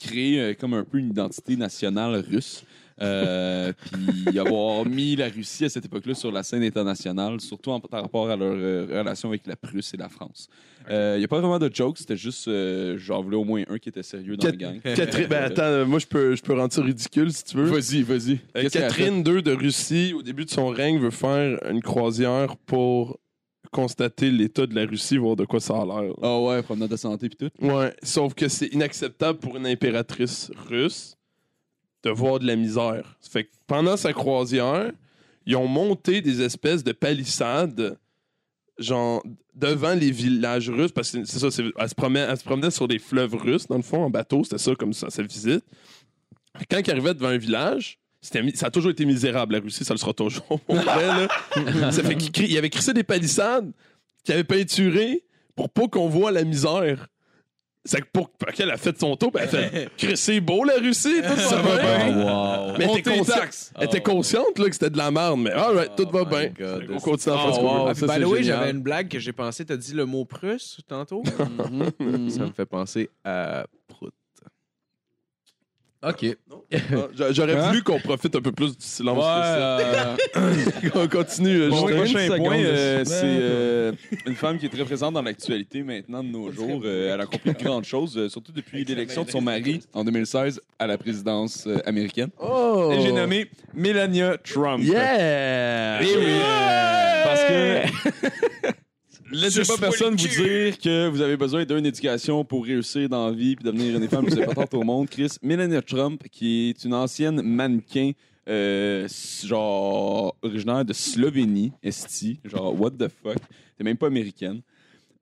E: créé euh, comme un peu une identité nationale russe. Euh, [laughs] puis avoir mis la Russie à cette époque-là sur la scène internationale, surtout en, par rapport à leur euh, relation avec la Prusse et la France. Il n'y a pas vraiment de joke, c'était juste, euh, j'en voulais au moins un qui était sérieux dans le gang. [laughs]
D: Catherine, ben attends, euh, moi je peux, je peux rendre ça ridicule si tu veux.
E: Vas-y, vas-y.
D: Euh,
E: Qu'est-ce qu'elle a
D: Catherine II de Russie, au début de son règne, veut faire une croisière pour constater l'état de la Russie, voir de quoi ça a l'air.
E: Ah ouais, promenade de santé puis tout.
D: Ouais, sauf que c'est inacceptable pour une impératrice russe de voir de la misère. Fait que pendant sa croisière, ils ont monté des espèces de palissades genre devant les villages russes parce que c'est- c'est ça c'est- elle se promenait elle se promenait sur des fleuves russes dans le fond en bateau c'était ça comme ça sa visite quand ils arrivaient devant un village c'était mi- ça a toujours été misérable la Russie ça le sera toujours pour vrai, [laughs] là. ça fait qu'ils crient- ils avaient crissé des palissades qu'ils avaient peinturées pour pas qu'on voit la misère c'est que pour pour qu'elle a fait son tour ben, elle [laughs] fait Chris, c'est beau la Russie tout ça va bien
E: wow.
D: mais elle
E: On
D: était consciente- elle était consciente là, que c'était de la merde, mais all right, tout va
F: my
D: bien.
F: God.
D: On continue à faire ce
E: Oh,
D: qu'on
E: wow.
D: veut.
E: Ah, ça,
F: By
E: c'est
F: the way,
E: génial.
F: j'avais une blague que j'ai pensé. T'as dit le mot Prusse
E: [laughs]
F: tantôt?
E: Mm-hmm.
F: Ça me fait penser à Prout.
C: Ok.
D: Ah, j'a- J'aurais
B: Hein?
D: voulu qu'on profite un peu plus du silence.
E: Ouais, euh,
D: de ça. [laughs] on continue. euh,
E: Bon,
D: Justin.
E: le prochain
B: une
E: point,
B: seconde,
E: euh,
B: là.
E: c'est euh, une femme qui est très présente dans l'actualité maintenant de nos jours. Euh, elle a accompli de grandes choses, euh, surtout depuis l'élection de son mari en 2016 à la présidence euh, américaine. Et j'ai nommé Melania Trump.
D: Yeah!
E: Eh oui! Parce que. Laissez pas personne vous dire que vous avez besoin d'une éducation pour réussir dans la vie puis devenir une femme plus importante au monde. Chris, Melania Trump, qui est une ancienne mannequin, euh, s- genre originaire de Slovénie, Esti, genre what the fuck, t'es même pas américaine,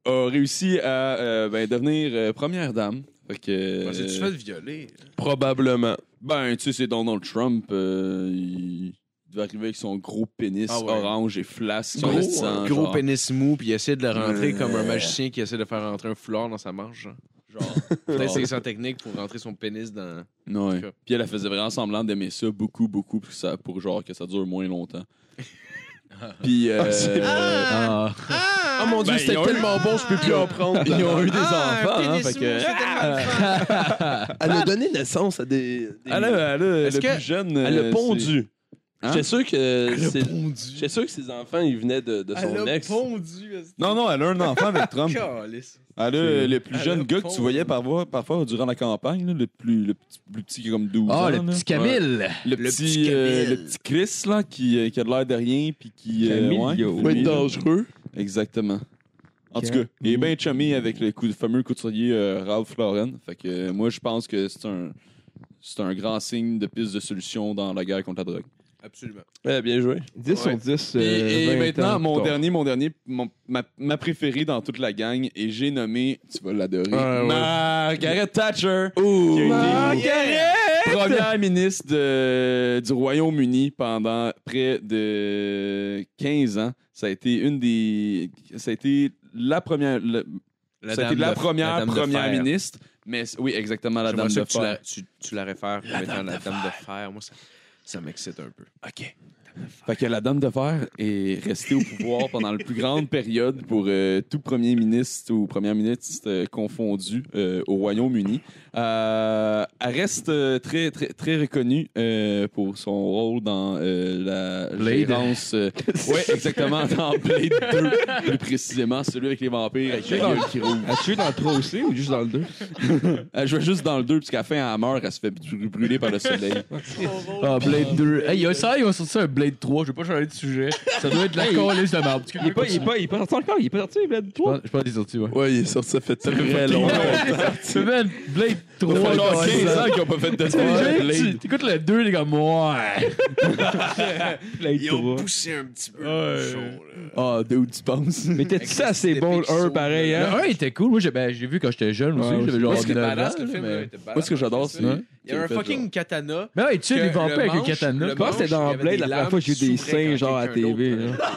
E: a réussi à euh, ben, devenir euh, première dame. Fait que, euh,
F: tu fait violer?
D: Probablement.
E: ben, tu sais, c'est Donald Trump. euh, il il devait arriver avec son gros pénis
F: Ah ouais.
E: orange et flasque.
F: Gros,
E: sang,
F: gros
E: genre.
F: pénis mou, puis il essaie de le rentrer comme un magicien qui essaie de faire rentrer un foulard dans sa manche. genre.
E: Genre.
F: [laughs] Peut-être c'est sa technique pour rentrer son pénis dans.
E: Ouais. Puis elle, elle faisait vraiment semblant d'aimer ça beaucoup, beaucoup, pour, que ça, pour genre que ça dure moins
F: [laughs]
E: longtemps. Puis. euh,
C: Ah.
D: Oh mon dieu,
E: Ben, ils
D: c'était
E: ont
D: tellement bon, je peux plus
E: Ah,
D: en prendre.
E: Ils ont eu des enfants, hein, fait que-
F: Ah!
D: Elle a donné naissance à des. des-
E: Elle a, euh, elle a-
F: Est-ce
E: le
F: que-
E: plus jeune.
D: Elle
E: euh,
D: a pondu.
E: Hein?
D: J'étais sûr que. c'est-
F: Pondu.
D: J'étais sûr que ses enfants, ils venaient de, de son ex.
F: pondu.
E: c'est- Non, non, elle a un enfant avec Trump.
F: Calice.
E: Elle a euh, le plus
F: Elle
E: jeune
F: a
E: gars que
F: pondu.
E: tu voyais parfois, parfois durant la campagne, là, le, plus, le petit, plus petit qui a comme 12 ans.
C: Ah, le
E: là.
C: petit Camille. Ah,
E: Le,
F: Le
E: petit,
F: petit
E: euh,
F: Camille.
E: le petit Chris là, qui, euh, qui a de l'air de rien puis qui euh,
B: Camillo.
E: ouais,
D: Faut être dangereux.
E: exactement. En tout cas, il est bien chummy avec le, coup, le fameux couturier euh, Ralph Lauren. Fait que euh, moi je pense que c'est un c'est un grand signe de piste de solution dans la guerre contre la drogue.
F: Absolument.
D: Ouais, bien joué.
B: 10 sur 10. euh,
E: et et
B: 20
E: maintenant
B: ans
E: mon
B: plus tard.
E: dernier mon dernier mon- ma, ma préférée dans toute la gang et j'ai nommé tu vas l'adorer
B: Ah,
E: Margaret Thatcher. qui a été- Première ministre de- du Royaume-Uni pendant près de 15 ans. Ça a été une des. Ça a été la première. la- ça a été la première première ministre. Mais c- oui, exactement, la dame de
F: J'aimerais ça que tu
E: fer.
F: la- tu, tu la réfères comme étant la dame de fer. Moi, ça, Ça m'excite un peu.
E: OK. Fait que la Dame de Fer est restée au pouvoir pendant la plus grande période pour euh, tout premier ministre ou première ministre euh, confondu euh, au Royaume-Uni. Euh, elle reste euh, très, très, très reconnue euh, pour son rôle dans euh, la
C: Blade.
D: [laughs]
E: gérance... euh, ouais, exactement, dans Blade 2, plus précisément, celui avec les vampires, avec la gueule qui roule.
B: As-tu vu dans le 3 aussi ou juste dans le 2?
E: Elle jouait Euh, juste dans le 2, puisqu'à la fin, elle meurt, elle se fait brû- brûler par le soleil.
C: Ah, Blade 2. Hey, il y a ça, ils ont sorti ça, un Blade 3. Je vais pas changer de sujet. Ça doit être de la calice de merde.
B: Il est pas, il est pas, il est pas sorti encore, il est pas sorti, Blade
C: Je
B: 3.
C: pense- Je pense qu'il est sorti, ouais.
D: Ouais, il est sorti, ça fait très longtemps.
C: Tu man, Blade 3.
D: Ça fait genre
C: ouais,
D: 15
C: ça.
D: ans qu'ils ont pas fait de
C: Tu sais,
D: Blade.
C: tu- T'écoutes le 2, les gars, moi.
B: Blade
F: Ils ont
B: 3.
F: poussé un petit peu
C: Ouais.
F: le bouchon, là.
E: Ah, d'où tu penses?
B: Mais t'as-tu ça assez bon, le 1 pareil,
C: Le
B: hein?
C: 1 était cool. Moi, j'ai ben, j'ai vu quand j'étais jeune
B: Ouais,
C: aussi. J'avais
B: aussi.
C: genre
F: Moi, ce qui est
C: 9
F: badass,
C: ans,
F: le film,
C: mais-
F: là, était badass.
E: Moi, ce que j'adore, c'est-
F: Il y a un
E: Qu'il fait
F: fucking katana.
C: Mais ouais, tu sais,
F: que
C: des vampires
F: le
C: avec un
F: manche-
C: katana.
F: le
C: Je
B: Je pense que c'était
F: manche, il y
B: dans
F: avait
B: Blade
F: des
B: la première
F: lames
B: fois que j'ai eu des
F: qui s'ouvraient
B: seins,
F: quand
B: genre, à
F: quelqu'un
B: TV.
F: d'autre,
B: là.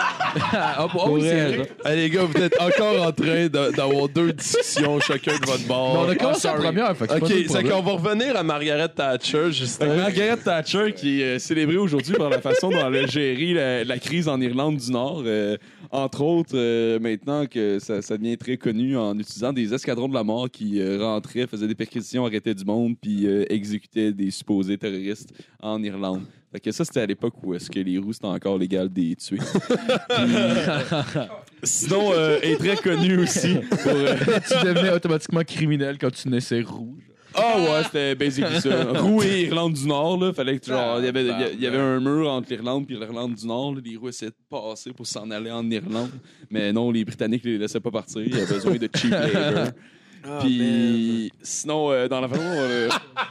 C: Ah, oh,
B: Pour
C: oui, c'est
B: vrai,
C: vrai.
B: genre.
D: Hey, les gars, vous êtes encore en train de- d'avoir deux discussions chacun de votre
C: Mais
D: bord.
C: on a commencé la
F: Oh, sorry.
C: première, fait que c'est
D: Ok,
C: pas tout le
D: c'est
C: problème.
D: qu'on va revenir à Margaret Thatcher, justement.
E: Euh, Margaret Thatcher qui est euh, célébrée aujourd'hui par la façon dont elle a géré la, la crise en Irlande du Nord. euh, entre autres, euh, maintenant que ça, ça devient très connu en utilisant des escadrons de la mort qui euh, rentraient, faisaient des perquisitions, arrêtaient du monde, puis euh, exécutaient des supposés terroristes en Irlande. Fait que ça, c'était à l'époque où est-ce que les roues, c'était encore légal de les [laughs] tuer. Sinon, euh, elle est très connue aussi pour... euh,
C: tu devenais automatiquement criminel quand tu naissais rouge.
E: Ah ouais, c'était basically
D: [laughs]
E: ça. Roux et Irlande du Nord, là. Fallait que, genre, il y avait, il y a- il y
D: Ah,
E: avait un mur entre l'Irlande et l'Irlande du Nord. là. Les Roux essayaient de passer pour s'en aller en Irlande. Mais non, les Britanniques les laissaient pas partir. Il y avait besoin de
D: [laughs]
E: cheap labor.
F: Ah, man.
E: Puis, sinon, euh, dans la façon dont on a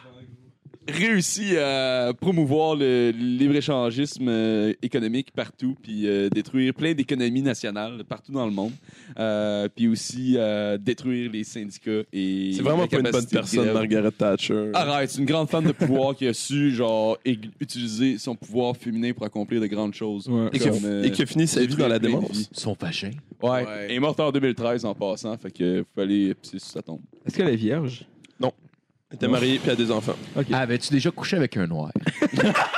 E: réussi à promouvoir le libre-échangisme euh, économique partout, puis euh, détruire plein d'économies nationales partout dans le monde, Euh, puis aussi euh, détruire les syndicats et
D: C'est vraiment
E: la
D: pas une bonne
E: capacité de
D: personne,
E: grève.
D: Margaret Thatcher.
E: Arrête, c'est une grande femme de pouvoir qui a su genre ég- utiliser son pouvoir féminin pour accomplir de grandes choses.
B: Ouais.
D: et, qui
E: Comme, euh,
D: a, et qui a fini sa vie dans la
E: plein de
D: démence.
E: vies.
C: Son vagin.
E: Ouais.
F: Ouais.
E: Elle est morte en 2013 en passant, fait que faut aller pisser sur sa tombe.
B: Est-ce qu'elle est vierge?
D: Elle était mariée puis a des enfants.
C: Ah, Avais-tu déjà couché avec un noir?
D: [laughs]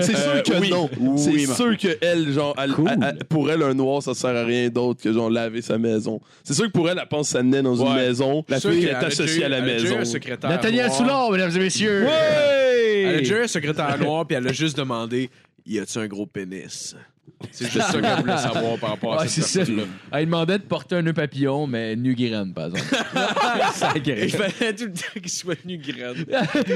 D: C'est
E: Euh,
D: sûr que
E: oui.
D: non.
E: Oui,
D: c'est
E: ma-
D: sûr que elle, genre, elle-
C: Cool.
D: elle- elle- pour elle, un noir, ça sert à rien d'autre que genre laver sa maison. C'est sûr que pour elle, elle pense que ça naît dans une
E: Ouais.
D: maison. La
F: Sûr
D: fille
F: qu'elle
D: est
F: avait
D: associée
F: déjà-
D: à la
F: elle a déjà eu
D: maison.
F: un secrétaire
C: Nathaniel
F: noir.
C: Soulard, mesdames et messieurs!
F: Elle a déjà eu un secrétaire noir, puis elle a juste [laughs] demandé Y a-tu un gros pénis C'est juste ça qu'elle voulait savoir par rapport à
C: Ouais, c'est
F: cette
C: ça. Elle demandait de porter un nœud papillon, mais nu graine, par
F: [laughs]
C: exemple.
B: Ça
F: [laughs] Il
B: agresse.
F: fallait tout le temps qu'il soit venu [laughs] graine.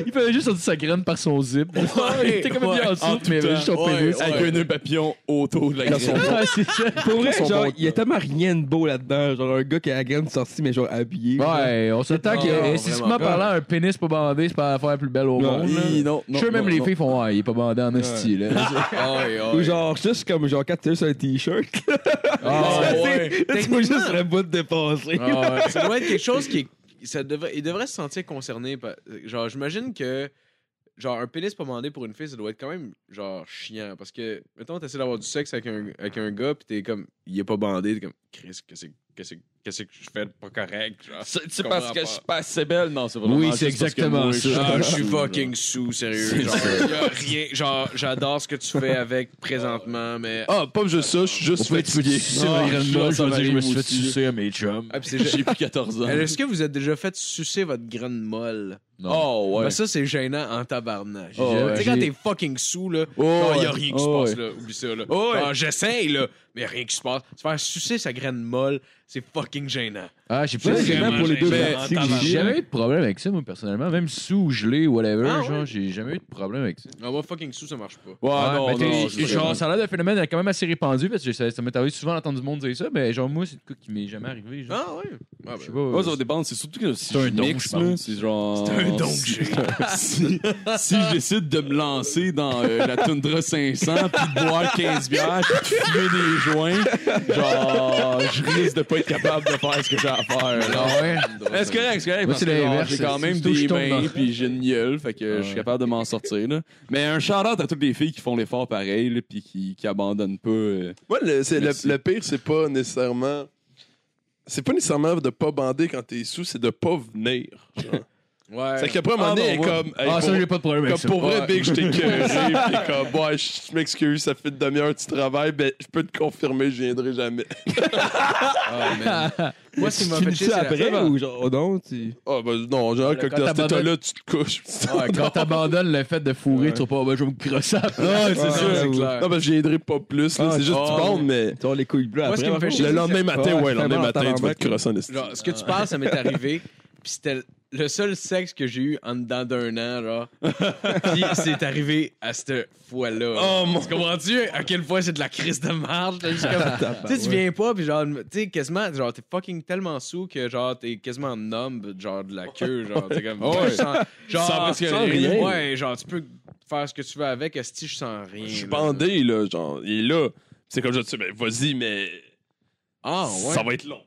C: il fallait juste sortir sa graine par son zip. [laughs] il était comme bien en dessous, mais il avait juste son pénis.
E: Avec un nœud papillon autour de la
D: Dans son-
E: graine.
C: Ouais, c'est ça.
B: Pour vrai,
D: Ils sont
B: genre,
D: bons,
B: il y a tellement rien de beau là-dedans. Genre, un gars qui a la graine sortie, mais genre habillé.
C: Ouais, on s'entend
F: Non,
C: que
F: non,
C: esthétiquement
F: vraiment pas.
C: parlant, un pénis pas bandé, c'est pas la fois la plus belle au
B: Non,
C: monde. là.
E: Oui, non,
C: Je
E: non,
C: suis sûr, même
E: non,
C: les
E: non.
C: filles font Ouais, il est pas bandé en esti, là.
B: Ou genre, juste comme genre quand t'es sur un t-shirt.
C: Ah,
B: Ça,
F: ouais.
B: c'est- [laughs] Tu vois juste la bout dépasser.
C: Ah, ouais.
F: Ça doit être quelque chose qui est- ça devrait, il devrait se sentir concerné. par- Genre, j'imagine que genre un pénis pas mandé pour une fille, ça doit être quand même genre chiant parce que mettons t'essaies d'avoir du sexe avec un, avec un gars puis t'es comme il est pas bandé, t'es comme Chris, qu'est-ce que qu'est-ce que- qu'est-ce que je fais de pas correct genre.
E: C'est
F: Je
E: c'est parce
F: comprends
E: que
F: pas.
E: je suis pas assez belle, non, c'est vraiment
C: Oui,
E: juste
C: c'est
E: parce que
C: exactement
E: moi,
C: ça.
E: suis-
F: Ah, je suis fucking sous, sérieux. Genre, y a rien. Genre, j'adore ce que tu fais avec présentement, mais.
D: Ah, pas juste ça, je suis juste
C: Au fait, tu veux
D: fatigué.
C: sucer
E: Non,
C: ma graine
E: je
C: molle, je
E: suis
C: veux dire, je me suis fait
E: aussi.
C: sucer à mes chums.
F: Ah, puis [laughs] c'est
E: J'ai plus 14 ans.
F: Alors, Est-ce que vous êtes déjà fait sucer votre graine molle?
E: Oh, ouais.
F: Ben, ça, c'est gênant en tabarnak.
C: Oh,
F: J'ai-
C: ouais.
F: tu sais, quand
C: J'ai-
F: t'es fucking sous, là,
E: Oh,
F: il
E: ouais.
F: y a rien qui
E: Oh,
F: se passe,
E: ouais.
F: là. Oublie ça, là.
E: Oh, ouais.
F: Genre, J'essaye, là, mais y a rien qui se passe. Se faire sucer sa graine molle, c'est fucking gênant.
C: Ah, j'ai pas
B: Ça, c'est
F: vraiment
B: même pour les deux
F: gênant,
B: parties.
F: tabarnak.
C: J'ai jamais eu de problème avec ça, moi, personnellement. Même sous, gelé, whatever,
F: Ah, ouais?
C: genre, j'ai jamais eu de problème avec ça.
F: Non, Ah, moi, fucking sous, ça marche pas.
E: Ouais, Ah, non,
C: mais
E: non,
C: t'es-
E: c'est
C: genre,
E: vraiment-
C: ça a l'air d'un phénomène quand même assez répandu, parce que ça, ça m'est arrivé souvent d'entendre du monde dire ça, mais genre, moi, c'est de quoi qui m'est jamais arrivé. Genre.
F: Ah, ouais.
C: Je
F: Ah, ben,
C: sais pas.
E: Moi, ça va dépendre. C'est surtout que si
C: C'est un
E: je
C: don,
E: mixe,
C: je pense.
E: là, c'est genre...
F: C'est un don que
E: Si-
F: j'ai.
E: [laughs] si, si je décide de me lancer dans euh, la Tundra 500, puis de boire 15 bières, puis de fumer des joints, genre, je risque de pas être capable de faire ce que j'ai à faire. là.
C: Ah ouais?
E: Mais C'est correct, c'est
C: Moi,
E: correct. parce
C: c'est
E: que, genre,
C: l'inverse.
E: J'ai quand
C: C'est
E: même
C: surtout que je
E: des
C: tombe
E: mains,
C: dans-
E: puis j'ai une gueule, fait que je suis
C: Ouais.
E: capable de m'en sortir, là. Mais un shout-out à toutes les filles qui font l'effort pareil, là, puis qui, qui abandonnent pas... euh,
D: [laughs] Moi, le, c'est- le-
E: Merci.
D: le pire, c'est pas nécessairement. C'est pas nécessairement de pas bander quand t'es sous, c'est de pas venir. genre.
F: Ouais.
D: C'est que après, un moment
E: Ah,
D: donné, elle
E: non,
D: est
E: ouais.
D: comme. hey,
C: Ah,
D: pour-
C: ça, j'ai pas de problème avec
D: Comme
C: ça. Ah,
D: pour vrai,
E: Ouais.
D: Big, je t'ai curé. Puis comme, ouais, je je m'excuse, ça fait une demi-heure que tu travailles, ben, je peux te confirmer, je viendrai jamais.
F: Ah, man. Moi, ce qui
B: Tu
F: m'a fait
B: finis
F: chier,
B: ça
F: c'est la-
B: après
D: la-
B: ou genre, oh non, tu.
D: Ah, ben non, en général,
C: Quand
D: quand t'es dans cet
C: t'abandonnes-
D: état-là, tu te couches.
C: Ouais, quand t'abandonnes le fait de fourrer, tu vas pas, oh, ben, je vais me crosser après.
D: Ouais,
F: Ouais,
D: c'est sûr.
F: Ah, c'est clair.
D: Non, ben, je viendrai pas plus, là,
B: Ah,
D: c'est juste
F: ah,
D: du monde, mais.
B: Tu as les couilles bleues
F: Moi,
B: après.
F: ce qui me fait
B: par
F: chier,
D: Le
B: contre?
D: lendemain matin,
B: Ouais,
D: ouais, le lendemain
B: vraiment,
D: matin, tu vas te
B: tabarnak.
D: crosser en esti.
F: Genre, ce que tu parles, ça m'est arrivé. Puis c'était le seul sexe que j'ai eu en dedans d'un an, genre. Puis c'est arrivé à cette fois-là.
E: Oh, mon-
F: Tu comprends-tu à quelle fois c'est de la crise de marge? là, juste comme- tu sais, tu viens pas, puis genre, tu sais, quasiment, genre, t'es fucking tellement sous que genre, t'es quasiment numb, genre, de la queue, genre, t'es
E: [laughs]
F: comme.
E: Ouais.
F: je sens- genre,
E: Sans presque
F: sans
E: rien.
F: Ouais, genre, tu peux faire ce que tu veux avec, esti, je sens rien.
D: Je suis
F: là.
D: bandé, là, genre, il est là. C'est comme je dis, ben, vas-y, mais.
F: Ah, ouais.
D: Ça va être long.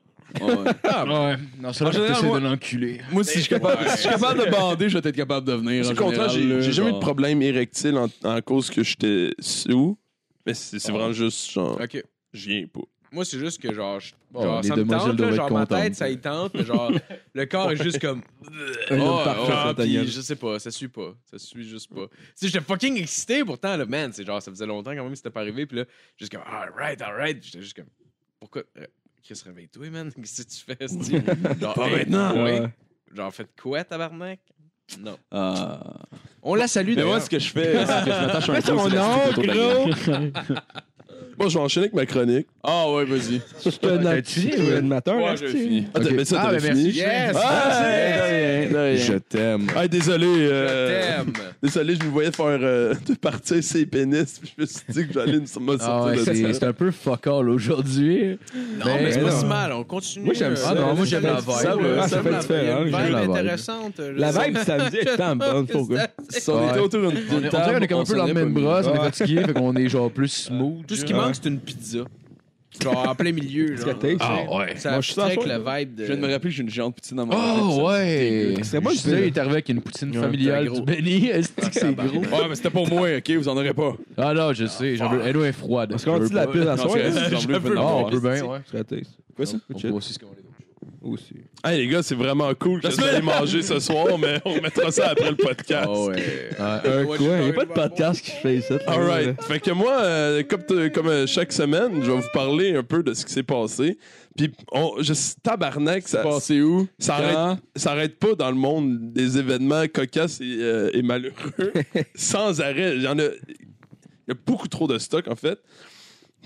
C: Ah Ouais, non, ça, là, je vais essayer de l'enculer.
E: Moi, si je suis capable, si je suis capable de bander, je vais être capable de venir.
D: C'est
E: en
D: le contraire,
E: général, là,
D: j'ai j'ai jamais eu de
E: genre.
D: problème érectile en, en cause que j'étais sous, mais c'est c'est vraiment juste, genre,
F: Ah, Ok.
D: je viens pas.
F: Moi, c'est juste que genre, je-
C: Bon,
F: genre
C: les
F: ça me
C: demoiselles
F: tente, là,
C: doivent
F: genre
C: être
F: ma
C: contentes.
F: tête, ça y tente, mais genre le corps est juste comme.
B: Ouais,
F: Oh,
B: parfait,
F: oh,
B: ça, ta
F: puis
B: gueule.
F: je sais pas, ça suit pas, ça suit juste pas. Tu sais, j'étais fucking excité pourtant, là, man, c'est genre, ça faisait longtemps quand même que c'était pas arrivé, puis là, juste comme, alright, alright, j'étais juste comme, pourquoi. euh, Chris, réveille-toi, man, [laughs] qu'est-ce que tu fais, c'ti? Genre, ah,
E: Pas
F: hey,
E: maintenant.
F: ouais.
B: Ouais.
F: Genre, faites quoi, tabarnak? Non.
E: Ah.
F: On la salue,
E: Mais moi,
F: d'ailleurs.
E: ce que je fais, c'est que je m'attache un
B: Mais
E: gros
B: son
E: élastique
B: nom,
E: autour de la gueule.
B: gros!
D: Bon, je vais enchaîner avec ma chronique.
E: Ah ouais, vas-y.
B: Je suis un
C: T'as-tu fini,
B: actif,
C: ouais?
B: animateur.
E: Ouais,
B: actif.
E: j'ai fini.
D: Ah, t'as-
C: Ok.
D: mais ça,
C: Ah,
D: t'avais
C: ben,
D: fini?
C: merci.
F: Yes!
E: Je t'aime.
D: Ah, désolé. euh,
F: Je t'aime!
D: Désolé, je me voyais faire euh, [laughs] de partir ses pénis, puis je me suis dit que j'allais me sortir
C: Ah ouais,
D: de ça.
C: c'est c'est un peu fuck all aujourd'hui.
F: Non,
C: Ben,
F: mais c'est pas
B: non.
F: si mal, on continue.
B: Moi, j'aime
F: euh,
B: ça.
C: Ah non, moi, j'aime la vibe.
F: Ça,
B: Ah,
F: ça,
B: ça
F: ça,
B: fait
F: la
B: différent, j'aime
F: vibe.
C: la
F: vibe
C: vibe.
F: intéressante. je
B: La
F: sais
B: vibe du
F: pas.
B: samedi est tant bonne, faut que.
D: On
C: Ouais.
D: était autour d'une
C: On
D: d'une
C: dirait
D: table.
C: qu'on est comme un peu dans la même brosse, on est fatigué, fait qu'on est genre plus smooth.
F: Tout ce qui
C: genre.
F: manque, c'est une pizza. Genre en plein milieu. genre.
B: Discothèque,
C: Ah ouais.
F: Ça
B: Moi, je suis
F: fait
B: d'accord.
F: la vibe de.
E: Je viens de me rappeler que j'ai une géante poutine dans ma
C: Oh ouais!
B: C'est moi,
C: Je
B: je
C: sais, il
B: fais.
C: est arrivé avec une poutine
B: Ouais,
C: familiale
F: t'es
C: du
F: gros.
C: Benny. [laughs] Est-ce que c'est gros?
E: Ouais, mais c'était pour moi, ok? Vous en aurez pas.
C: Ah non, je sais, j'en veux. Elle est froide.
B: Parce qu'on dit de la pile à
E: Non,
B: soir.
E: tu
B: hein?
E: restes, j'en veux pas.
C: Non,
E: Non,
C: on peut bien, ouais.
B: Discothèque.
D: Quoi ça?
C: On peut aussi se commander d'autres.
B: Aussi.
D: Hey les gars, c'est vraiment cool que vous allez manger ce soir, mais on mettra ça après le podcast.
F: Ah ouais.
B: Un
F: Ouais,
B: Euh, quoi?
F: je
B: Il
F: suis
B: n'y a pas de
F: pas
B: podcast qui fait ça.
D: Alright. Fait que moi, euh, comme, t- comme, euh, chaque semaine, je vais vous parler un peu de ce qui s'est passé. Puis, on, je, tabarnak, ça,
E: Passé où?
D: ça, arrête, ça arrête pas dans le monde des événements cocasses et, euh, et
E: [laughs]
D: malheureux. Sans arrêt. Il y en a, il y a beaucoup trop de stock, en fait.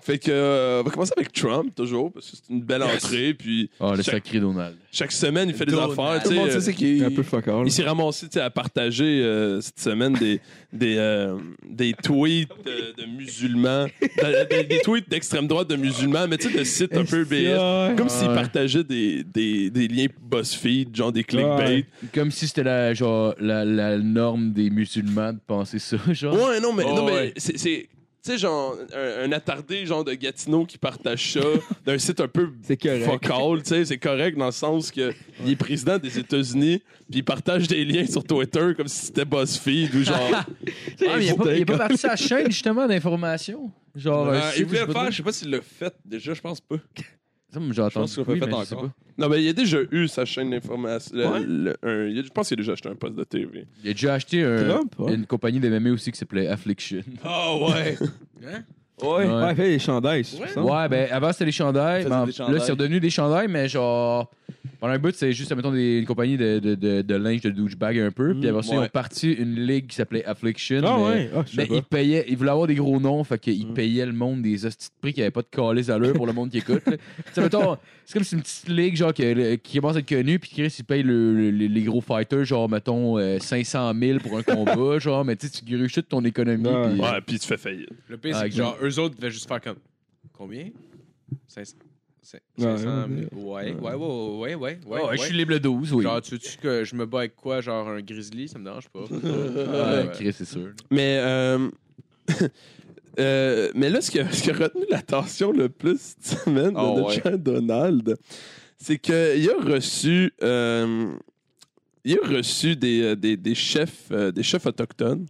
D: Fait que, euh, on va commencer avec Trump, toujours, parce que c'est une belle entrée. Puis,
C: Oh, le
D: Check.
C: sacré Donald.
D: chaque semaine, il fait des
F: Donald.
D: affaires.
E: Tout
D: tu
E: le
D: sais,
E: monde sait
D: euh,
E: c'est qui.
B: Un peu fuck all.
D: il s'est ramassé tu sais, à partager euh, cette semaine des, des, euh, des tweets euh, de, musulmans, de- des, des tweets d'extrême droite de musulmans, mais tu sais, de sites un peu BS. Comme s'il partageait des, des, des liens BuzzFeed, genre des clickbait.
C: Comme si c'était la, genre, la, la norme des musulmans de penser ça, genre.
D: Ouais, non, mais, non,
E: Oh,
D: mais
E: ouais.
D: c'est. c'est- Tu sais, genre, un, un attardé, genre de Gatineau qui partage ça, d'un site un peu
B: C'est correct.
D: focal, tu sais, c'est correct dans le sens que il est président des États-Unis, puis il partage des liens sur Twitter comme si c'était BuzzFeed ou genre.
C: Ah, mais il est pas, il est pas parti sa chaîne, justement, d'information. Genre,
E: Euh,
C: un site
E: il
C: où
E: voulait
C: Ah je sais
E: le
C: pas
E: faire, je sais pas s'il l'a fait déjà, je pense pas.
C: trop. Ça, moi, j'ai entendu
E: qu'il l'a pas
C: oui,
E: fait
C: mais je
E: encore.
C: sais pas.
D: Non, mais il y a déjà eu sa chaîne d'information. le- le- un- il a- Je pense qu'il a déjà acheté un poste de TV.
C: Il a déjà acheté un-
B: Trump, hein? ouais.
C: une compagnie d'MMA aussi qui s'appelait Affliction.
E: Ah ouais!
B: Ouais,
C: Ouais.
B: ouais, il fait les chandails, ça.
F: Ouais.
B: ça.
C: Ouais, ben avant c'était des
E: Il
C: chandails.
E: faisait
C: mais en-
E: des chandails.
C: Là, c'est redevenu des chandails, mais genre. Pendant un bout, c'est juste, mettons, des, une compagnie de, de, de, de linge de douchebag un peu. Puis après ça, ils
E: Hmm, ouais.
C: ont parti une ligue qui s'appelait Affliction.
B: Ah
C: mais
B: ouais, ah, je
C: mais
B: sais pas.
C: ils payaient, ils voulaient avoir des gros noms, fait qu'ils payaient le monde des hosties de prix qui n'avaient pas de calice à l'heure pour le monde qui écoute. là. Tu sais, mettons, c'est comme si une petite ligue genre, qui, qui commence à être connue, puis Chris, ils payent le- le- les, les gros fighters, genre, mettons, euh, 500 000 pour un combat, [laughs] genre, mais tu sais, tu gruges toute ton économie.
B: Ouais.
C: puis-
D: Ouais, puis tu fais faillite.
F: Le pire,
C: Ah,
F: c'est que genre, eux autres devaient juste faire comme. Combien 500. cin- 500 000. Ouais, ouais, ouais, ouais, ouais. ouais,
B: Ah,
C: Ouais, ouais,
F: ouais.
C: je suis libre le 12, oui.
F: Genre, tu veux-tu que je me bats avec quoi Genre un grizzly Ça me dérange
B: [laughs]
F: pas.
C: Ouais,
B: Ah,
F: Ouais,
C: Chris, c'est sûr.
D: Mais, euh, [laughs] euh, mais là, ce qui, a, ce qui a retenu l'attention le plus cette semaine de
E: Oh,
D: notre
E: ouais.
D: cher Donald, c'est qu'il a reçu. euh, il a reçu des, euh, des, des chefs, euh, des chefs autochtones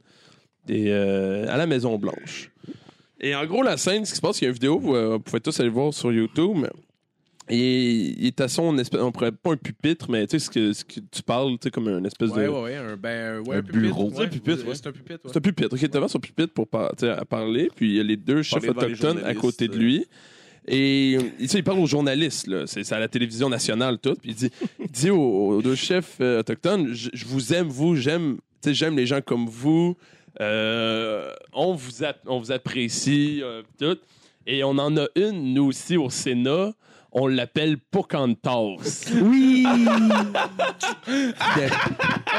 D: des, euh, à la Maison-Blanche. Et en gros, la scène, ce qui se passe, il y a une vidéo, vous, euh, vous pouvez tous aller voir sur YouTube. mais il, il est assis, en espèce, on pourrait pas un pupitre, mais tu sais, ce que, ce que tu parles, tu sais, comme une espèce
F: Ouais,
D: de.
F: ouais, ouais, un, ben, ouais,
C: Un
F: pupitre,
C: bureau.
F: ouais.
D: C'est un pupitre, ouais.
F: C'est un pupitre, ouais.
D: C'est un pupitre. Ok, t'avais son pupitre pour par- tu sais, à parler, puis il y a les deux chefs
E: Parler devant les
D: autochtones à
E: journalistes,
D: côté de
E: euh.
D: lui. Et tu sais, il parle aux journalistes, là. C'est c'est à la télévision nationale, tout. Puis il dit, il dit aux, aux deux chefs euh, autochtones Je je vous aime, vous, j'aime tu sais, j'aime les gens comme vous. Euh, on, vous app- on vous apprécie, euh, tout. Et on en a une, nous aussi, au Sénat. On l'appelle Pocantos. [laughs]
B: Oui! Ben.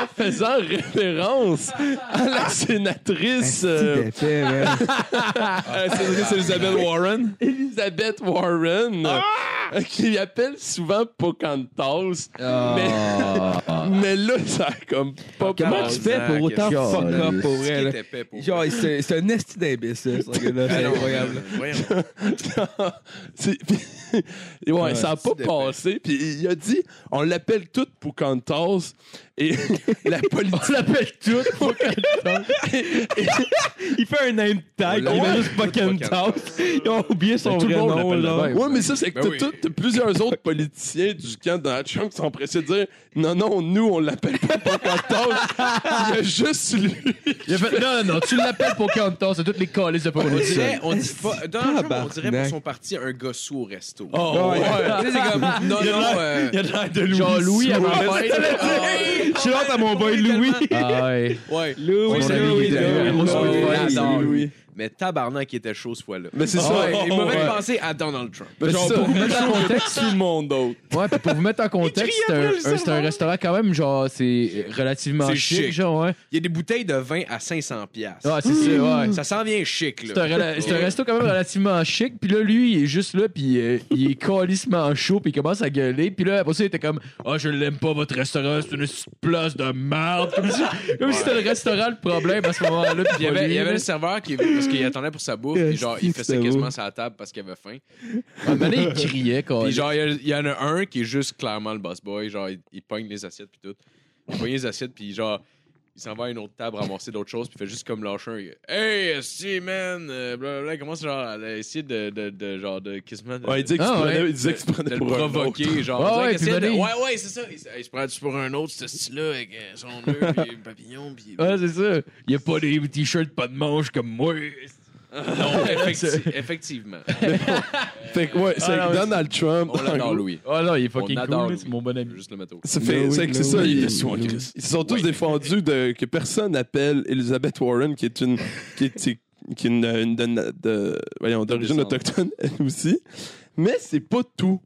D: en faisant référence à la sénatrice. euh,
E: Euh, c'est c'est Elizabeth Warren.
D: Elizabeth Warren,
B: Ah!
D: euh, qui appelle souvent Pocantos,
B: Ah.
D: mais [laughs] là, ça a comme pas
B: Comment tu
D: passé.
B: fais pour autant
C: Caliste.
B: fuck up pour
F: Ce qui
B: elle?
F: était épais pour
B: Genre, c'est c'est un esti d'imbécile, ce gars-là. C'est
F: Ah non,
B: incroyable.
F: euh, voyons.
D: [laughs] C'est- puis- et ouais,
B: Ouais,
D: ça a pas
F: c'est dépend.
D: passé. Puis il a dit, on l'appelle toute Pocantos [laughs] et la politique. on l'appelle toute Pocantos.
B: Il fait un name tag,
F: On
B: il met
F: l'appelle
B: juste fucking
F: Pocantos.
B: Toss. Ils ont oublié son
C: tout le
B: vrai
C: monde
B: nom,
C: l'appelle de
B: genre.
C: même.
D: Ouais, mais ça, c'est que
F: Ben
D: t'as
F: oui.
D: tout- t'as plusieurs autres politiciens du camp de Donald Trump qui sont pressés de dire non, non, nous, on l'appelle pas Pocantos. il y a juste lui.
C: Il a fait, non, non, non, tu l'appelles pour Compton, c'est toutes les calices de
F: On
C: politiciens.
F: dirait, on dit pas, Donald Trump, on dirait pour
B: Tabarnak.
F: son parti un gars sous au resto.
B: Oh, ouais.
F: Tu sais, c'est comme, non,
B: Il y a
F: non,
B: l'air-
F: euh, oh,
B: Il y a l'air de Louis.
C: Genre Louis avant la fête.
B: Je suis à mon boy Louis.
C: Ah ouais.
F: Ouais.
B: Louis,
C: Mon ami Louis, Louis,
B: Louis,
C: Louis,
B: Louis,
C: Louis,
B: j'adore
F: Louis.
B: Louis.
F: Mais tabarnak, il était chaud ce fois-là.
D: Mais c'est
F: Ah
D: ça.
F: ouais, et mauvaise
D: Ouais.
F: pensée à Donald Trump.
D: Ben,
C: Genre,
D: c'est ça.
C: pour vous mettre en contexte,
E: Tout le monde d'autre.
C: [laughs] ouais, puis pour vous mettre en contexte, c'est un, un- c'est un restaurant quand même, genre, c'est relativement
F: C'est
C: chic,
F: chic.
C: genre, ouais.
F: Il y a des bouteilles de vin à 500 piastres.
C: Ah, c'est ça, ouais.
F: Ça s'en vient chic, là.
C: C'est un, rela- c'est un resto quand même relativement chic. Puis là, lui, il est juste là, puis euh, il est calissement chaud, puis il commence à gueuler. Puis là, après ça, il était comme Ah, je l'aime pas, votre restaurant, c'est une petite place de merde. Comme si, comme si c'était le restaurant le problème à ce moment-là. Puis
F: Puis il y avait, il y avait le serveur qui parce qu'il attendait pour sa bouffe, puis genre, il
B: Est-ce que
F: faisait
B: ça
F: quasiment
B: vaut?
F: sa table parce qu'il avait faim.
C: un moment donné, il criait,
F: Puis
C: calisse.
F: genre, il y a- il y, en a un qui est juste clairement le boss boy, genre, il, il pogne les assiettes puis tout. Il pogne les assiettes puis genre, il s'en va à une autre table ramasser d'autres choses puis il fait juste comme lâcher un « Hey, si man! euh, Blablabla. » Il commence genre à essayer de, de, de- genre, de quasiment... de-
D: Ouais, il disait qu'il se
C: Ah,
D: prenait-
C: ouais.
D: il disait qu'il se
F: de
D: prenait
F: le
D: pour un autre.
F: provoquer, genre.
C: Ouais,
F: on dirait
C: ouais,
F: qu'il
C: puis
F: essaie de-
C: donner-
F: ouais, ouais, c'est ça. Il, se- il se prend-tu pour un autre, ce style-là, avec euh, son nœud,
D: [laughs]
F: puis le papillon, puis...
C: Ouais, c'est ça. Il y a pas des t-shirts, pas de manches comme moi.
F: Non, effecti- effectivement.
D: Fait que, ouais, c'est
C: Ah, non, mais-
D: Donald Trump.
F: On l'adore, Louis.
C: Oh non, il est
F: On
C: fucking
F: adore
C: cool,
F: lui.
C: c'est mon bon [laughs]
F: Je veux
C: ami.
F: Juste le mettre au-
D: Ça
B: Ben
D: fait,
B: oui,
D: c'est que c'est
B: ben
D: ça.
B: oui.
D: Ils,
B: Ben oui.
D: ils se sont tous défendus de, que personne n'appelle Elizabeth Warren, qui est une. qui est, qui est une, une de- de- voyons, d'origine
E: Descendante.
D: autochtone, [laughs] elle aussi. Mais c'est pas tout.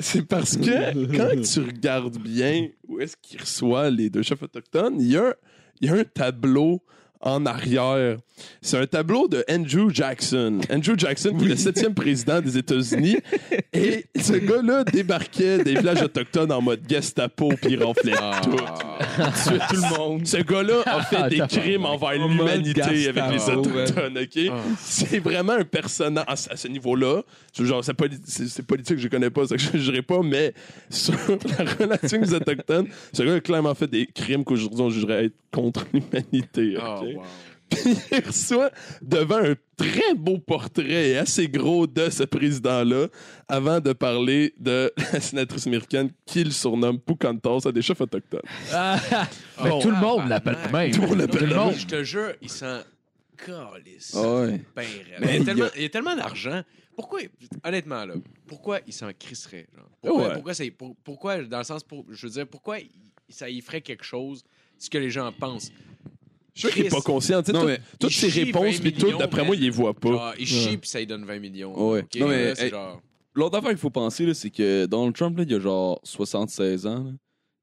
D: C'est parce que quand tu regardes bien où est-ce qu'il reçoit les deux chefs autochtones, il y a, il y a un tableau en arrière. C'est un tableau de Andrew Jackson. Andrew Jackson, qui est le septième président des États-Unis. Et ce gars-là débarquait des villages autochtones en mode Gestapo, puis il renflait tout. Il tuait tout le monde. Ce gars-là a fait des crimes envers
B: En mode
D: l'humanité avec les
B: Gestapo, ouais.
D: Autochtones, [laughs] OK? C'est vraiment un personnage à ce à ce niveau-là. C'est Genre, sa poli- c'est c'est politique, je connais pas, ça que je jugerai pas, mais sur la relation avec les Autochtones, ce gars a clairement fait des crimes qu'aujourd'hui on jugerait être contre l'humanité, OK?
F: Oh, wow.
D: Puis [laughs] il reçoit devant un très beau portrait et assez gros de ce président-là avant de parler de [laughs] la sénatrice américaine qu'il surnomme Poucantos à des chefs autochtones.
C: Mais
F: Oh,
C: Ben, tout le monde
F: tabarnak.
C: l'appelle de même.
D: Tout le monde
F: Tout
D: l'appelle
F: le
D: de
F: monde,
D: même.
F: je te jure, il s'en calisse.
C: Ah
B: Ouais.
F: Ben raide. il, y a tellement, il y a tellement d'argent. Pourquoi, honnêtement, là, pourquoi il s'en crisserait? genre?
C: Ah
F: Pourquoi,
D: Ouais.
F: pourquoi, ça y- pour- pourquoi, dans le sens, pour, je veux dire, pourquoi il- ça y ferait quelque chose, ce que les gens pensent?
D: Je suis sûr qu'il n'est
F: Chris.
D: pas conscient. Tu sais,
E: Non,
D: tout-
E: mais-
D: toutes ses
F: Il chie
D: réponses,
F: 20
D: puis tout,
F: millions,
D: d'après
F: mais-
D: moi, il les voit pas.
F: Genre, il chie puis ça lui donne 20 millions.
E: Ouais.
F: Ok,
E: Non, mais,
F: là, c'est
E: hey,
F: genre-
E: L'autre affaire qu'il faut penser, là, c'est que Donald Trump, là, il a genre 76 ans. là.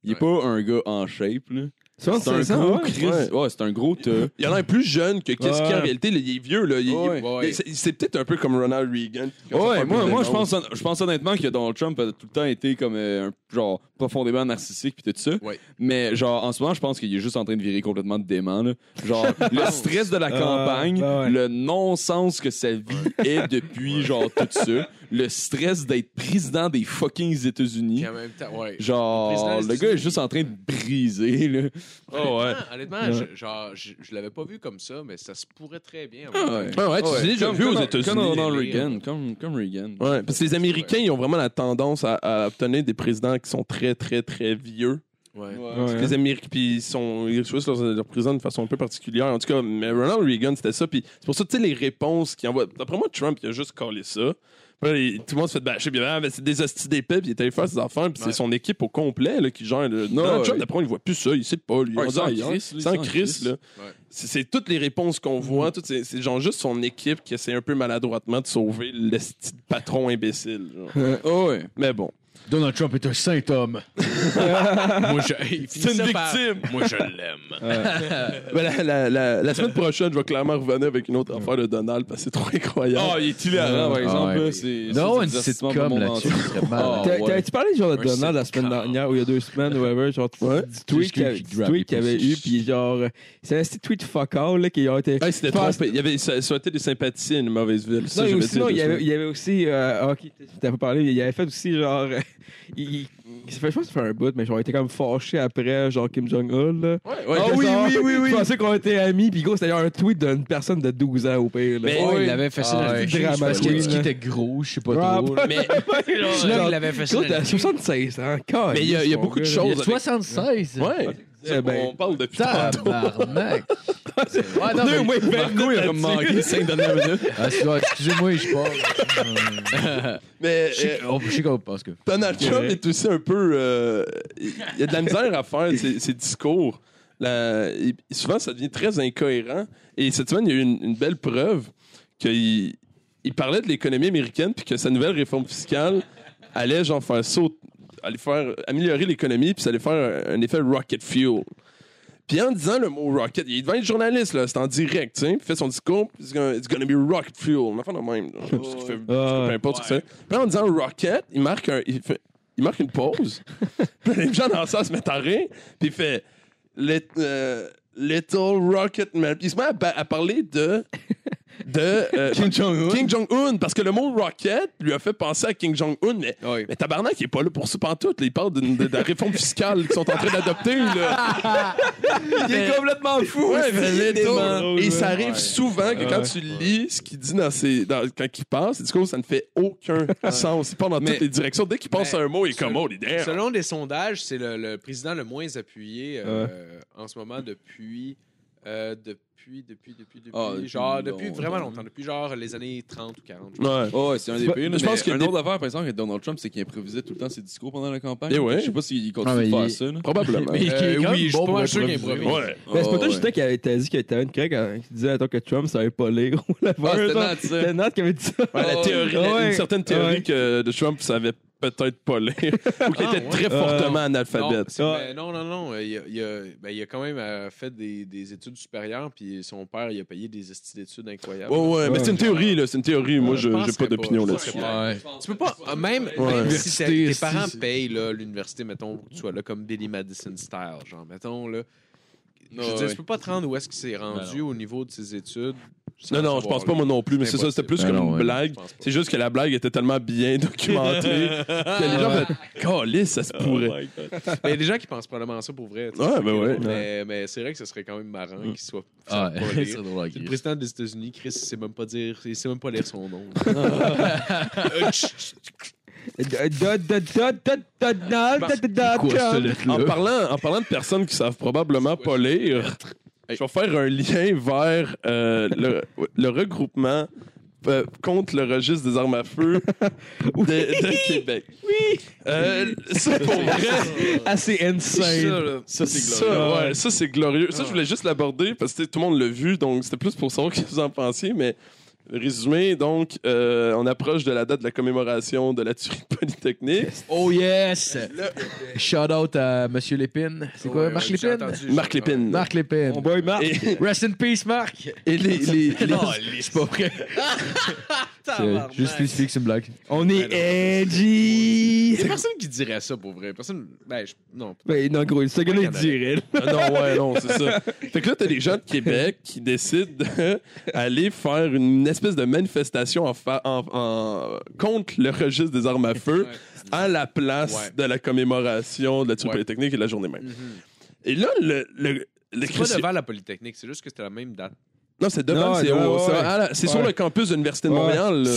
E: Il est
F: Ouais.
E: pas un gars en shape. là. C'est un
B: 65,
E: gros
B: ouais.
E: Chris. Ouais, c'est un gros te.
D: Il a l'air plus jeune que qu'est-ce qu'il est en
B: Ouais.
D: réalité. là, il est vieux. Là. Il- il-
E: Ouais.
F: Ouais.
D: il- c'est- C'est peut-être un peu comme Ronald Reagan.
E: Ouais, moi, moi je pense, hon- je pense honnêtement que Donald Trump a tout le temps été comme euh, un- genre profondément narcissique puis tout ça.
F: Ouais.
E: Mais genre en ce moment, je pense qu'il est juste en train de virer complètement dément là. Genre le stress de la
B: Ah,
E: campagne,
B: ben ouais.
E: le non-sens que sa vie est depuis genre tout ça, le stress d'être président des fucking États-Unis.
F: Puis en même temps, ouais.
E: Genre
F: Président des
E: le gars est
F: États-Unis.
E: juste en train de briser là. Oh ouais.
F: Honnêtement,
B: Ouais.
F: je, genre, je, je l'avais pas vu comme ça, mais ça se pourrait très bien.
E: ouais.
D: Ah ouais, tu
E: Ouais,
D: l'as déjà
E: comme-
D: vu aux
E: comme- Comme
D: États-Unis.
E: Ronald Reagan. Comme, comme Reagan.
D: Ouais, parce que les Américains, ils ont vraiment la tendance à, à obtenir des présidents qui sont très, très, très vieux.
F: Ouais.
B: Ouais,
D: Puis
B: hein.
D: Les Américains, puis ils, sont, ils choisissent leurs, leurs présidents de façon un peu particulière. En tout cas, mais Ronald Reagan, c'était ça. Puis c'est pour ça, tu sais, les réponses qu'il envoie. D'après moi, Trump, il a juste collé ça. Puis là, il- tout le monde se fait bâcher. Puis ah, mais c'est des hosties d'épais. Puis il est allé faire ses affaires. Puis
F: Ouais.
D: c'est son équipe au complet là, qui gère. le-
E: Non,
D: Donald Trump,
E: ouais.
D: d'après moi, il voit plus ça. Il sait pas, lui.
E: Ouais,
D: On
E: il
D: dit,
E: s'en
D: ah, il-
E: crisse, lui, il
D: Sans
E: s'en
D: Chris,
E: crisse.
D: là.
F: Ouais.
D: C'est- C'est toutes les réponses qu'on voit. toutes ces- C'est genre juste son équipe qui essaie un peu maladroitement de sauver le sti de patron imbécile. genre.
E: Oh ouais.
D: Mais bon.
C: Donald Trump est un saint homme.
F: Moi, je, il
D: C'est une
F: finissait par-
D: victime!
F: Moi, je l'aime.
D: Ben, la, la- la- la semaine prochaine, je vais clairement revenir avec une autre affaire de Donald parce que c'est trop incroyable.
E: Ah, il est hilarant, par
C: Ah,
E: exemple.
C: ouais.
E: là, c'est- ça,
C: Non,
E: c'est
C: une
E: des astuces pour le
C: sitcom
E: monde
C: là-dessus.
E: entier.
C: serait mal.
E: Ah,
B: T'as-
E: ouais.
B: T'as-tu parlé genre de
F: Un
B: Donald la semaine
F: sitcom.
B: dernière ou il y a deux semaines, whatever, genre tu
D: Ouais.
B: du tweet
C: Juste qu'il-
B: qu'il
C: qu'il
B: du
C: drape
B: tweet
C: les
B: qu'il avait eu,
C: pouces.
B: puis genre, euh, c'est un petit tweet fuck all, là, qui a été.
D: Ah, il s'était
B: Je pense-
D: trompé. Il y avait, ça, ça a été des sympathies à une mauvaise ville. Ça,
B: Non, et
D: j'avais
B: aussi,
D: dit
B: non, il, y
D: la
B: avait, il y avait aussi. Euh, ah, ok, tu t'as pas parlé, il avait fait aussi genre. euh, [laughs] il, il- ça fait, je pense que ça fait un bout, mais genre, il était comme fâché après, genre Kim Jong-un. là.
D: semaine.
B: Ah
D: Ouais,
B: oui,
D: genre-
B: oui, oui, oui. Je pensais qu'on était amis, puis gros, c'était un tweet d'une personne de 12 ans au pire. Là.
D: Mais-
F: Oh,
D: oui.
F: il l'avait fait ça
C: Ah,
F: dans
C: ouais.
F: le
B: Drama
F: cul, parce que-
B: queen,
C: Parce
B: là.
C: qu'il était gros, je sais pas
B: Ah,
C: trop. là.
D: Mais, [laughs]
F: C'est là qu'il l'avait fait ça.
B: Gros,
F: dans
B: t'as
F: le cul.
B: 76 ans, encore.
D: mais il y a, il y a beaucoup de
C: Il
D: choses.
C: a
D: avec-
C: 76.
D: Ouais.
B: Eh ben-
D: on parle depuis tantôt.
C: Tabarnak. Ouais, non, mais-
E: Marco, il a comme manqué les cinq dernières minutes.
C: Ah, c'est- ouais, Excusez-moi, je parle.
D: Mais
C: Je sais
D: euh,
C: qu'on- je sais qu'on pense que.
D: Donald Trump est aussi un peu. euh, il il y a de la misère à faire de ses, ses discours. La- il- souvent, ça devient très incohérent. Et cette semaine, il y a eu une, une belle preuve qu'il il parlait de l'économie américaine puis que sa nouvelle réforme fiscale allait genre faire saut, allait faire améliorer l'économie puis ça allait faire un effet rocket fuel. Puis en disant le mot rocket, il devient journaliste là, c'est en direct, tu sais, il fait son discours, puis it's gonna, it's gonna be rocket fuel, on fait le même. là. Parce qu'il fait-
B: Ah,
D: peu importe ce que c'est. Puis en disant Rocket, il marque, un- il fait- il marque une pause. puis les gens dans ça se mettent à rire. Puis il fait Lit- euh, Little Rocket Man. Puis il se met à, ba- à parler de. de euh, King Jong-un. Parce que le mot Rocket lui a fait penser à King Jong-un. Mais,
F: Ouais.
D: mais tabarnak, il est pas là pour ça pantoute. là. Il parle d'une- de, de la réforme fiscale qu'ils sont en train d'adopter. là.
B: il est complètement fou.
D: Ouais, mais les
B: il est
D: taux.
B: drôle,
D: Et
B: là.
D: ça arrive souvent que quand tu lis ce qu'il dit dans ses, dans- quand il passe, du coup, ça ne fait aucun sens. Il part dans
E: Mais-
D: toutes les directions. Dès qu'il pense
F: mais-
D: à un mot, il est comme, oh, les damn.
F: Selon des sondages, c'est le, le président le moins appuyé euh, en ce moment depuis. euh, depuis, depuis, depuis, depuis.
E: Ah, depuis
F: genre, depuis
E: longtemps.
F: vraiment longtemps. Depuis genre les années 30 ou 40. je
D: Ouais.
E: Oh, ouais, c'est un des
D: Je
E: pires.
D: pense
E: Je pense
D: qu'il y a
E: qu'une
D: des-
E: autre affaire, par exemple, avec Donald Trump, c'est qu'il improvisait tout le temps ses discours pendant la campagne.
D: Eh ouais.
E: Je sais pas s'il
C: Ah, mais
E: continue de
C: il-
E: faire ça. là.
D: Probablement.
C: Mais- qui est
F: Euh,
C: quand
F: oui,
C: même
F: je suis
C: bon
F: pas
C: pour
F: mal sûr qu'il
C: improviser.
F: improvise.
D: Ouais.
B: Mais c'est pas
E: Oh,
B: toi,
E: ouais.
B: je sais qu'il avait- t'as dit que t'avais une craque hein, qui disait attends, que Trump savait pas lire ou la
E: Ah, c'était
B: genre.
E: Nat, ça.
B: C'était Nat qui avait dit ça.
D: Ouais, la théorie, la-
B: Oh, Ouais.
D: une certaine théorie
B: Ouais.
D: que de Trump savait peut-être pas lire [laughs] ou qui
F: Ah,
D: était
F: ouais.
D: très fortement analphabète.
F: Non, c'est-
B: Ah.
F: ben, non, non, non. euh, Il a, il a- ben, il a quand même euh, fait des, des études supérieures, puis son père, il a payé des études d'études incroyables.
D: Ouais, Ah ouais, mais c'est une théorie, là. C'est une théorie. Moi,
F: Je
D: je j'ai
F: penserais
D: pas d'opinion
F: pas, je
D: là-dessus.
F: penserais Tu peux pas, euh, même, même si
C: Université,
F: c'est- tes
C: si,
F: parents
C: si.
F: payent là, l'université, mettons, pour que tu sois là, comme Billy Madison style, genre, mettons, là. Je
E: Ouais,
F: veux dire,
E: ouais.
F: tu peux pas te rendre où est-ce qu'il s'est rendu au niveau de ses études. sans
D: Non, non, je
F: savoir,
D: pense pas
F: là.
D: moi non plus, mais c'est
F: C'est
D: ça, c'était plus
C: impossible.
D: comme
C: Ben non,
D: une
C: ouais.
D: blague.
F: Je pense pas.
D: C'est juste que la blague était tellement [laughs] bien documentée que les gens [laughs] faisaient « Calisse, ça se pourrait
F: Mais Ben, il y a des gens qui pensent probablement ça pour vrai. tu
D: Ouais,
F: sais,
D: ben ouais. Mm.
F: Mais, mais c'est vrai que ce serait quand même marrant qu'il soit.
C: Ah,
F: qu'il soit
C: [laughs]
F: pas
C: c'est
F: lire.
C: drôle,
F: C'est le
C: ok.
F: président des États-Unis, Chris, il sait même pas dire, il sait même pas lire son [laughs] nom.
B: Da- da- da- da- da- da- da- da- da-
C: Quoi, cette
B: Trump.
C: lettre-là?
D: En parlant, en parlant de personnes qui savent probablement pas lire, je vais faire un lien vers euh, le, le regroupement euh, contre le registre des armes à [laughs] feu de, de Québec. Oui! ça, pour vrai,
B: Assez insane.
D: ça, ça, ouais, ça, c'est glorieux. Ça, je voulais juste l'aborder parce que tu sais, tout le monde l'a vu, donc c'était plus pour savoir [laughs] ce que vous en pensiez, mais résumé, donc, euh, on approche de la date de la commémoration de la tuerie polytechnique.
C: Oh yes! Shout out à Monsieur Lépine. C'est quoi,
F: Ouais,
C: Marc
F: ouais, j'ai
C: Lépine?
F: entendu, j'ai
D: Marc
F: entendu.
D: Lépine.
C: Marc Lépine.
B: Mon boy Marc.
D: Et-
C: [laughs] Rest in peace, Marc!
D: Et les, les-
B: [laughs]
D: les-
C: C'est pas vrai. C'est Juste spécifique, c'est une blague.
B: On est edgy.
F: Il y a personne qui dirait ça pour vrai. Personne. Ben, je- non.
B: Ben non, gros, ce gars-là, il dirait. là.
D: Ah non, ouais, non, c'est ça. [laughs] Fait que là, t'as des gens de Québec qui décident d'aller faire une espèce de manifestation en fa- en- en- contre le registre des armes à feu à la place
F: Ouais.
D: de la commémoration de la tuerie
F: Ouais. Mm-hmm.
D: polytechnique et de la journée même. Et là, le. le, le
F: C'est pas
D: Christi-
F: devant la Polytechnique, c'est juste que c'était la même date.
D: Non, c'est devant,
B: Non,
D: c'est
B: ouais,
D: au-
B: ouais,
D: c'est
B: ouais.
D: à la- c'est sur
B: Ouais.
D: le campus de l'Université de
B: Ouais.
D: Montréal. là.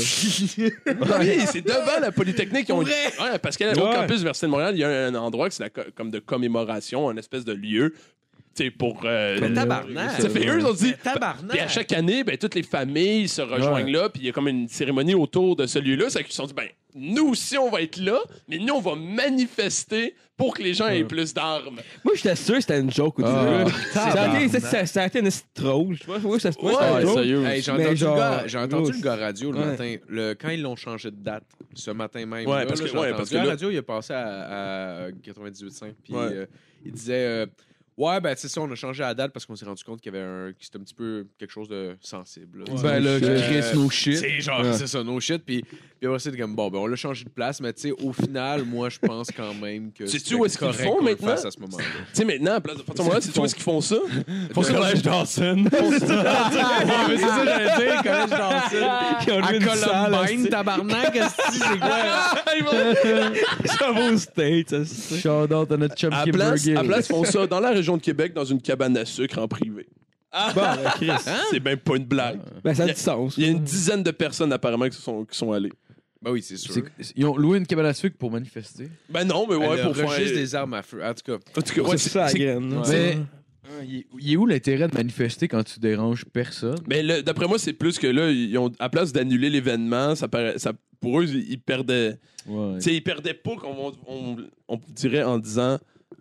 D: oui, c'est devant la Polytechnique. ils ont- Ouais, parce qu'au
B: Ouais.
D: campus de l'Université de Montréal, il y a un endroit que c'est la co- comme de commémoration, un espèce de lieu. tu sais, pour. euh,
F: Mais
D: le-
F: tabarnak!
D: Ça fait eux, ils ont dit.
F: Mais tabarnak!
D: Puis à chaque année, ben, toutes les familles se rejoignent là, puis il y a comme une cérémonie autour de ce lieu-là. C'est qu'ils se sont dit, ben, nous aussi, on va être là, mais nous, on va manifester pour que les gens aient plus d'armes.
B: Moi, j'étais sûr que c'était une joke au début.
C: Ah.
B: là. ça, a été, ça, ça- ça a été une petite troll. Je sais pas, moi, ça se
D: Ouais,
E: sérieux.
F: Hey, j'ai
B: Mais
F: entendu,
B: genre-
F: le gars- j'ai entendu
B: Ouh.
F: le gars radio le
B: Ouais.
F: matin, le, quand ils l'ont changé de date, ce matin même.
D: Ouais,
F: là,
D: parce
F: là,
D: que- ouais,
F: j'ai entendu.
D: parce que
F: La
D: là-
F: radio, il est passé à, à 98.5, puis
D: Ouais.
F: euh, il disait euh, Ouais, ben, tu sais ça, on a changé la date parce qu'on s'est rendu compte qu'il y avait un. que c'était un petit peu quelque chose de sensible. là.
C: Ben là,
F: Euh,
C: Chris, no shit.
F: C'est genre,
B: Ouais.
F: c'est ça, no shit. Puis, puis après, c'est comme, bon, ben, on l'a changé de place, mais tu sais, au final, moi, je pense quand même que.
D: Sais-tu
F: c'était
D: où est-ce qu'ils le
F: correct
D: font
F: qu'on le
D: maintenant?
F: fasse à ce moment-là.
D: Tu sais, maintenant, à place de partir de Montréal, c'est toi ce qu'ils font ça.
F: Faut se
D: collège Dawson.
F: mais c'est ça, j'allais dire, collège
B: Ils ont levé une salle,
F: À Columbine,
B: c'est-
F: tabarnak, est-ce que c'est quoi?
B: Ça va au state, ça. c'est-
C: Shout out à notre chum
D: À
C: Kim
D: place,
C: Burger.
D: à place, ils font ça dans la région de Québec, dans une cabane à sucre en privé.
B: Bon, ben, Chris.
D: C'est même pas une blague.
B: Ben, ça a du sens.
D: Il y a une dizaine de personnes apparemment qui sont, qui sont allées.
F: Ben oui, c'est sûr.
C: C'est- Ils ont loué une cabane à sucre pour manifester.
D: Ben non, mais ouais,
F: le
D: pour faire.
F: registre des armes à feu. En tout cas,
D: En tout cas, ouais,
B: c'est
D: c'est-
B: ça, la
D: c'est-
B: graine. là.
C: Mais Ah, il il est où l'intérêt de manifester quand tu déranges personne?
D: Mais le- d'après moi, c'est plus que là, ils ont, à place d'annuler l'événement, ça paraît- ça, pour eux, ils ils perdaient.
C: Ouais.
D: Tu sais, ils perdaient pas qu'on on, on dirait en disant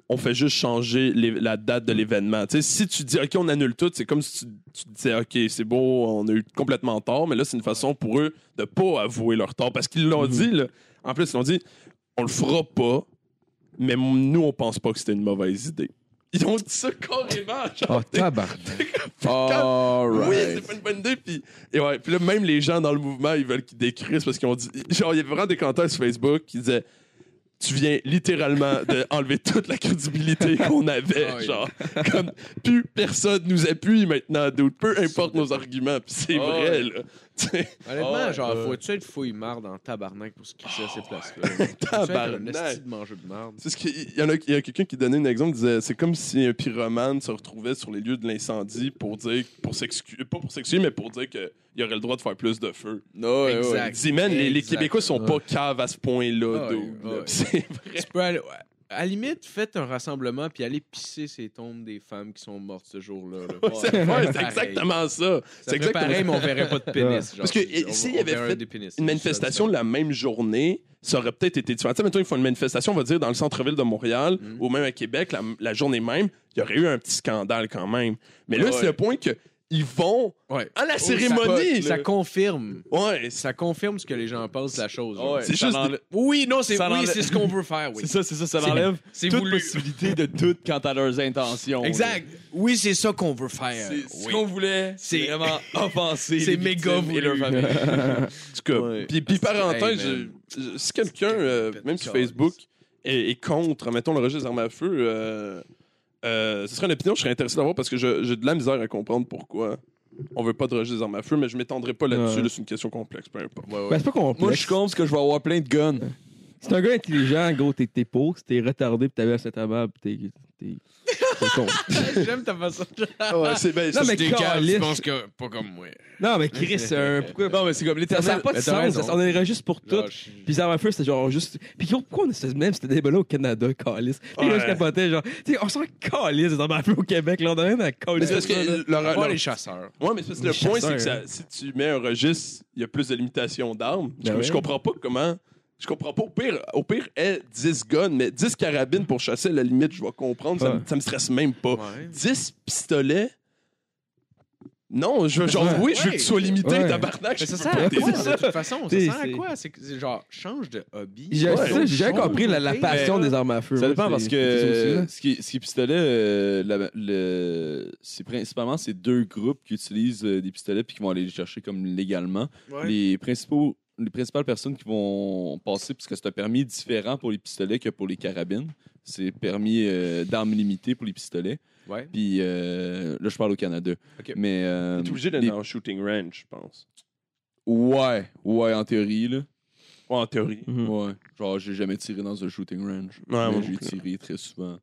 D: on fait juste changer les- la date de l'événement. Tu sais, si tu dis OK, on annule tout, c'est comme si tu, tu disais OK, c'est beau, on a eu complètement tort, mais là, c'est une façon pour eux de pas avouer leur tort parce qu'ils l'ont dit. là. En plus, ils ont dit on le fera pas, mais m- nous, on pense pas que c'était une mauvaise idée. Ils ont dit ça carrément. genre,
C: Oh, tabarnak.
D: Oh,
F: Ah.
D: oui, c'est pas une bonne idée. Puis, et ouais, puis là, même les gens dans le mouvement, ils veulent qu'ils décrissent parce qu'ils ont dit. Genre, il y avait vraiment des commentaires sur Facebook qui disaient Tu viens littéralement de
F: [laughs]
D: enlever toute la crédibilité qu'on avait.
F: Ah oui.
D: Genre, comme plus personne nous appuie maintenant, dude. Peu importe nos arguments. Puis c'est
E: Ah
D: vrai,
E: oui.
D: là. [laughs] Tu sais,
F: honnêtement,
E: ouais,
F: genre,
E: ouais.
F: faut-tu être fouille marde en tabarnak pour se crisser à ces places-là? Faut-tu être
D: Tabarnak.
F: un esti de manger de marde.
D: C'est ce qu'il il y en a, il y a quelqu'un qui donnait un exemple, qui disait c'est comme si un pyromane se retrouvait sur les lieux de l'incendie pour dire, pour s'excuser, pas pour s'excuser, mais pour dire qu'il aurait le droit de faire plus de feu. Non,
F: ouais, ouais.
D: Dis, man, les, les
F: Exact.
D: Québécos sont pas caves à ce point-là,
F: Ah, ouais,
D: dude.
F: ouais.
D: Puis [laughs] c'est-
F: Tu peux aller. ouais. À la limite, faites un rassemblement puis allez pisser ces tombes des femmes qui sont mortes ce jour-là. là.
D: ouais, c'est
F: Pareil.
D: c'est exactement ça.
F: Ça
D: C'est
F: ferait
D: exactement
F: pareil, mais on verrait pas de pénis. genre.
D: Parce que,
F: On-
D: et, s'il
F: on
D: avait
F: verrait
D: fait
F: des pénis.
D: Une manifestation la même journée, ça aurait peut-être été différent. Tu sais, mettons, ils font une manifestation, on va dire, dans le centre-ville de Montréal
F: Mm.
D: ou même à Québec, la, la journée même, il y aurait eu un petit scandale quand même. Mais là,
E: Ah ouais.
D: c'est le point que ils vont
F: Ouais.
D: à la
F: Oh, ça-
D: cérémonie.
F: Ça confirme.
D: Ouais, c'est-
F: Ça confirme ce que les gens pensent de la chose. genre.
E: Ouais,
D: c'est
E: ça
D: juste
E: l'enlève-
F: Oui, non, c'est
E: Ça
F: oui,
E: l'enlève-
F: c'est ce qu'on veut faire, oui.
E: C'est ça, c'est ça, ça l'enlève
F: C'est
E: toute
F: voulu.
E: possibilité de doute quant à leurs intentions.
F: Exact. Oui, c'est ça qu'on veut faire.
E: C'est ce
F: oui.
E: qu'on voulait, c'est
F: C'est- [laughs]
E: vraiment offenser
F: C'est
E: les
F: méga
E: victimes et leur
F: voulu.
E: famille.
D: en tout cas.
E: Ouais.
D: Puis, puis parenthèse,
F: Hey, man.
D: je- je- si quelqu'un, euh,
F: Pète
D: même sur
F: calice.
D: Facebook, est, est contre, mettons, le registre des armes à feu, euh, euh, ce serait une opinion que je serais intéressé d'avoir parce que je- j'ai de la misère à comprendre pourquoi on veut pas de registre des armes à feu, mais je m'étendrai pas là-dessus.
B: Ouais.
D: là, c'est une question complexe, peu importe.
F: Ouais, ouais.
B: Ben, c'est pas
E: Moi, je
B: complexe.
E: suis con parce que je vais avoir plein de guns.
B: C'est un gars intelligent, gros, t'es, t'es pauvre, t'es retardé, pis t'avais assez tabac, pis t'es, t'es, t'es con.
F: J'aime ta façon.
D: ouais, c'est ben,
B: Non,
D: ça,
B: mais
D: c'est-
B: caliste.
F: Je pense que pas comme moi.
B: Non, mais Chris, c'est un. Pourquoi?
E: Non, mais c'est comme
B: Ça
E: l'éternel.
B: n'a pas de
F: mais t'as
B: sens,
F: raison.
B: ça- on est juste pour tout.
F: Genre, je-
B: Puis ça m'a fait, c'était genre juste. Puis gros, pourquoi on a ce même ce débat-là au Canada, calice? Les
D: Ouais.
B: gens se capotaient, genre, tu sais, on sent calice, ça m'a fait au Québec, là, on a même à
D: Mais
B: calice.
D: c'est parce que le-
F: On va
D: leur-
F: voir
D: leur-
F: les chasseurs.
D: Ouais, mais c'est parce que
B: Les
D: le point, c'est que
B: chasseurs,
D: ça- si tu mets un registre, il y a plus de limitations d'armes. Je-
B: Ben
D: je,
B: ouais.
D: comprends pas comment. Je comprends pas. Au pire, au pire est 10 guns, mais 10 carabines pour chasser, à la limite, je vais comprendre. Ça, me-
B: Ouais.
D: ça me stresse même pas.
B: Oh.
F: Ouais.
D: 10 pistolets. Non, je veux genre, oui, je veux que tu sois limité,
B: Ouais.
D: tabarnak. je
F: Mais ça
D: peux
F: sert
D: pas
F: à
D: t'aider.
F: quoi, de toute façon? Ça
B: T'sais,
F: sert à
B: c'est-
F: quoi? C'est que- c'est genre, change de hobby.
B: J'ai,
D: Ouais.
B: ça, j'ai jamais
F: Chose,
B: compris la, la
F: ok.
B: passion des armes à feu.
E: Ça
B: moi,
E: dépend
B: c'est-
E: parce que
B: c'est ça aussi, là.
E: euh, ce qui, ce qui est pistolet, euh, la- le- c'est principalement ces deux groupes qui utilisent euh, des pistolets puis qui vont aller les chercher comme légalement.
F: Ouais.
E: Les principaux les principales personnes qui vont passer, puisque c'est un permis différent pour les pistolets que pour les carabines, c'est permis euh, d'armes limitées pour les pistolets.
F: Ouais.
E: Puis euh, là, je parle au Canada.
F: Ok.
E: Mais euh,
D: T'es obligé
E: les-
D: d'être en shooting range, je pense.
E: ouais, ouais, en théorie là.
D: Ouais, en théorie.
B: Mhm.
E: Ouais. Genre, j'ai jamais tiré dans un shooting range.
D: moi
E: mais
D: non
E: j'ai
D: plus.
E: tiré très souvent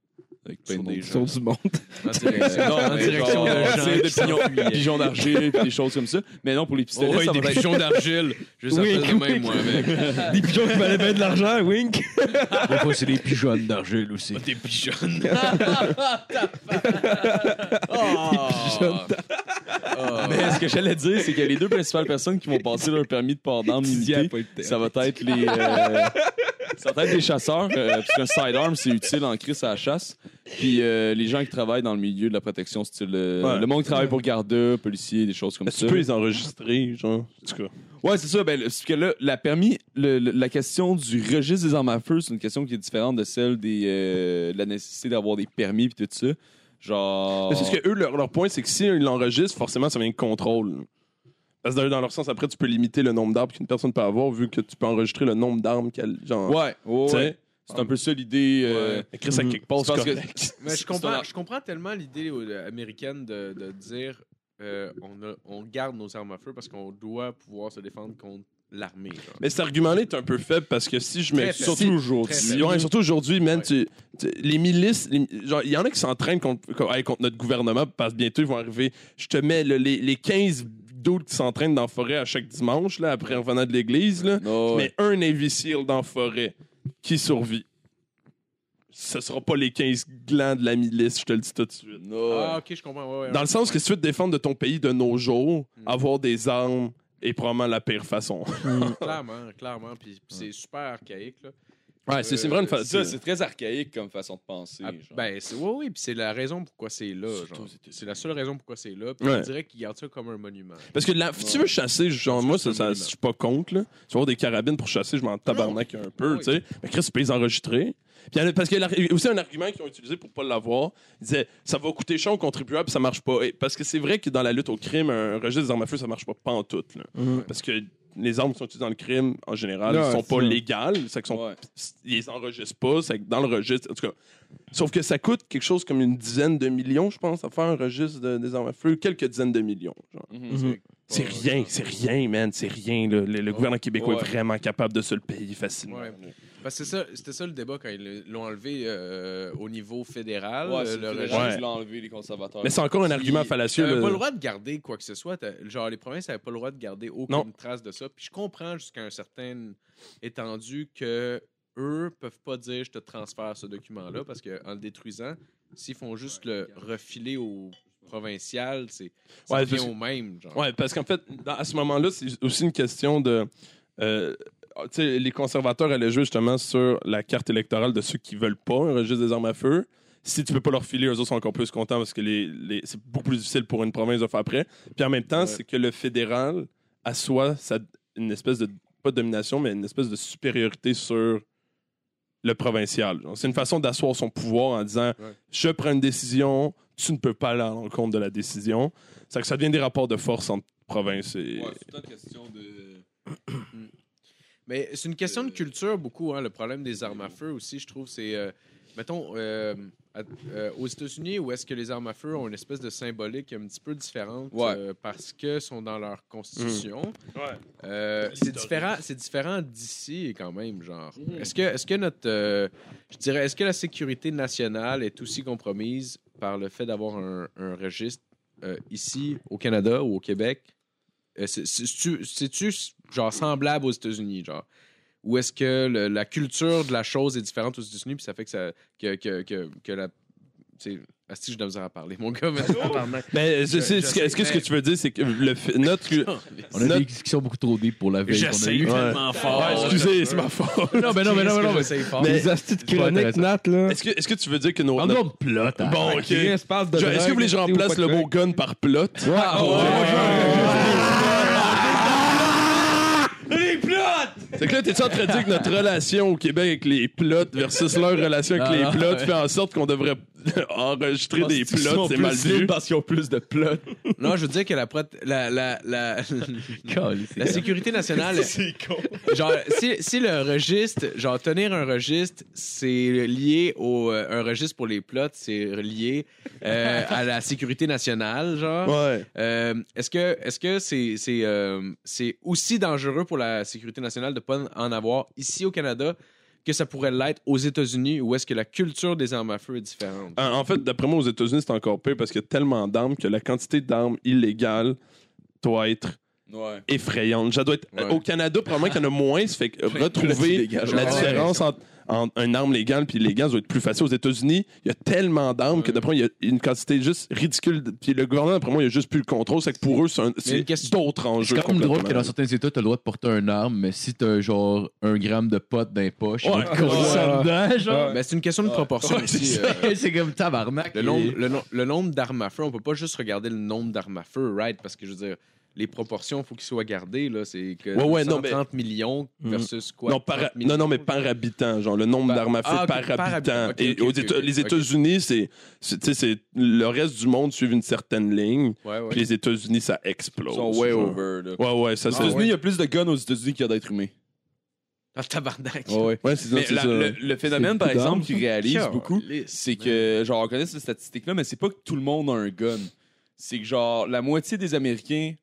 E: Avec plein
B: Sur
E: des
B: notre-
E: gens.
B: sur du monde.
D: [laughs]
F: En direction,
E: Non,
F: en direction de
E: genre, tu sais,
F: gens.
E: de pigeons, pigeons d'argile, puis des choses comme ça. Mais non, pour les pistolets,
F: Oui,
E: ça
F: Oh, des
E: va être-
F: pigeons d'argile. Je
B: Oui,
F: s'appelle de
B: oui.
F: même, moi, avec.
B: [laughs]
D: Ah.
B: Des pigeons qui valaient bien de l'argent, wink.
C: Des fois, c'est des pigeonnes d'argile aussi.
F: Des pigeons. Ah.
B: Ah.
E: Mais ce que j'allais dire, c'est que les deux principales personnes qui vont passer leur permis de port d'armes limité, ça va être les. euh, ça va être les chasseurs, euh, parce qu'un sidearm, c'est utile en crise à la chasse. Puis euh, les gens qui travaillent dans le milieu de la protection, style. euh,
D: Ouais.
E: Le monde qui travaille pour garde, policiers, des choses comme
D: Est-ce
E: ça.
D: que tu peux les enregistrer, genre? En tout cas.
E: Ouais, c'est ça. Ben, le- parce que là, la permis, le- le- la question du registre des armes à feu, c'est une question qui est différente de celle des, euh, de la nécessité d'avoir des permis puis tout ça. Genre.
D: Mais C'est ce que eux, leur, leur point, c'est que si ils l'enregistrent, forcément, ça vient de contrôle. Parce que dans- dans leur sens, après, tu peux limiter le nombre d'armes qu'une personne peut avoir, vu que tu peux enregistrer le nombre d'armes qu'elle. Genre,
E: Ouais, ouais,
D: Tu
E: ouais.
D: sais?
E: C'est un peu ça l'idée. euh,
D: Écris ça
B: Mhm.
D: quelque part,
E: Je pense que-
D: [laughs]
F: Mais je
E: c'est
F: comprends,
E: un-
F: je comprends tellement l'idée euh, américaine de, de dire euh, on, a- on garde nos armes à feu parce qu'on doit pouvoir se défendre contre l'armée. genre.
D: Mais cet argument-là est un peu faible parce que si je mets.
F: Très faible.
D: Surtout
F: Très
D: aujourd'hui.
F: faible.
D: Ouais, surtout aujourd'hui, man,
F: Ouais.
D: tu- tu- les milices. les- genre, il y en a qui s'entraînent contre, co- hey, contre notre gouvernement parce que bientôt ils vont arriver. Je te mets là, les, les 15 d'autres qui s'entraînent dans la forêt à chaque dimanche, là, après en venant de l'église, là.
E: Non, ouais.
D: mais un imbécile dans la forêt qui survit, ce sera pas les 15 glands de la milice, je te le dis tout de suite.
E: Non, ouais.
F: Ah, ok, je comprends. ouais, ouais,
D: Dans
F: ouais.
D: le sens que si tu veux te défendre de ton pays de nos jours,
F: Mm.
D: avoir des armes est probablement la pire façon.
F: Clairement, clairement. Puis puis c'est super archaïque. Là.
D: Ouais,
F: c'est- c'est
D: vraiment
F: une fa-
E: Ça, c'est très archaïque comme façon de penser.
F: Ah,
E: genre.
F: ben, c'est, oui, oui, puis c'est la raison pourquoi c'est là.
E: Surtout
F: genre.
E: aux États-Unis.
F: C'est la seule raison pourquoi c'est là. Puis
D: Ouais.
F: on dirait qu'ils gardent ça comme un monument.
D: Parce que la- si tu veux chasser, genre, moi, ça, ça-
F: Absolument.
D: je suis pas contre. Là. Tu vas avoir des carabines pour chasser, je m'en tabarnak un peu,
F: Oui.
D: tu sais. Mais Chris, tu peux les enregistrer. Puis, il y en a- parce que la- il y a aussi un argument qu'ils ont utilisé pour pas l'avoir, ils disaient ça va coûter cher aux contribuables, ça marche pas. Et parce que c'est vrai que dans la lutte au crime, un registre des armes à feu, ça marche pas, pas en tout. Là. Parce que les armes qui sont utilisées dans le crime, en général,
B: Ouais,
D: sont
B: c'est
D: pas
B: ça.
D: légales. C'est que sont,
E: Ouais.
D: Ils les enregistrent pas. C'est que dans le registre. En tout cas. Sauf que ça coûte quelque chose comme une dizaine de millions, je pense, à faire un registre de- des armes à feu. Quelques dizaines de millions. genre.
E: Mhm.
D: C'est
F: Ouais,
D: rien,
F: ouais.
D: c'est rien, man. C'est rien. là. Le, le gouvernement québécois
E: Ouais.
D: est vraiment capable de se le payer facilement.
F: Ouais. Parce que c'est ça, c'était ça le débat quand ils l'ont enlevé euh, au niveau fédéral.
E: Ouais,
F: euh,
E: c'est le
F: le
E: régime
F: registre.
E: qui l'a enlevé, les conservateurs.
D: Mais c'est encore un argument
F: Puis, euh,
D: fallacieux.
F: T'avais
D: là.
F: pas le droit de garder quoi que ce soit. T'as- Genre, les provinces n'avaient pas le droit de garder aucune
D: Non.
F: trace de ça. Puis je comprends jusqu'à un certain étendu que eux peuvent pas dire je te transfère ce document-là parce qu'en le détruisant, s'ils font juste le refiler au provincial, c'est ça
D: Ouais,
F: revient
D: parce que-
F: au même. Genre.
D: Ouais, parce qu'en fait, dans- à ce moment-là, c'est aussi une question de. euh, tu sais, les conservateurs allaient jouer justement sur la carte électorale de ceux qui veulent pas un registre des armes à feu. Si tu peux pas leur filer, eux autres sont encore plus contents parce que les, les- c'est beaucoup plus difficile pour une province de faire après. Puis en même temps,
E: Ouais.
D: c'est que le fédéral assoit sa- une espèce de. pas de domination, mais une espèce de supériorité sur le provincial. Genre, C'est une façon d'asseoir son pouvoir en disant
F: Ouais.
D: je prends une décision, tu ne peux pas aller à l'encontre de la décision. C'est que ça devient des rapports de force entre provinces et.
E: Ouais, c'est une question de.
F: Mais c'est une question de
E: Euh,
F: culture beaucoup, hein, le problème des armes à feu aussi, je trouve, c'est, euh, mettons, euh, à- euh, aux États-Unis, où est-ce que les armes à feu ont une espèce de symbolique un petit peu différente
E: Ouais.
F: euh, parce que sont dans leur constitution.
D: Ouais.
F: Euh, c'est différent, c'est différent d'ici quand même, genre. Est-ce que, est-ce que notre, euh, je dirais, est-ce que la sécurité nationale est aussi compromise par le fait d'avoir un, un registre euh, ici au Canada ou au Québec Euh, c'est- c'est- C'est-tu c'est-tu, genre semblable aux États-Unis, genre? Ou est-ce que le- la culture de la chose est différente aux États-Unis, puis ça fait que ça, que, que, que, que la, c'est, Asti, j'ai de la misère à parler, mon gars. mais-
D: Mais c'est- c'est-
F: Je- je
D: est-ce que- est-ce que ce que
F: sais,
D: tu veux dire, c'est que le fait- notre.
C: On a
D: notre-
C: des discussions beaucoup trop deep pour la veille qu'on a
E: J'essaye
C: eue.
E: tellement fort.
D: Ouais, excusez, c'est ma faute.
C: Non, mais non, mais non, mais non, mais
F: J'essaye fort.
B: Les astuces
C: C'est pas
B: chroniques,
C: intéressant.
B: Nat, là.
D: Est-ce que, est-ce que tu veux dire que nos.
C: Parle-nous de plot. hein.
D: Bon, ok.
B: Rien se passe de
D: Je- Est-ce que vous voulez que je
B: drogue,
D: remplace
B: ou pas
D: le
B: de
D: mot gun par plot?
B: drogue? Ouais, oh,
D: C'est que là, t'es-tu en train de dire que notre relation au Québec avec les plots versus leur relation avec
C: Ah,
D: les
C: non,
D: plots
C: ouais.
D: fait en sorte qu'on devrait [laughs] enregistrer des plots, c'est mal vu.
E: parce qu'ils ont plus de plots.
F: Non, je veux dire que la prot- la, la, la,
C: [laughs] Calme, c'est-
F: la sécurité nationale. Genre, si, si le registre, genre tenir un registre, c'est lié au euh, un registre pour les plots, c'est lié euh, à la sécurité nationale, genre.
D: Ouais.
F: Euh, est-ce que est-ce que c'est c'est euh, c'est aussi dangereux pour la sécurité nationale de pas en avoir ici au Canada que ça pourrait l'être aux États-Unis où est-ce que la culture des armes à feu est différente.
D: En en fait, d'après moi, aux États-Unis, c'est encore pire parce qu'il y a tellement d'armes que la quantité d'armes illégales doit être
E: Ouais.
D: effrayante. Ça doit être
E: Ouais.
D: au Canada probablement qu'il y en a moins, ça fait
E: [laughs]
D: que retrouver
E: d'illégales.
D: la
E: Ouais.
D: différence entre entre une arme légale puis illégale, ça doit être plus facile. Aux États-Unis, il y a tellement d'armes que d'après moi, il y a une quantité juste ridicule. de- Puis le gouvernement, d'après moi, il y a juste plus le contrôle. C'est que pour eux, c'est un- c'est
F: question-
D: d'autres enjeux.
C: C'est quand même drôle que
D: complètement.
C: dans certains États, t'as le droit de porter une arme, mais si t'as genre un gramme de pote dans les poches, on te colle
F: ouais.
C: ça dedans, genre.
F: Mais Ben, c'est une question de proportion aussi.
C: [laughs]
F: euh,
C: c'est comme tabarnak.
F: Le nombre, le, no- le nombre d'armes à feu, on peut pas juste regarder le nombre d'armes à feu, right? Parce que je veux dire, les proportions, faut qu'ils soient gardés. Là, c'est que
D: Ouais, ouais, non,
F: 130 millions versus quoi?
D: non, par-
F: 30
D: non, non, mais
F: millions?
D: par habitant, genre le nombre
F: Par-
D: d'armes à feu
F: Ah, ok,
D: par,
F: par
D: habitant.
F: habitant. Ok,
D: Et
F: ok,
D: aux
F: ok,
D: Éta-
F: ok,
D: les
F: ok.
D: États-Unis, c'est- c'est tu sais, c'est- le reste du monde suit une certaine ligne.
F: Ouais, ouais.
D: Puis les États-Unis, ça
E: Ils
D: explose.
E: sont way
D: genre.
E: over, Ah, là.
D: Ouais, Ah ouais, ça
E: Aux
D: c'est-
E: États-Unis, il y a plus de guns aux États-Unis qu'il y a d'êtres humains.
F: Ah, tabarnak.
E: ouais.
D: Ouais, c'est ça,
E: Mais
D: c'est
E: la-
D: ça.
E: le, le phénomène, par exemple, qui réalise
F: Caliste.
E: beaucoup, c'est que, genre, on connaît cette statistique-là, mais c'est pas que tout le monde a un gun. C'est que, genre, la moitié des Américains,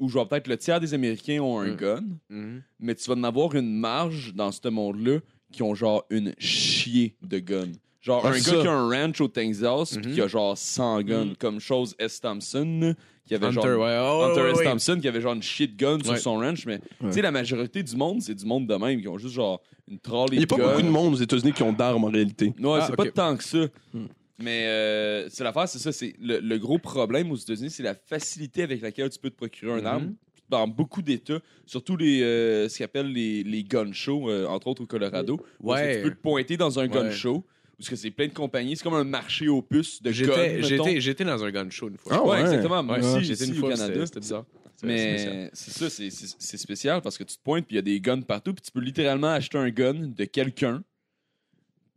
E: ou genre peut-être le tiers des Américains ont un
F: Mm.
E: gun,
F: Mhm.
E: mais tu vas en avoir une marge dans ce monde-là qui ont, genre, une chier de guns. Genre,
D: Ouais,
E: un gars
D: c'est ça.
E: qui a un ranch au Texas, puis
F: Mhm.
E: qui a, genre, 100 guns, comme chose S. Thompson, qui avait,
F: Mm. Hunter,
E: genre,
F: ouais. Oh,
E: Hunter
F: ouais,
E: S.
F: ouais.
E: Thompson qui avait genre une shit gun sur
F: Ouais.
E: son ranch, mais tu sais, la majorité du monde, c'est du monde de même qui ont juste genre une trolley
D: Il n'y a pas beaucoup de monde aux États-Unis qui ont d'armes en réalité.
E: Non,
F: Ah,
E: c'est
F: ok.
E: pas tant que ça.
B: Hmm.
E: Mais euh, c'est l'affaire, c'est ça. c'est le, le gros problème aux États-Unis, c'est la facilité avec laquelle tu peux te procurer
F: Hmm.
E: une arme. Dans beaucoup d'États, surtout les, euh, ce qu'ils appellent les, les gun shows, euh, entre autres au Colorado, où est-ce que
F: Ouais.
E: tu peux te pointer dans un gun
F: Ouais.
E: show, parce que c'est plein de compagnies, c'est comme un marché aux puces de
F: J'étais,
E: guns, mettons.
F: j'étais, j'étais dans un gun show une fois.
D: Ah
E: ouais,
D: ouais.
E: exactement. Moi
F: Ouais,
E: aussi,
F: j'étais
E: ici,
F: une fois,
E: au Canada.
F: c'était, c'était bizarre. C'était- c'était
E: Mais c'est ça, c'est- c'est c'est spécial parce que tu te pointes puis il y a des guns partout puis tu peux littéralement acheter un gun de quelqu'un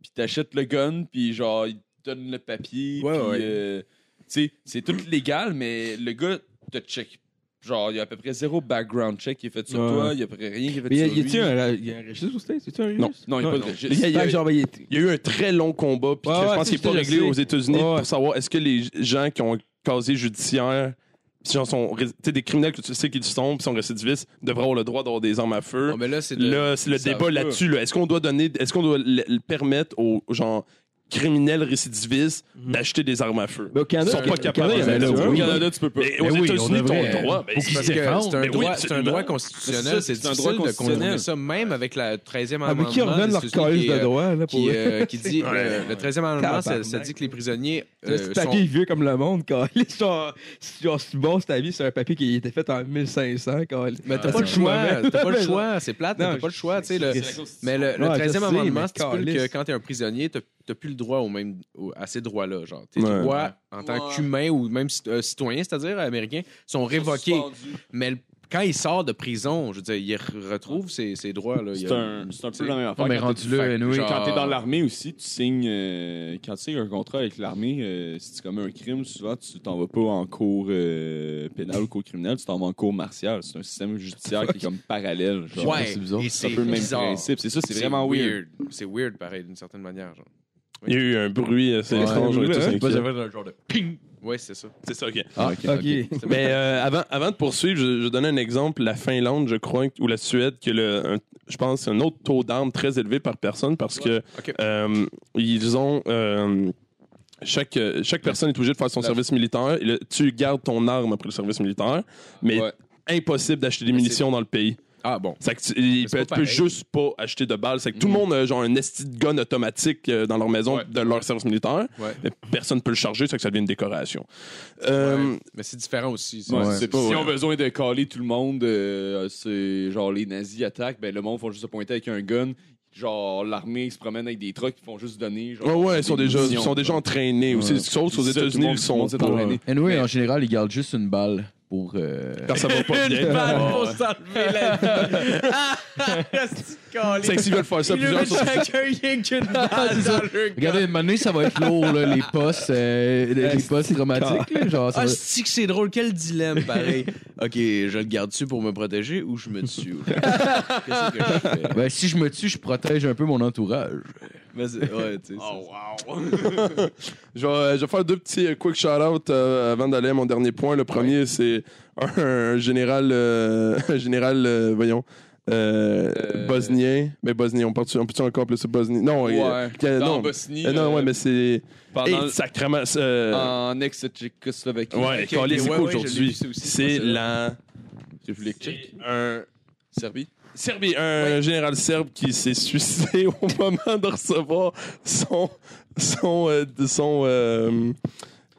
E: puis t'achètes le gun puis genre il te donne le papier
F: Ouais,
E: puis
F: ouais.
E: euh, tu sais c'est tout légal mais le gars te check genre il y a à peu près zéro background check qui est fait sur
B: Ouais.
E: toi il y a à peu près rien qui est fait
B: Mais y a-
E: sur lui.
B: y a-t-il un, y a un régis au States? Y a-t-il un régis?
D: Non.
E: non il n'y a pas de
B: Il y
E: registre.
B: a, genre, ben, y a-
D: Il y a eu un très long combat, puis
B: Ouais,
D: que je
B: ouais,
D: pense
B: ça,
D: qu'il n'est pas
B: je
D: réglé
B: sais.
D: aux États-Unis
B: Ouais.
D: pour savoir est-ce que les gens qui ont un casier judiciaire, puis genre sont ré- tu sais, des criminels que tu sais qu'ils sont, puis sont récidivistes, devraient avoir le droit d'avoir des armes à feu.
F: Non, Ah, mais là, c'est de-
D: Là, c'est le
E: ça
D: débat
E: va.
D: là-dessus. là. Est-ce qu'on doit donner, est-ce qu'on doit le, le permettre aux gens criminels récidivistes
B: Mhm.
D: d'acheter des armes à feu?
B: ben, au Canada,
D: Ils sont pas
B: au Canada,
D: capables
B: il y
D: de
B: avait
D: faire
B: le-
D: ça.
E: au
B: oui.
E: Canada tu peux pas
D: Mais aux
C: Ben oui, on
D: États-Unis,
C: devrait,
D: ton droit, ben,
C: pour se
D: il-
F: Parce que
C: défendre.
F: c'est un,
D: Mais oui,
F: droit, c'est un
D: absolument.
F: droit
E: C'est ça,
F: constitutionnel, c'est,
E: c'est un droit
F: difficile de contourner
E: constitutionnel.
F: ça, même avec la 13e
B: Ah, mais
F: amendement.
B: qui
F: des
B: redonne leur
F: États-Unis
B: calice
F: qui,
B: de
F: euh,
B: droit, là, pour
F: qui,
B: eux?
F: euh, qui dit le, le 13e amendement, ça, ça
B: Tabarnak.
F: dit que les prisonniers
B: Le
F: euh,
B: petit
F: sont
B: papier vieux comme le monde, [laughs] quand genre, si genre, si bon, c'est ta vie, c'est un papier qui était fait en 1500, quand
F: Mais t'as pas le choix, t'as
B: [laughs]
F: pas le choix, c'est plate, mais
B: Non,
F: t'as pas le choix, tu sais. le-
E: C'est la Constitution.
F: Mais le, le
B: Ouais, je
F: 13e
B: sais,
F: amendement,
B: mais
F: c'est que
B: caliste.
F: quand t'es un prisonnier, t'as t'as plus le droit au même, au- à ces droits-là, genre. Tes
D: Ouais.
F: droits en tant
E: Ouais.
F: qu'humain ou même cit- euh, citoyen, c'est-à-dire américain, sont révoqués.
E: Suspendu.
F: Mais le- quand il sort de prison, je veux dire, il re- retrouve ses, ses droits, là. Il y
E: C'est
F: a-
E: un, c'est un peu
F: c'est-
E: la même affaire.
C: Non, mais
E: quand
C: rendu
E: t'es-
C: là,
E: fait-
C: anyway,
E: genre,
C: genre-
E: Quand t'es dans l'armée aussi, tu signes. euh, quand tu signes un contrat avec l'armée, euh, si tu commets un crime, souvent, tu t'en vas pas en cours euh, pénal ou cours criminel, tu t'en vas en cours martial. C'est un système judiciaire qui est comme parallèle. Genre.
F: Ouais,
C: c'est bizarre.
F: et
E: C'est
F: c'est
E: un peu le même
F: bizarre.
E: principe. C'est ça, c'est vraiment weird.
F: C'est weird, pareil, d'une certaine manière. Genre.
D: Il y a eu un bruit, euh, c'est
C: Ouais.
D: étrange. on est tous
B: Ouais.
D: inquiets.
C: un genre de ping.
F: Ouais, c'est ça.
D: C'est ça, ok.
C: Ah, ok. ok.
B: Ok.
D: [laughs] Mais euh, avant, avant de poursuivre, je, je donnais un exemple. La Finlande, je crois, ou la Suède, qui a, le, un- je pense, un autre taux d'armes très élevé par personne parce que
F: Ok.
D: euh, ils ont. euh, chaque, euh, chaque personne est obligée de faire son
E: La-
D: service militaire. Et le- tu gardes ton arme après le service militaire, mais
E: Ouais.
D: impossible d'acheter des
F: Mais c'est-
D: munitions dans le pays.
F: Ah bon.
D: C'est que tu- il
F: Mais c'est
D: peut,
F: pas
D: peut
F: pareil. Mm.
D: juste pas acheter de balles. C'est que tout le monde a genre un esti de gun automatique euh, dans leur maison
F: Ouais.
D: de leur service militaire.
F: Ouais.
D: Mais personne peut le charger, c'est que ça devient une décoration. Euh,
F: Ouais. Mais c'est différent aussi. ça.
E: Ouais,
C: Ouais.
E: c'est-
D: pas,
E: si
D: ouais.
E: on a besoin de caler tout le monde, euh, c'est genre les nazis attaquent, ben le monde font juste se pointer avec un gun. Genre l'armée se promène avec des trucks, ils font juste donner. Genre,
D: Ouais, Ah ouais, ils sont
E: des
D: déjà, ils
E: munitions,
D: sont déjà
E: genre.
D: entraînés aussi.
C: Ouais.
D: Sauf
E: Puis
D: aux
E: ça, tout le
D: États-Unis, ils
E: monde- tout le
D: sont
E: monde s'est
D: pas.
E: entraîné.
C: Anyway,
E: Mais-
C: en général, ils gardent juste une balle pour. euh,
D: Quand ça va pas bien.
C: pour
F: s'enlever la vie. Ah,
D: C'est que s'ils veulent faire ça, plusieurs sont.
C: Regardez, une année, ça va être lourd, là, les postes, euh, les postes traumatiques. là, genre, ça
F: Ah,
C: va-
F: c'est que c'est drôle, quel dilemme, pareil. ok, je le garde dessus pour me protéger ou je me
C: [laughs]
F: tue? Qu'est-ce que je fais?
C: Ben, si je me tue, je protège un peu mon entourage.
F: Mais c'est- ouais, tu sais,
D: Je vais, euh, je vais faire deux petits euh, quick shout-out euh, avant d'aller à mon [laughs] dernier point. Le premier, c'est un, un général, euh, un général, euh, voyons, euh,
E: Euh,
D: bosnien. Mais bosnien, on peut-tu on peut encore plus sur bosnien? Non,
E: Ouais.
D: euh, Canada-
E: En
D: non.
E: Bosnie.
D: Euh, non,
E: euh,
D: ouais, mais c'est.
E: pendant-
D: Et sacrément. euh,
E: En ex-Tchécoslovaquie.
D: Ouais,
E: Ok,
D: calé,
E: ok,
D: c'est
E: ouais,
D: quoi
E: ouais, je l'ai vu,
D: aujourd'hui?
E: ça aussi,
D: C'est
E: pas ça.
D: la.
E: République tchèque.
D: c'est Un.
E: Serbie.
D: Serbie, un général serbe qui s'est suicidé [laughs] au moment de recevoir son. son. euh, de son euh,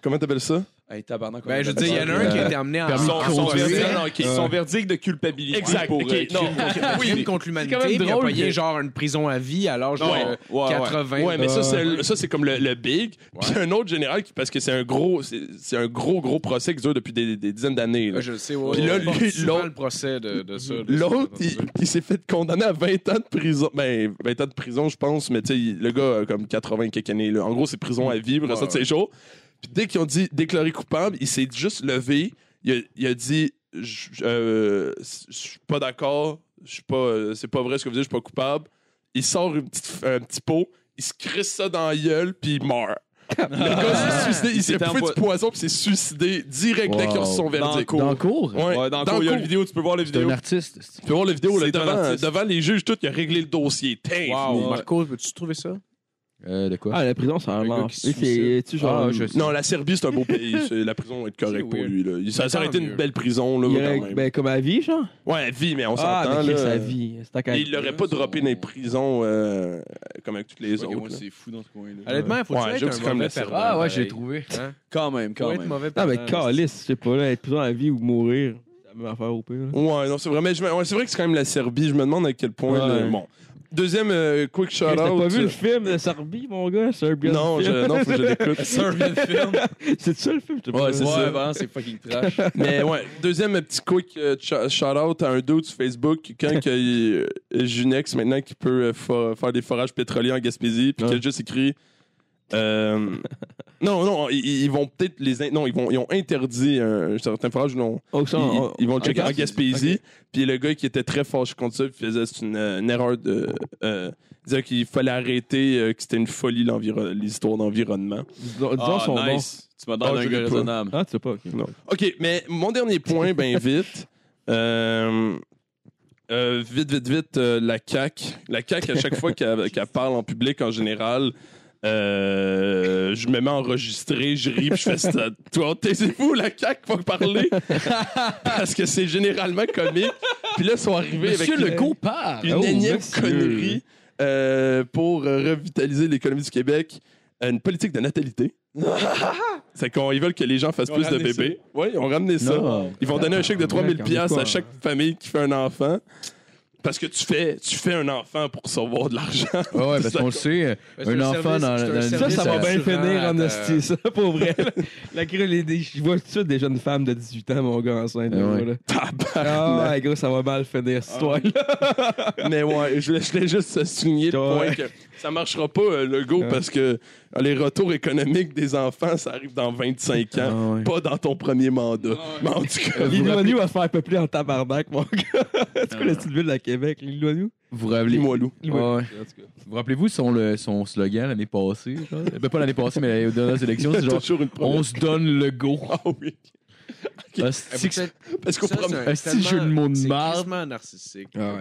D: comment t'appelles ça?
E: Hey, tabarnak. on
F: Ben, je veux
E: est
F: dire, il y en a un qui a été emmené en
C: Permis de Ah.
E: Son-
F: en-
E: son
F: en-
E: verdict-
F: en-
E: non, ok, son verdict de culpabilité.
D: Exact,
E: Pour,
D: ok,
E: euh,
D: non.
E: crime-
C: [laughs]
F: en
C: C'est
F: crime contre
C: quand
F: l'humanité,
C: même
F: puis il a
C: drôle
F: pogné
C: que-
F: genre une prison à vie à l'âge de
D: Ouais,
F: euh,
E: ouais, ouais.
F: 80.
D: Ouais, mais ça,
B: Euh,
D: c'est le- ça, c'est comme le, le big. Puis un autre général, qui, parce que c'est un gros, c'est c'est un gros, gros procès qui dure depuis des, des dizaines d'années. là.
F: Ouais, Ah, Je le sais, ouais.
D: Puis là,
F: ouais.
D: lui,
F: Souvent,
D: l'autre-
F: le procès de, de ça. de
D: L'autre,
F: ça,
D: [laughs]
F: de ça.
D: il, il s'est fait condamner à 20 ans de prison. Ben, 20 ans de prison, je pense, mais tu sais, il- le gars a comme 80 quelques années. là. En gros, c'est prison à vie, pour le restant de ses jours. Puis dès qu'ils ont dit déclaré coupable, il s'est juste levé. Il a, il a dit Je je- euh, je suis pas d'accord, je suis pas, euh, c'est pas vrai ce que vous dites, je suis pas coupable. Il sort une petite, un petit pot, il se crisse ça dans la gueule, puis il meurt. Le gars s'est suicidé, il,
E: Ah. Il
D: s'est
E: était en
D: fait
E: boi-
D: du poison, puis s'est suicidé direct dès qu'il a reçu son
E: Dans
D: verdict.
E: cours.
C: Dans le cours?
D: Ouais,
E: Ouais, dans le cours, il y a une vidéo, tu peux voir la
C: C'est
E: vidéo.
C: un artiste. c'est-
D: tu peux voir la vidéo, là,
E: C'est un
D: devant,
E: artiste.
D: devant les juges, tout, il a réglé le dossier. Taf.
E: Wow.
F: Marco, peux-tu trouver ça?
C: Euh, de quoi?
B: Ah, la prison, c'est un
F: Le gars
B: mort.
F: qui se
B: Et
F: suicide.
B: c'est- tu genre.
C: Ah, je sais.
D: Non, la Serbie, c'est un beau [laughs] pays. C'est- La prison va être correcte
F: C'est
D: pour
F: weird.
D: lui. Là. Il- Ça, ça aurait
F: Tant
D: été une
F: mieux.
D: belle prison, là,
B: il y
D: quand
B: aurait-
D: même.
B: ben, comme à vie, genre.
D: Ouais, vie, mais on
B: ah,
D: s'entend.
B: mais
D: là.
B: Chris, à vie. C'est
D: Et
B: à
D: il l'aurait pas droppé dans les prisons euh, comme avec toutes les
E: Ok, moi,
D: autres. là.
E: c'est fou dans ce coin-là.
F: Honnêtement, faut-tu
D: Ouais, j'aime
F: être
D: ça
F: un
D: comme
F: mauvais
D: le serpent.
F: perdant,
C: Ah ouais,
F: pareil?
C: j'ai trouvé.
F: Hein?
E: Quand même,
F: Faut
E: quand
F: être
E: même.
F: mauvais
B: Non, Ah, mais
C: euh,
F: perdant,
B: calice, je sais pas, là, être prison à vie ou mourir. C'est la même affaire au pire. là.
D: Ouais, non, c'est vrai. Mais je me- ouais, c'est vrai que c'est quand même la Serbie. Je me demande à quel point.
B: Ouais.
D: le- Bon. Deuxième euh, quick shout
B: T'as
D: out.
B: pas vu le film de Serbie, mon gars? Serbian
D: Non,
B: film.
D: je, non, faut que je l'écoute.
E: film.
B: [laughs] C'est ça le film? je sais pas.
D: Ouais, c'est
E: Ouais,
D: ça.
E: vraiment, c'est fucking trash.
D: Mais ouais, deuxième petit quick shout out à un dude sur Facebook
B: [laughs]
D: quand que il- euh, Junex maintenant qui peut euh, fa- faire des forages pétroliers en Gaspésie puis qui a
B: Ouais.
D: juste écrit euh, non non ils, ils vont peut-être les in- non ils vont ils ont interdit un certain forage non
B: Oh, ça,
D: ils,
B: on-
D: ils vont le checker en
B: Gaspésie.
D: Gaspésie puis le gars qui était très fâché contre ça puis faisait c'est une, euh, une erreur de euh, disait qu'il fallait arrêter euh, que c'était une folie l'environ- l'histoire d'environnement
B: Disons, disons
E: Ah,
B: son nom.
E: nice. Tu m'as donné
D: Ah,
E: un
D: je
E: gars
D: l'ai pas.
E: raisonnable.
B: Ah, tu sais pas, ok.
D: OK, mais mon dernier point,
C: [laughs]
D: ben vite. Euh, euh, vite, vite, vite, euh, la CAQ. La CAQ, à chaque fois qu'elle qu'elle parle en public en général, euh, je me mets enregistré, je ris, puis je fais
C: [laughs]
D: ça. Toi, taisez-vous, la CAQ va parler. Parce que c'est généralement comique. Puis là, ils sont arrivés
C: Monsieur
D: avec
C: Legault part!
D: une
B: Oh,
D: énième
B: monsieur.
D: connerie euh, pour euh, revitaliser l'économie du Québec. euh, Une politique de natalité. [laughs] c'est qu'on ils veulent que les gens fassent
E: Ils ont
D: plus de
E: ramené
D: bébés. Oui, ils ont ramené ça.
C: Non.
D: Ils vont donner un chèque de
B: Ah,
D: 3000
B: mec, on est
D: pièces
B: quoi,
D: à chaque famille qui fait un enfant. Parce que tu fais, tu fais un enfant pour recevoir de l'argent. [laughs]
C: Ah ouais, parce
D: Ça-
C: qu'on le sait,
F: Mais c'est
C: un enfant
F: service-
C: dans
F: c'est un
C: dans une
B: Ça,
C: vie,
B: ça
F: Ça,
B: va bien
F: souvent,
B: finir en
F: euh,
B: hostie, ça, pour vrai. [laughs] là. La crue, les- des- je vois tout de suite des jeunes femmes de 18 ans, mon gars, enceinte.
C: Eh
B: là,
C: ouais.
B: là.
D: Tabarnak.
B: Ah, ouais, gros, ça va mal finir, cette histoire-là.
D: Mais ouais, je voulais, je voulais juste souligner le
B: Ouais.
D: point que ça marchera pas, euh, le go,
B: Ouais.
D: parce que euh, les retours économiques des enfants, ça arrive dans 25 ans.
B: Ah, ouais.
D: Pas dans ton premier mandat. Mais en tout cas,
B: L'Illinois va se faire peupler en tabarnak, mon gars. [laughs] C'est quoi la petite ville de Québec, l'Illinois?
C: Vous rappelez-
D: moi loup.
C: Ouais. Vous rappelez-vous son, le- son slogan l'année passée? genre? Ben, pas l'année passée, mais aux dernières élections, c'est
D: [laughs]
C: genre
D: toujours une première.
C: On se donne le go. Ah,
D: Ah oui.
C: Hostie que-
D: Parce qu'au
F: Ah, Ça,
D: premier-
F: c'est
C: Est-ce que
F: tellement-
C: jeu de mots de
F: c'est
C: marde?
F: crissement narcissique.
D: Ah,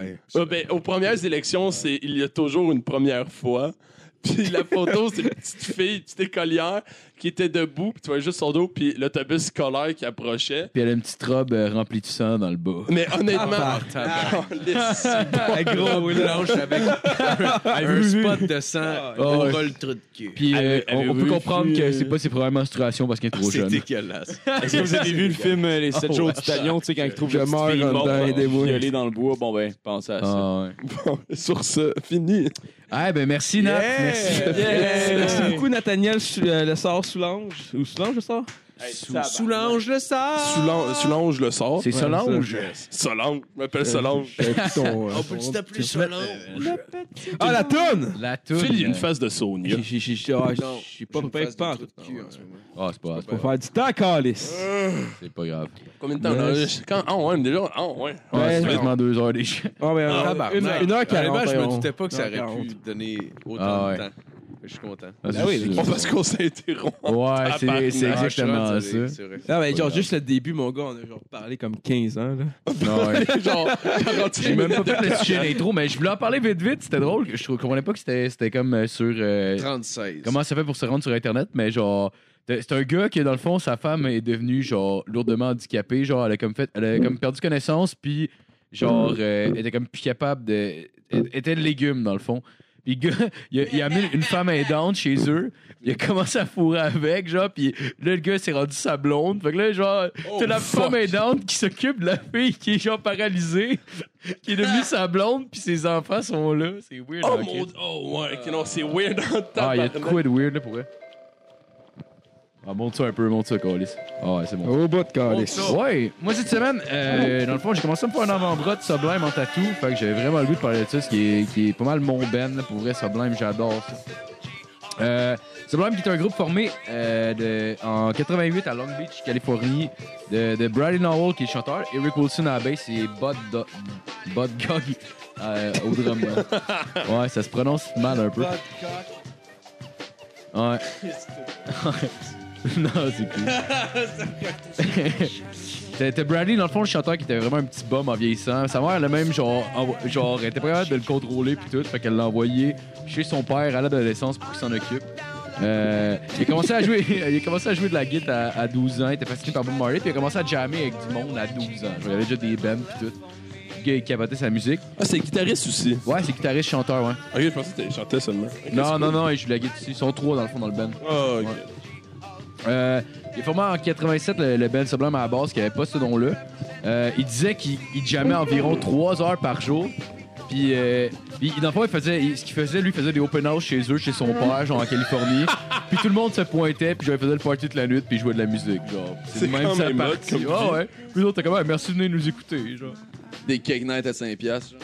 D: ben, aux premières élections, c'est il y a toujours une première fois. [laughs] Puis la photo, c'est une petite fille, une petite écolière qui était debout, puis tu vois juste son dos, puis l'autobus scolaire qui approchait.
C: Puis elle a une petite robe euh, remplie de sang dans le bas.
F: [laughs]
D: Mais honnêtement, [laughs]
B: Ah,
D: Ah, laisse-
C: Ah,
B: gros, là.
F: Blanche avec un spot de sang,
C: Ah,
F: on
C: ouais.
F: roule le trou de cul.
C: Puis euh,
E: Avez-
C: on, on peut
E: avez-vous
C: comprendre
E: vu,
C: que
E: euh,
C: c'est pas ses premières menstruations parce qu'elle est trop
F: Ah, C'est
C: jeune.
F: dégueulasse.
E: Est-ce que vous avez vu le film euh, Les 7
D: Ah,
C: Oh,
E: jours
C: ouais.
E: du talion, tu sais, quand ils trouvent
B: Je
E: la petite
B: meurs
E: fille
B: en
E: morte,
B: dedans,
E: euh,
B: aidez-moi.
E: violée dans le bois? Bon, ben, pensez à ça.
C: Ah, ouais.
D: Bon, sur ce, fini.
C: Ah, ben merci, Nat. Merci.
E: Yeah!
B: Merci beaucoup, Nathaniel Sou- euh, Le Sort Soulange. Ou Soulange, Le Sort?
E: Hey,
F: Sou-
E: tabarnak.
F: Soulange le sang!
D: Soulan- Soulange le sort.
C: C'est Solange.
D: Solange, je
E: Euh,
D: m'appelle Solange.
B: Euh, On
F: t'appeler Solange?
B: Ah, la toune!
C: La toune. euh,
D: Phil, il y
E: euh,
D: a une face de Sonia.
B: J'ai- j'ai- j'ai- j'ai- ah,
F: Non,
B: J'ai pas
F: une
B: pas
F: face de
B: pas
F: trou de cul en ce moment.
C: Ah, c'est pas, c'est
B: Faut
C: pas,
B: faire du temps, Calice.
C: c'est pas grave.
D: Combien de temps on a
B: Yes.
D: Quand? Ah, ouais, déjà. Ah, ouais.
C: Ouais,
B: Ouais,
C: c'est
B: ouais.
C: quasiment deux heures des chiens.
B: Ah, mais
F: Tabarnak.
B: une, une heure quarante. hein.
F: Honnêtement, je me
B: on-
F: doutais pas que ça
B: une heure
F: aurait pu
B: quarante.
F: donner
C: Ah
F: autant
C: ouais.
F: de temps. Je suis content.
C: Ah oui,
D: On va se concentrer.
C: Ouais, c'est- c'est
F: Ah, je suis
C: exactement ça.
F: rendu- c'est vrai.
B: Ah, ben, genre, juste le début, mon gars, on a genre parlé comme 15 ans, là.
C: Ouais. [laughs]
D: Genre,
C: J'ai même pas fait le [laughs] sujet d'intro, mais je voulais en parler vite vite, c'était drôle. Je trou- comprenais pas que c'était c'était comme euh, sur. euh,
F: 36.
C: comment ça fait pour se rendre sur Internet, mais genre. t'es- C'est un gars que, dans le fond, sa femme est devenue, genre, lourdement handicapée. Genre, elle a comme, fait, elle a comme perdu connaissance, puis, genre, euh, elle était comme plus capable de. elle était le légume, dans le fond. Puis, le gars, il a, il a amené une femme aidante chez eux. Il a commencé à fourrer avec, genre, puis là, le gars s'est rendu sa blonde. Fait que là, genre,
D: Oh,
C: t'as la femme aidante qui s'occupe de la fille qui est, genre, paralysée, qui est devenue sa blonde, puis ses enfants sont là. C'est weird.
D: Oh
C: hein,
D: mon
C: Chris.
D: Oh ouais, ok, non, c'est weird en
C: Ah, il y a
D: tabarnak.
C: de quoi de weird là pour elle. Ah, monte ça un peu, monte ça, Calis. Ah, ouais, c'est bon.
B: Au bout de calice.
C: Oh. Ouais, moi cette semaine, euh, dans le fond, j'ai commencé à me faire un avant-bras de Sublime en tatou. Fait que j'avais vraiment le goût de parler de ça, ce qui est, qui est pas mal mon ben. là. Pour vrai, Sublime, j'adore ça. Euh, Sublime qui est un groupe formé euh, de- en 88 à Long Beach, Californie, de, de Bradley Nowell qui est chanteur, Eric Wilson à la basse et Bud, Do- Bud Gog euh, au drum. [laughs] ouais, ça se prononce mal un peu. [laughs] Ouais. non, c'est cool. [laughs] T'as- T'as Bradley, dans le fond, le chanteur qui était vraiment un petit bum en vieillissant. Sa mère, elle a même, genre, envo- genre elle était pas capable de le contrôler puis tout. Fait qu'elle l'a envoyé chez son père à l'adolescence pour qu'il s'en occupe. Euh, il, a commencé à jouer, [laughs] il a commencé à jouer de la guitare à, à 12 ans. Il était fasciné par Bob Marley. Puis il a commencé à jammer avec du monde à 12 ans. Genre, il y avait déjà des bands puis tout. Le gars, il capotait sa musique.
D: Ah, c'est guitariste aussi.
C: Ouais, c'est guitariste, chanteur, ouais.
D: Ok, je pensais que t'allais chanter seulement. Ok,
C: Non,
D: c'est
C: non,
D: cool.
C: non, il joue de la guitare. Ils sont trois, dans le fond, dans le band.
D: Ah, ok.
C: Ouais. Euh, il est formé en 87 le, le Ben Sublime à la base, qui avait pas ce nom-là. Euh, il disait qu'il il jammait environ 3 heures par jour. Puis, euh, puis dans le fond, il faisait, il- ce qu'il faisait, lui, il faisait des open house chez eux, chez son père, genre en Californie. puis tout le monde se pointait, puis genre, il faisait le party toute la nuit, puis il jouait de la musique, genre.
D: C'est
C: de même
D: quand
C: sa
D: même hot
C: partie.
D: comme
C: Ah
D: vie.
C: ouais. Puis l'autre, t'es comme, Ah, merci de venir nous écouter, genre.
E: Des cake nights à 5 piastres. genre.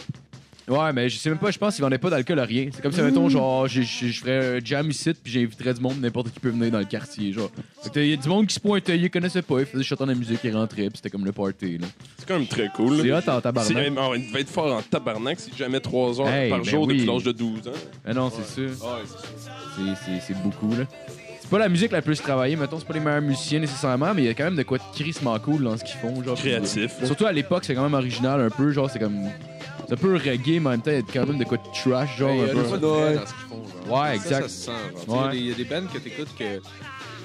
C: Ouais, mais je sais même pas, je pense qu'il vendait pas d'alcool à rien. C'est comme si, mettons, genre, je, je, je ferais un jam ici, puis j'inviterais du monde, n'importe qui peut venir dans le quartier, genre. Fait que Il y a du monde qui se pointait, ils connaissaient pas, ils faisaient chanter de la musique, ils rentraient, puis c'était comme le party, là.
D: C'est quand même très cool.
C: C'est hot en
D: C'est-
C: tabarnak.
D: eh, ben, Il devait être fort en tabarnak si jamais 3 heures
C: Hey,
D: par
C: ben
D: jour
C: oui.
D: depuis l'âge de 12 ans.
C: Ah non, c'est sûr.
E: Ouais, c'est ça.
C: C'est- c'est- C'est beaucoup, là. C'est pas la musique la plus travaillée, mettons, c'est pas les meilleurs musiciens nécessairement, mais il y a quand même de quoi de crissement cool dans ce qu'ils font, genre.
D: Créatif.
C: Puis, Surtout à l'époque, c'est quand même original un peu, genre, c'est comme. C'est un peu reggae, mais en même temps, il y a quand même de quoi de trash, genre.
F: Mais Il y
C: un
F: a
C: peu.
F: euh, des fois de vrai dans ce qu'ils font. genre.
C: Ouais,
F: Ça,
C: exact.
F: Ça, se sent. genre.
C: Ouais.
F: Tu sais, Il y a des bands que t'écoutes que,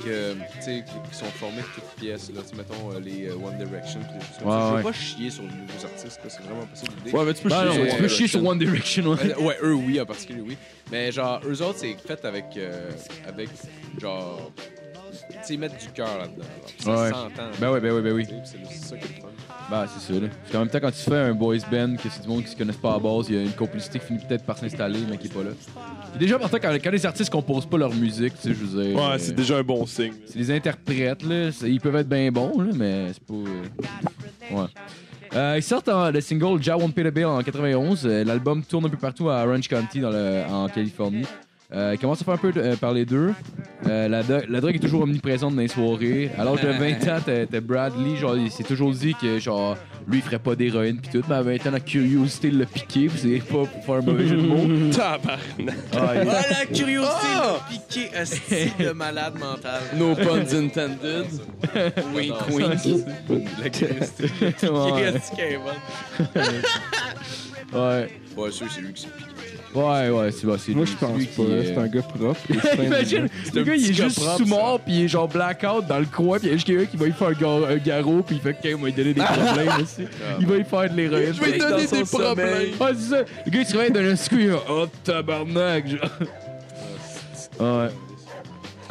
F: que, tu sais, qui qui sont formés de toutes pièces. Là. Tu sais, Mettons euh, les euh, One Direction. pis des choses comme
C: Ouais,
F: ça. Je
C: ouais.
F: veux pas chier sur les nouveaux artistes. là, C'est vraiment pas ça l'idée.
E: Ouais, mais tu peux
C: Ben non,
E: chier.
C: tu peux chier sur One Direction, ouais.
F: Euh, ouais, eux, oui, en particulier, oui. Mais genre, eux autres, c'est fait avec, euh, avec genre, tu sais, ils mettent du cœur là-dedans. genre. Puis Ça
C: Ouais.
F: s'entend.
C: Ben ouais, ben ouais, ben oui.
F: tu sais, puis C'est c'est ça qui est le fun.
C: Bah, c'est sûr. Là. Parce qu'en même temps, quand tu fais un boys band, que c'est du monde qui se connaissent pas à base, il y a une complicité qui finit peut-être par s'installer, mais qui est pas là. Puis déjà, partant, quand, quand les artistes composent pas leur musique, tu sais, je veux dire. euh,
D: Ouais, c'est déjà un bon [laughs] signe.
C: c'est les interprètes, là. c'est- Ils peuvent être bien bons, là, mais c'est pas. euh, Ouais. Euh, ils sortent en- le single Ja Won't Pay the Bill en 91. Euh, L'album tourne un peu partout à Orange County, dans le- en Californie. Euh, ils commencent à faire un peu de- euh, parler d'eux. Euh, la, do- la drogue est toujours omniprésente dans les soirées. À l'âge de 20 ans, t'as t'as Bradley, genre, il s'est toujours dit que, genre, lui, il ferait pas d'héroïne, pis tout. Mais à 20 ans, la curiosité l'a piqué, pis c'est pas pour faire un mauvais jeu de
B: [laughs]
C: mots. Ah, il-
F: Ah, la curiosité piqué un style de malade mental.
E: No puns intended. Wink, wink.
F: La curiosité
C: ouais,
F: piquée,
C: ouais,
F: Ouais, sûr, c'est lui qui s'est piqué.
C: ouais, ouais, c'est bon, c'est
B: Moi,
C: lui-
B: je
C: c'est
B: pense
C: lui qui
B: pas.
C: est-
B: C'est un gars [laughs] propre.
C: Imagine, le gars, il est
F: petit gars
C: juste
F: propre,
C: sous-mort, puis il est genre blackout dans le coin, puis il y a juste quelqu'un qui va lui faire un, gar- un garrot, puis il fait qu'il va lui donner des problèmes aussi. Il va lui faire de l'héroïne.
E: Ah. Je vais lui
C: dans
E: donner
C: son
E: des
C: sommeil.
E: problèmes.
C: Ah, c'est ça. Le gars, il se réveille dans le scoop, il va, oh tabarnak, genre. Ouais.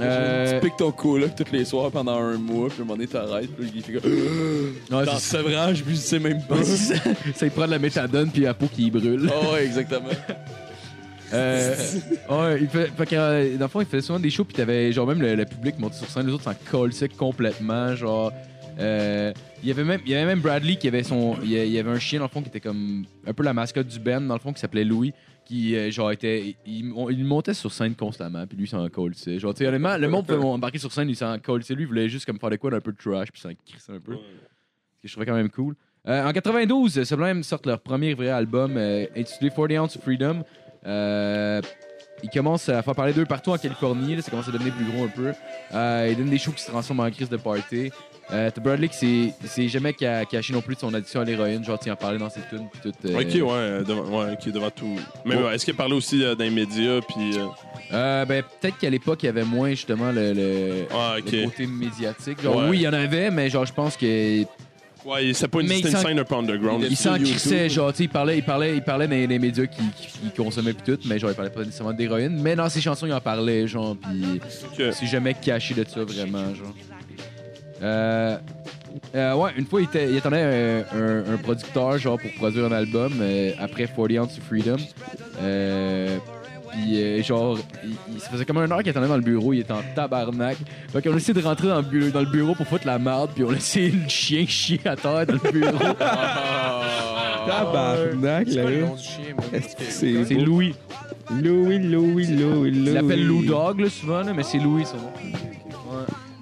C: Euh,
E: Tu piques ton coloc tous les soirs pendant un mois, puis à un moment donné, t'arrêtes, puis il fait comme.
C: ouais,
E: T'en
C: c'est
E: sevrage, puis je sais même pas.
C: ça. Ça, il prend de la méthadone, puis la peau qui brûle.
E: Ah ouais, exactement.
C: Euh, ouais, il fait, fait que, euh, dans le fond, il faisait souvent des shows, puis t'avais genre même le, le public monté sur scène, les autres s'en colsaient complètement, genre. euh, il y avait même il y avait même Bradley qui avait son il y a- il y avait un chien dans le fond qui était comme un peu la mascotte du band dans le fond qui s'appelait Louis qui euh, genre était il, on- il montait sur scène constamment puis lui il s'en colsait genre tu sais honnêtement le monde pouvait embarquer sur scène il s'en colsait lui il voulait juste comme faire de quoi d'un peu de trash puis s'en crissait un peu ce que je trouvais quand même cool Euh, en 92 Sublime sortent leur premier vrai album euh, intitulé 40 Ounce Freedom euh, il commence à faire parler d'eux partout en Californie. là, ça commence à devenir plus gros un peu. Euh, il donne des shows qui se transforment en crise de party. Euh, t'as Bradley qui s'est- il s'est jamais ca- caché non plus de son addiction à l'héroïne. Genre, tu en parlais dans ses tunes. puis tout, euh,
D: Ok, ouais, euh, devant, ouais, ok, devant tout. Mais ouais, est-ce qu'il parlait aussi euh, dans les médias, puis. euh,
C: Euh, ben, peut-être qu'à l'époque, il y avait moins justement le, le-
D: ah,
C: le
D: ok.
C: côté médiatique. Genre,
D: Ouais.
C: oui, il y en avait, mais genre, je pense que
D: Ouais, c'est pas une,
C: Mais
D: c'était
C: il
D: une
C: s'en-
D: scène un peu underground.
C: Il s'en crissait, genre, tu sais, il parlait, il parlait, il parlait dans les médias qui, qui, consommait pis tout, mais genre, il parlait pas nécessairement d'héroïne, mais dans ses chansons, il en parlait, genre, pis
D: Ok.
C: c'est jamais caché de ça, vraiment, genre. Euh, euh, ouais, une fois, il, était- il attendait un, un- un producteur, genre, pour produire un album, euh, après 40 Ounce to Freedom, euh... Puis, euh, genre, il, il- ça faisait comme un heure qu'il attendait dans le bureau, il était en tabarnak. Fait qu'on a essayé de rentrer dans le, bu- dans le bureau pour foutre la merde, puis on a essayé le chien chier à terre dans le bureau.
B: Tabarnak,
F: C'est quoi le
B: là.
F: nom du chien, moi?
B: Est-ce que
F: Parce que-
B: [laughs] C'est
C: C'est Louis.
B: Louis, Louis, Louis, Louis.
C: Il l'appelle Lou Dog là, souvent, là, mais c'est Louis son nom.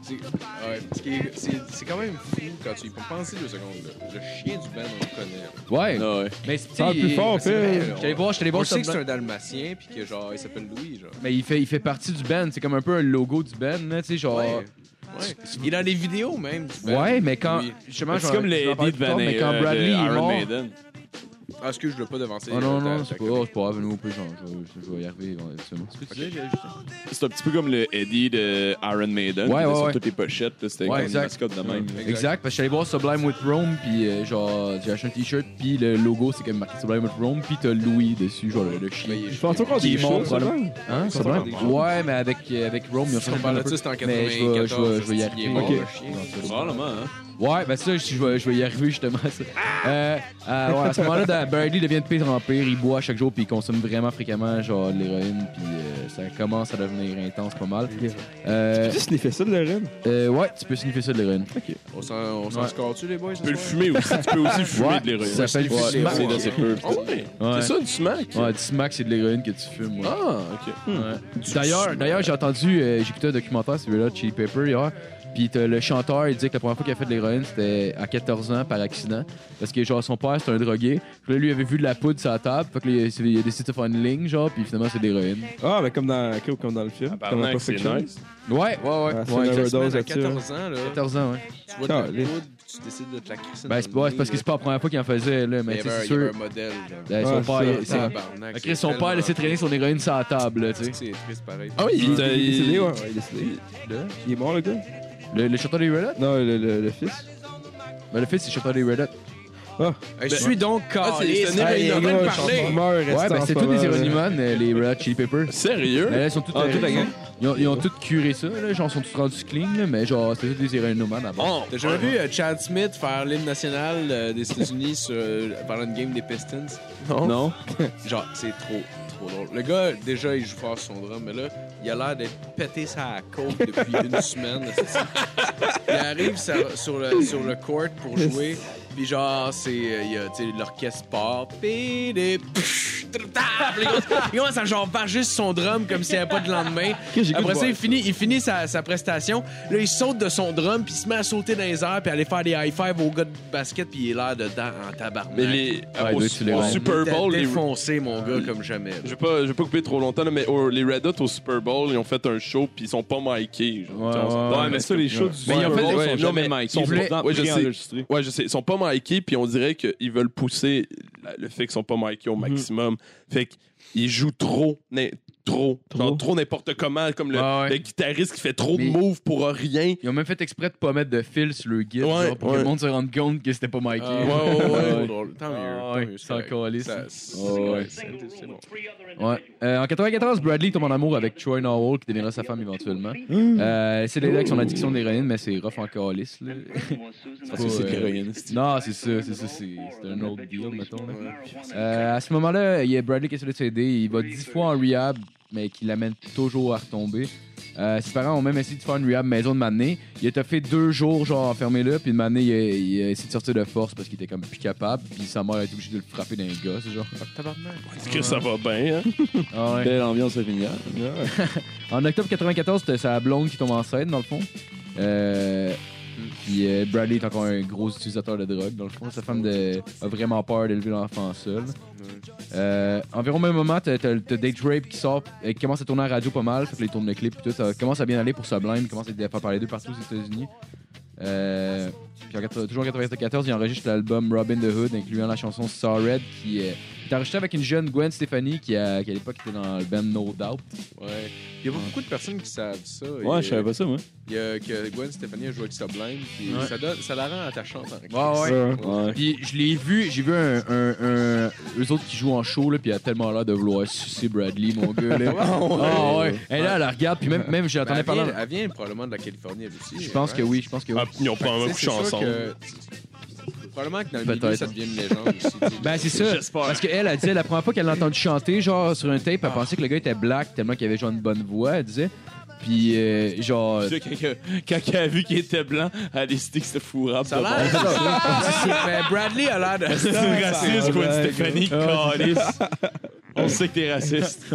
F: C'est ouais, parce que c'est- c'est quand même fou quand tu y penses deux secondes. Là. Le chien du band, on le connaît. là.
C: Ouais.
E: Ah ouais.
C: Mais c'est
B: Parle plus fort,
F: C'est vrai,
B: Phil.
F: là,
C: J'allais
F: on-
C: voir, j'allais
F: On
C: voir
F: sait que c'est
C: Tom-
F: un dalmatien, puis que genre, il s'appelle Louis, genre.
C: Mais il fait, il fait partie du band, c'est comme un peu un logo du band, là, tu sais, genre.
F: Ouais. Ouais. Il est dans les vidéos même. du
C: Ouais,
F: band.
C: mais quand.
F: Louis.
C: Justement,
E: C'est
C: j'en-
E: comme
C: je vais
E: les
C: en parler
E: Eddie de
C: plus tard,
E: Van
C: Mais quand
E: euh,
C: Bradley
E: de
C: il est
E: Iron
C: mort.
E: Maiden.
F: Ah, est-ce que je l'ai pas euh, devancé?
C: Oh non, non,
F: Ta-
C: c'est
F: ta
C: pas,
F: copine.
C: c'est pas grave, nous, on peut, genre, je, je vais y arriver éventuellement. C'est ce que tu disais, Justin?
E: C'est un petit peu comme le Eddie de Iron Maiden.
C: Ouais,
E: qui était
C: ouais,
E: Sur
C: ouais.
E: toutes les pochettes, là, c'était
C: Ouais,
E: comme une
C: exact.
E: mascotte de même.
C: Exact. parce que j'allais voir Sublime with Rome, puis euh, genre, j'ai acheté un t-shirt, puis le logo, c'est comme marqué Sublime with Rome, puis t'as Louis dessus, genre le, le chien.
F: Ouais, il est-
B: Je pense encore
C: Qui
B: des
C: est mort,
B: choses,
C: probablement. Hein,
B: Ça
C: Sublime?
B: va, des
C: Ouais, mais avec, euh, avec Rome, ils ont
F: Si
C: fait
F: on
C: un
F: parle
C: peu-
F: de ça, c'est en
C: Mais je vais, je vais, je vais y
F: 94,
C: arriver.
F: il est mort,
B: Ok.
F: le chien.
E: Probablement, hein.
C: Ouais, ben ça, je je vais, je vais y arriver justement. à ça. Euh, euh, ouais, à ce moment-là, Dan- Bradley devient de pire en pire. Il boit chaque jour, puis il consomme vraiment fréquemment genre de l'héroïne, puis euh, ça commence à devenir intense pas mal. Euh,
B: Tu sniffais ça de l'héroïne?
C: euh, ouais, tu peux sniffer ça de l'héroïne.
F: On s'en on s'en
C: Ouais.
F: score-tu, les boys?
D: Tu peux le fumer aussi. Tu peux aussi le fumer
C: Ouais,
D: de l'héroïne.
C: ça s'appelle
E: Ouais,
C: du smack.
E: c'est de ces peu.
D: Ah ouais,
C: Ouais.
D: c'est ça du smack.
C: Ouais, du smack, c'est de l'héroïne que tu fumes. ouais.
D: Ah, ok.
C: Ouais. D'ailleurs, d'ailleurs, j'ai entendu, euh, j'ai écouté un documentaire sur là Chili Pepper hier. Puis t'as le chanteur, il disait que la première fois qu'il a fait de l'héroïne, c'était à 14 ans par accident. Parce que genre son père, c'était un drogué. Puis là, lui, il avait vu de la poudre sur la table. Fait que là, il a- il a décidé de faire une ligne, genre, puis finalement, c'est de l'héroïne.
B: Ah, mais comme dans, ok, comme dans le film. Comme dans
D: Tabarnak, c'est
B: Perfection.
D: nice.
C: Ouais, ouais, ouais.
B: Ah, c'est
C: ouais
B: une
C: exact.
B: overdose.
F: Semaine à
B: là-dessus,
F: 14 ans, là,
C: 14 ans, ouais.
F: tu vois de la
B: Ah, les-
F: poudre, puis tu décides de te la crisser.
C: Ben,
F: dans
C: c'est
F: le
C: pas, ouais,
F: nez,
C: c'est parce que
F: là.
C: c'est pas la première fois qu'il en faisait, là.
F: Il
C: Mais
F: y
C: tu sais,
F: avait un-
C: c'est
F: il y avait
C: sûr.
F: un modèle. genre.
C: Ben, son
B: Ouais,
C: père,
B: c'est-
C: il- c'est-
F: Tabarnak,
C: Fait que son
F: c'est
C: père
F: tellement-
C: laissait traîner son héroïne sur la table, là, tu sais.
F: C'est triste pareil.
E: Ah oui,
B: Il, il est décédé, ouais.
E: ouais.
B: Euh, Il est décédé. Il est mort, le gars?
C: Le, le chanteur des Red Hot?
B: Non, le, le, le fils.
C: Ben, le fils, c'est le chanteur des Red Hot.
F: Hey, Je suis donc
E: Ah, c'est-
F: calé.
E: c'est
F: ça,
E: un
F: il est en train de
B: je suis
F: parler.
B: mort,
C: Ouais, ben, c'est tous des Hieronyman, euh, les Red Hot Chili Peppers.
E: Sérieux?
C: Mais là, ils sont tous,
E: Ah,
C: euh,
E: toute la
C: ils,
E: gang.
C: ont, ils, ont, ils ont tous curé ça, là. Genre, ils sont tous rendus clean, là, mais genre, c'est tous des héroïnomans à bord.
E: Oh,
F: T'as jamais vu euh, Chad Smith faire l'hymne national euh, des États-Unis sur, euh, pendant une game des Pistons?
E: Non. Non.
F: Genre, c'est trop, trop drôle. Le gars, déjà, il joue fort sur son drum, mais là, il a l'air d'être pété sa côte depuis une semaine. c'est ça. Il arrive sur, sur le, sur le court pour jouer, puis genre, c'est, euh, il y a, tu sais, l'orchestre part, pis des... pfff, trou- ta- puis Il commence à genre barger sur son drum comme s'il n'y avait pas de lendemain. Après ça, il finit, il finit sa, sa prestation. Là, il saute de son drum, puis il se met à sauter dans les airs, puis aller faire des high-five au gars de basket, puis il est l'air dedans en tabarnak.
E: Mais les,
C: Ouais,
E: au,
C: doit être les
E: au
C: Reds.
E: Super Bowl, les,
F: défoncé, mon gars, comme jamais.
D: Je vais pas, je vais pas couper trop longtemps, là, mais au- les Red Hot au Super Bowl, ils ont fait un show puis ils sont pas mikés. genre.
C: Ouais,
D: Tu vois,
C: ouais,
E: Ouais, mais ça, les shows du
C: Mais ils
E: Super
C: ont fait-
E: Bowl
C: ouais,
E: sont jamais
D: mais
E: Mike.
D: ils voulaient- ouais, je sais.
E: enregistrés.
D: Ouais, je sais. Ils sont pas mikés, puis on dirait qu'ils veulent pousser la- le fait qu'ils sont pas mikés au maximum. Fait qu'ils jouent trop, na- trop, genre,
B: Trop.
D: trop, n'importe comment, comme le,
C: Ah, Ouais, ouais.
D: le guitariste qui fait trop
C: Mais-
D: de moves pour rien.
C: Ils ont même fait exprès de pas mettre de fil sur le guide,
D: Ouais,
C: genre, pour que
D: ouais.
C: le monde se rende compte que c'était pas Mikey.
F: Ah,
D: ouais, ouais.
F: Trop drôle. Tant mieux.
C: Ah,
F: tant
C: ouais,
F: mieux,
C: c'est
F: correct.
C: encore lisse.
F: Ça, c'est-
C: Ah, ouais.
F: c'est correct, c'est bon.
C: Ouais. Euh, en 94, Bradley tombe en amour avec Troy Norwell, qui deviendra sa femme éventuellement. Euh, c'est l'aider avec son addiction d'héroïne, mais c'est rough en calice. là. [laughs] Euh,
E: Parce que c'est de l'héroïne. c'est-
C: Non, c'est ça, c'est ça, c'est c'est un autre deal, mettons. là. Euh, à ce moment-là, il y a Bradley qui essaie de s'aider. Il va 10 fois en rehab, mais qui l'amène toujours à retomber. Euh, ses parents ont même essayé de faire une rehab maison de Mané. Il a fait deux jours, genre, enfermé là, puis de Mané, il, a- il a essayé de sortir de force parce qu'il était comme plus capable, puis sa mère a été obligée de le frapper d'un gosse, genre.
D: Est-ce que ça va bien, hein?
C: Ah ouais.
E: Belle ambiance familiale.
C: [laughs] En octobre 94, c'était sa blonde qui tombe enceinte, dans le fond. Euh, puis euh, Bradley est encore un gros utilisateur de drogue, dans le fond. Sa femme de- a vraiment peur d'élever l'enfant seul. Euh, environ au même moment, t'as t'as- t'as Date Rape qui sort, euh, qui commence à tourner à la radio pas mal, fait que les tourne le clip, puis tout, ça commence à bien aller pour Sublime, commence à faire parler d'eux partout aux États-Unis. Euh, puis en 80 toujours en 94, il enregistre l'album Robin the Hood, incluant la chanson Saw Red, qui euh, est enregistrée avec une jeune Gwen Stefani qui, à, qui, à l'époque, était dans le band No Doubt.
F: Ouais. Il y a pas beaucoup de personnes qui savent ça.
E: Ouais, je savais pas ça, moi.
F: Il y a que Gwen Stefani a joué avec Sublime, puis
C: Ouais.
F: ça, donne, ça la rend attachante en
C: Ouais, ouais.
E: Ouais.
C: Puis je l'ai vu, j'ai vu un, un, un- eux autres qui jouent en show, là, puis elle a tellement l'air de vouloir sucer Bradley, mon gars. Là. Ah [laughs] ouais. Et là, elle la regarde, puis même, même
F: Mais
C: j'entendais
F: elle,
C: parler.
F: vient, elle vient probablement de la Californie, elle aussi. hein.
C: Je pense que oui, je pense que oui.
D: Ah, ils ont probablement
F: Tu sais,
D: couché
F: c'est sûr
D: ensemble.
F: que- Probablement que dans le milieu,
C: Peut-être.
F: ça devient une légende aussi. tu sais.
C: Ben, c'est ça. Parce qu'elle, elle disait la première fois qu'elle l'a entendu chanter, genre sur un tape, elle pensait que le gars était black tellement qu'il avait genre une bonne voix, elle disait. Puis, euh, [laughs] genre.
E: Tu sais, Quand, que- quand elle a vu qu'il était blanc, elle a décidé que c'était fourrable.
F: Ça a
E: de
F: l'air.
C: [laughs]
F: Mais
C: Ben,
F: Bradley a l'air de.
E: bon. C'est raciste,
C: Ouais,
E: Gwen
C: ouais.
E: Stéphanie, calisse. On sait que t'es raciste.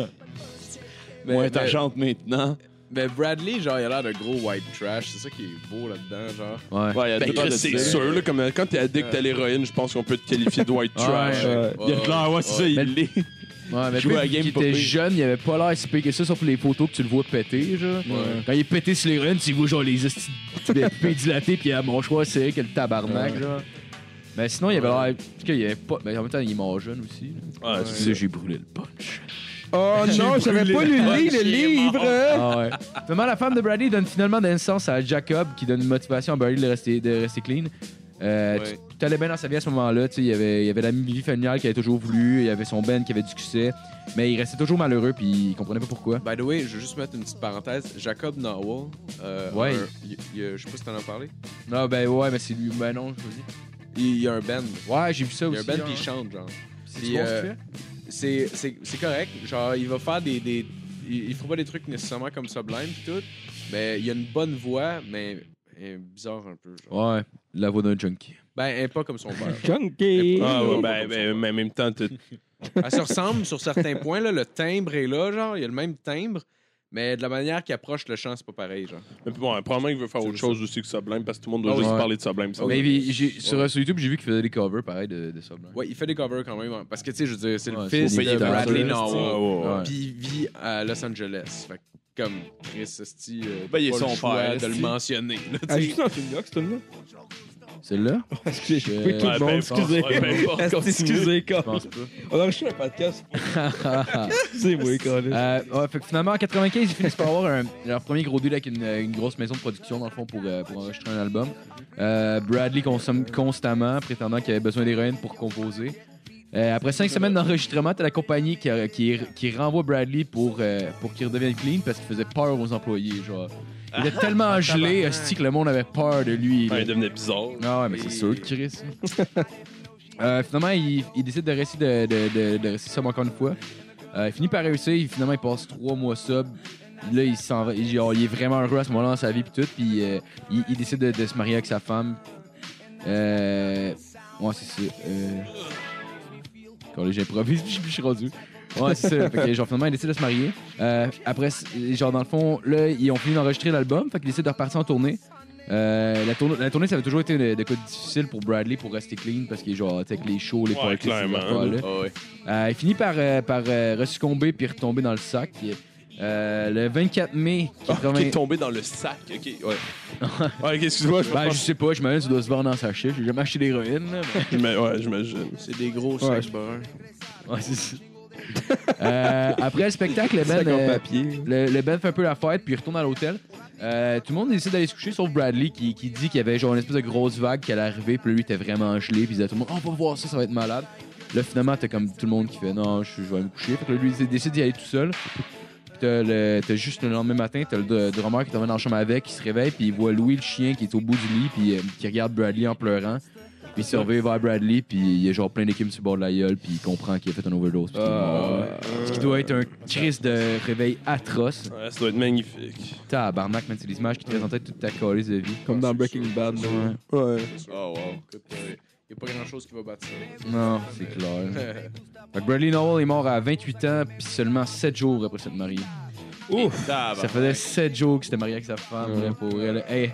F: Mais-
E: Moins
F: mais-
E: attachante maintenant.
F: Mais Ben, Bradley, genre, il a l'air de gros white trash. C'est ça qui est beau là-dedans, genre.
C: Ouais.
E: Ouais, il y a
D: Ben,
E: deux heures de
D: Chris, c'est
E: ça.
D: sûr, là, comme, quand t'es addict à l'héroïne, je pense qu'on peut te qualifier de white trash.
C: Ouais.
E: Il y a de l'air, ouais, c'est ça,
C: Mais-
E: il l'est.
C: Ouais, mais
E: Jouer à
C: lui,
E: Game
C: quand il
E: Popper.
C: était jeune, il avait pas l'air si pire que ça, sauf les photos que tu le vois péter, genre. Quand il est pété sur les runs, tu vois genre les esti de [laughs] pupilles dilatées, puis à mon choix, c'est que le tabarnak, genre. Mais sinon, il avait l'air. En tout cas, il avait pas. Mais en même temps, il est mort jeune aussi.
D: Ouais,
E: Tu sais, j'ai brûlé le punch.
B: Oh non, je savais pas lu lire le livre!
C: Ah ouais. [laughs] Finalement, la femme de Bradley donne finalement naissance à Jacob, qui donne une motivation à Bradley de rester, de rester clean. Euh,
F: Ouais.
C: tu- Tout allait bien dans sa vie à ce moment-là. tu sais, Il y avait, il y avait la vie familiale qu'il avait toujours voulu, il y avait son Ben qui avait du succès, mais il restait toujours malheureux, puis il comprenait pas pourquoi.
F: By the way, je veux juste mettre une petite parenthèse. Jacob Nowell, euh,
C: Ouais.
F: un- il- il- je sais pas si t'en as parlé.
C: Non, ben ouais, mais c'est lui. Ben non, je veux dire.
F: Il y a un band.
C: Ouais, j'ai vu ça
F: Il y
C: aussi.
F: a un band
C: hein.
F: puis il chante, genre.
C: C'est
F: puis,
C: bon,
F: euh,
C: ce qu'il fait?
F: C'est c'est- c'est correct. Genre, il va faire des. des il, il fera pas des trucs nécessairement comme Sublime pis tout. Mais il a une bonne voix, mais elle est bizarre un peu. Genre.
C: Ouais, la voix d'un junkie.
F: Ben, elle est pas comme
C: [laughs]
F: son père.
B: Junkie!
D: Ah, ouais, ben, ben, mais en même temps, t'es-
F: Elle se ressemble sur certains points. Là, le timbre est là, genre. Il y a le même timbre. Mais de la manière qu'il approche le chant, c'est pas pareil, genre.
D: mais bon, probablement qu'il veut faire autre chose aussi que Sublime, parce que tout le monde doit
C: Ah,
D: juste
C: ouais.
D: parler de Sublime. ça.
C: Mais il- j'ai- sur, sur YouTube, j'ai vu qu'il faisait des covers pareil de, de Sublime.
F: Ouais, il fait des covers quand même. hein, Parce que, tu sais, je veux dire, c'est
C: Ouais,
F: le
C: c'est
F: fils
C: au pays
F: de
C: des
F: Bradley
D: Ouais,
F: Norwood.
D: ouais, ouais.
C: Ouais.
F: Puis il vit à Los Angeles. Fait que, comme Chris Esti, euh,
E: Ben, il est
F: pas
E: son
F: le choix
E: père,
F: de le
E: esti.
F: mentionner. là,
B: Ah, je
F: tu sais.
B: suis dans une box, tout le monde.
C: Celle-là
B: Excusez, je fais tout
D: Ouais,
B: le monde,
D: ben,
B: excusez.
D: ouais, ben, bon,
B: Asti,
D: continue.
B: excusez,
C: Je pense
B: Carlis.
C: pas.
B: On a enregistré un podcast.
F: [laughs]
B: C'est moi, Carlis.
C: Euh, ouais, fait que finalement, en 95, ils finissent par avoir un- leur premier gros deal avec une, euh, une grosse maison de production, dans le fond, pour, euh, pour enregistrer un album. Euh, Bradley consomme constamment, prétendant qu'il avait besoin d'héroïne pour composer. Euh, après cinq semaines d'enregistrement, t'as la compagnie qui, euh, qui, qui renvoie Bradley pour, euh, pour qu'il redevienne clean parce qu'il faisait peur aux employés. Genre. Il était tellement gelé, hostie, que le monde avait peur de lui.
D: Ouais,
C: là.
D: il devenait bizarre.
C: Ah ouais, mais c'est sûr, Chris. Euh, finalement, il, il décide de rester, de, de, de, de rester sobre encore une fois. Euh, il finit par réussir. il- Finalement, il passe trois mois sub. Là, il, s'en va, il, genre, il est vraiment heureux à ce moment-là dans sa vie. Puis tout. Puis euh, il, il décide de, de se marier avec sa femme. Euh, ouais, c'est ça. Euh, quand là, j'improvise, [laughs] puis je je suis rendu. Ouais, c'est ça. Fait que, genre, finalement, il décide de se marier. Euh, après, c'est- genre, dans le fond, là, ils ont fini d'enregistrer l'album. Fait qu'ils décident de repartir en tournée. Euh, la, tourne- la tournée, ça avait toujours été une- des codes difficiles pour Bradley pour rester clean parce qu'il est genre, tu sais, avec les shows, les
D: Ouais,
C: parties, ces
D: clairement.
C: affaires-là.
F: Ah ouais.
C: Euh, il finit par, euh, par euh, resuccomber puis retomber dans le sac. Euh, le 24 mai
D: Ah,
C: 80...
D: qui est tombé dans le sac. Ok, ouais. ouais, ok, excuse-moi, je
C: Ben, je
D: pense-
C: sais pas, je me tu dois se vendre en sachet. J'ai jamais acheté d'héroïne. là, mais-
D: je me- Ouais, j'imagine.
F: C'est des gros
B: Ouais,
F: sacs bruns.
C: [laughs] Ouais, c'est ça. Euh, après le spectacle, le
B: Sac
C: band,
B: en
C: euh,
B: papier.
C: le, le band fait un peu la fête puis il retourne à l'hôtel. Euh, tout le monde décide d'aller se coucher sauf Bradley qui, qui dit qu'il y avait genre une espèce de grosse vague qui allait arriver puis lui il était vraiment gelé puis il disait à tout le monde oh, on va voir ça ça va être malade. Là finalement t'as comme tout le monde qui fait non je, je vais me coucher. Fait que là, lui il décide d'y aller tout seul. Puis T'as, le- t'as juste le lendemain matin, t'as le dr- drummer qui t'emmène dans la chambre avec, qui se réveille, puis il voit Louis le chien qui est au bout du lit, puis euh, qui regarde Bradley en pleurant. Puis il se réveille vers Bradley, puis il y a genre plein d'équipes sur le bord de la gueule, puis il comprend qu'il a fait un overdose. puis qu'il est mort. Ce qui doit être un crise de réveil atroce.
D: Ouais, ça doit être magnifique.
C: Tabarnak, man, c'est des images qui te restent en tête toute ta calice de vie.
B: Comme dans Breaking Bad. là. Ouais.
F: Oh, wow. Écoute, euh, y a pas grand chose qui va battre ça.
C: Non, c'est clair. Fait que Bradley Noel est mort à 28 ans, puis seulement 7 jours après s'être marié.
F: Ouf!
C: Ça faisait 7 jours qu'il s'était marié avec sa femme,
B: Ouais.
C: là, pour elle. Hey,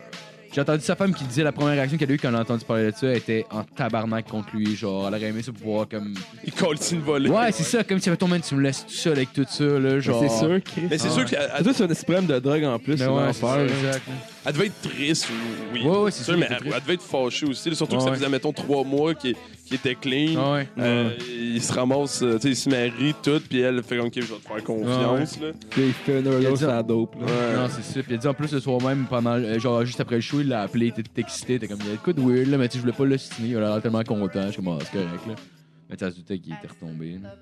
C: J'ai entendu sa femme qui disait la première réaction qu'elle a eue quand elle a entendu parler de ça, elle était en tabarnak contre lui. Genre, elle aurait aimé ça pouvoir comme.
D: Il colle une volée.
C: Ouais, c'est ça, comme si mettons, man, tu me laisses tout seul avec tout ça, là. Genre.
B: Ben, C'est sûr, Chris.
D: Mais c'est
C: Ah
D: sûr
C: ouais.
D: qu'elle
B: Ah,
D: elle-
B: toi, c'est un problème de drogue en plus.
C: Mais
B: c'est
C: ouais, c'est ça,
B: l'enfer.
C: exact.
D: elle devait être triste, ou- oui.
C: Ouais, ouais, c'est sûr
D: Mais
C: qu'elle était
D: elle,
C: triste.
D: elle devait être fâchée aussi. là, Surtout que ça
C: Ouais.
D: faisait, mettons, trois mois qu'il qu'il était clean.
C: Ah ouais.
D: Euh, Il se ramasse, euh, tu sais, il se marie, tout, puis elle fait comme, OK, je vais te faire
C: Ah,
D: confiance, là.
B: Puis il fait un hurlo
C: dit-
B: sur la dope. là.
C: Non, c'est ça. Puis elle dit en plus le soir même, pendant, euh, genre juste après le show, il l'a appelé, il était excité, t'es comme, il y a de quoi de weird, là, mais tu sais, je voulais pas l'ostiner, il a l'air tellement content, je suis comme, ah, c'est correct, là. Mais tu sais, elle se doutait qu'il était retombé. là.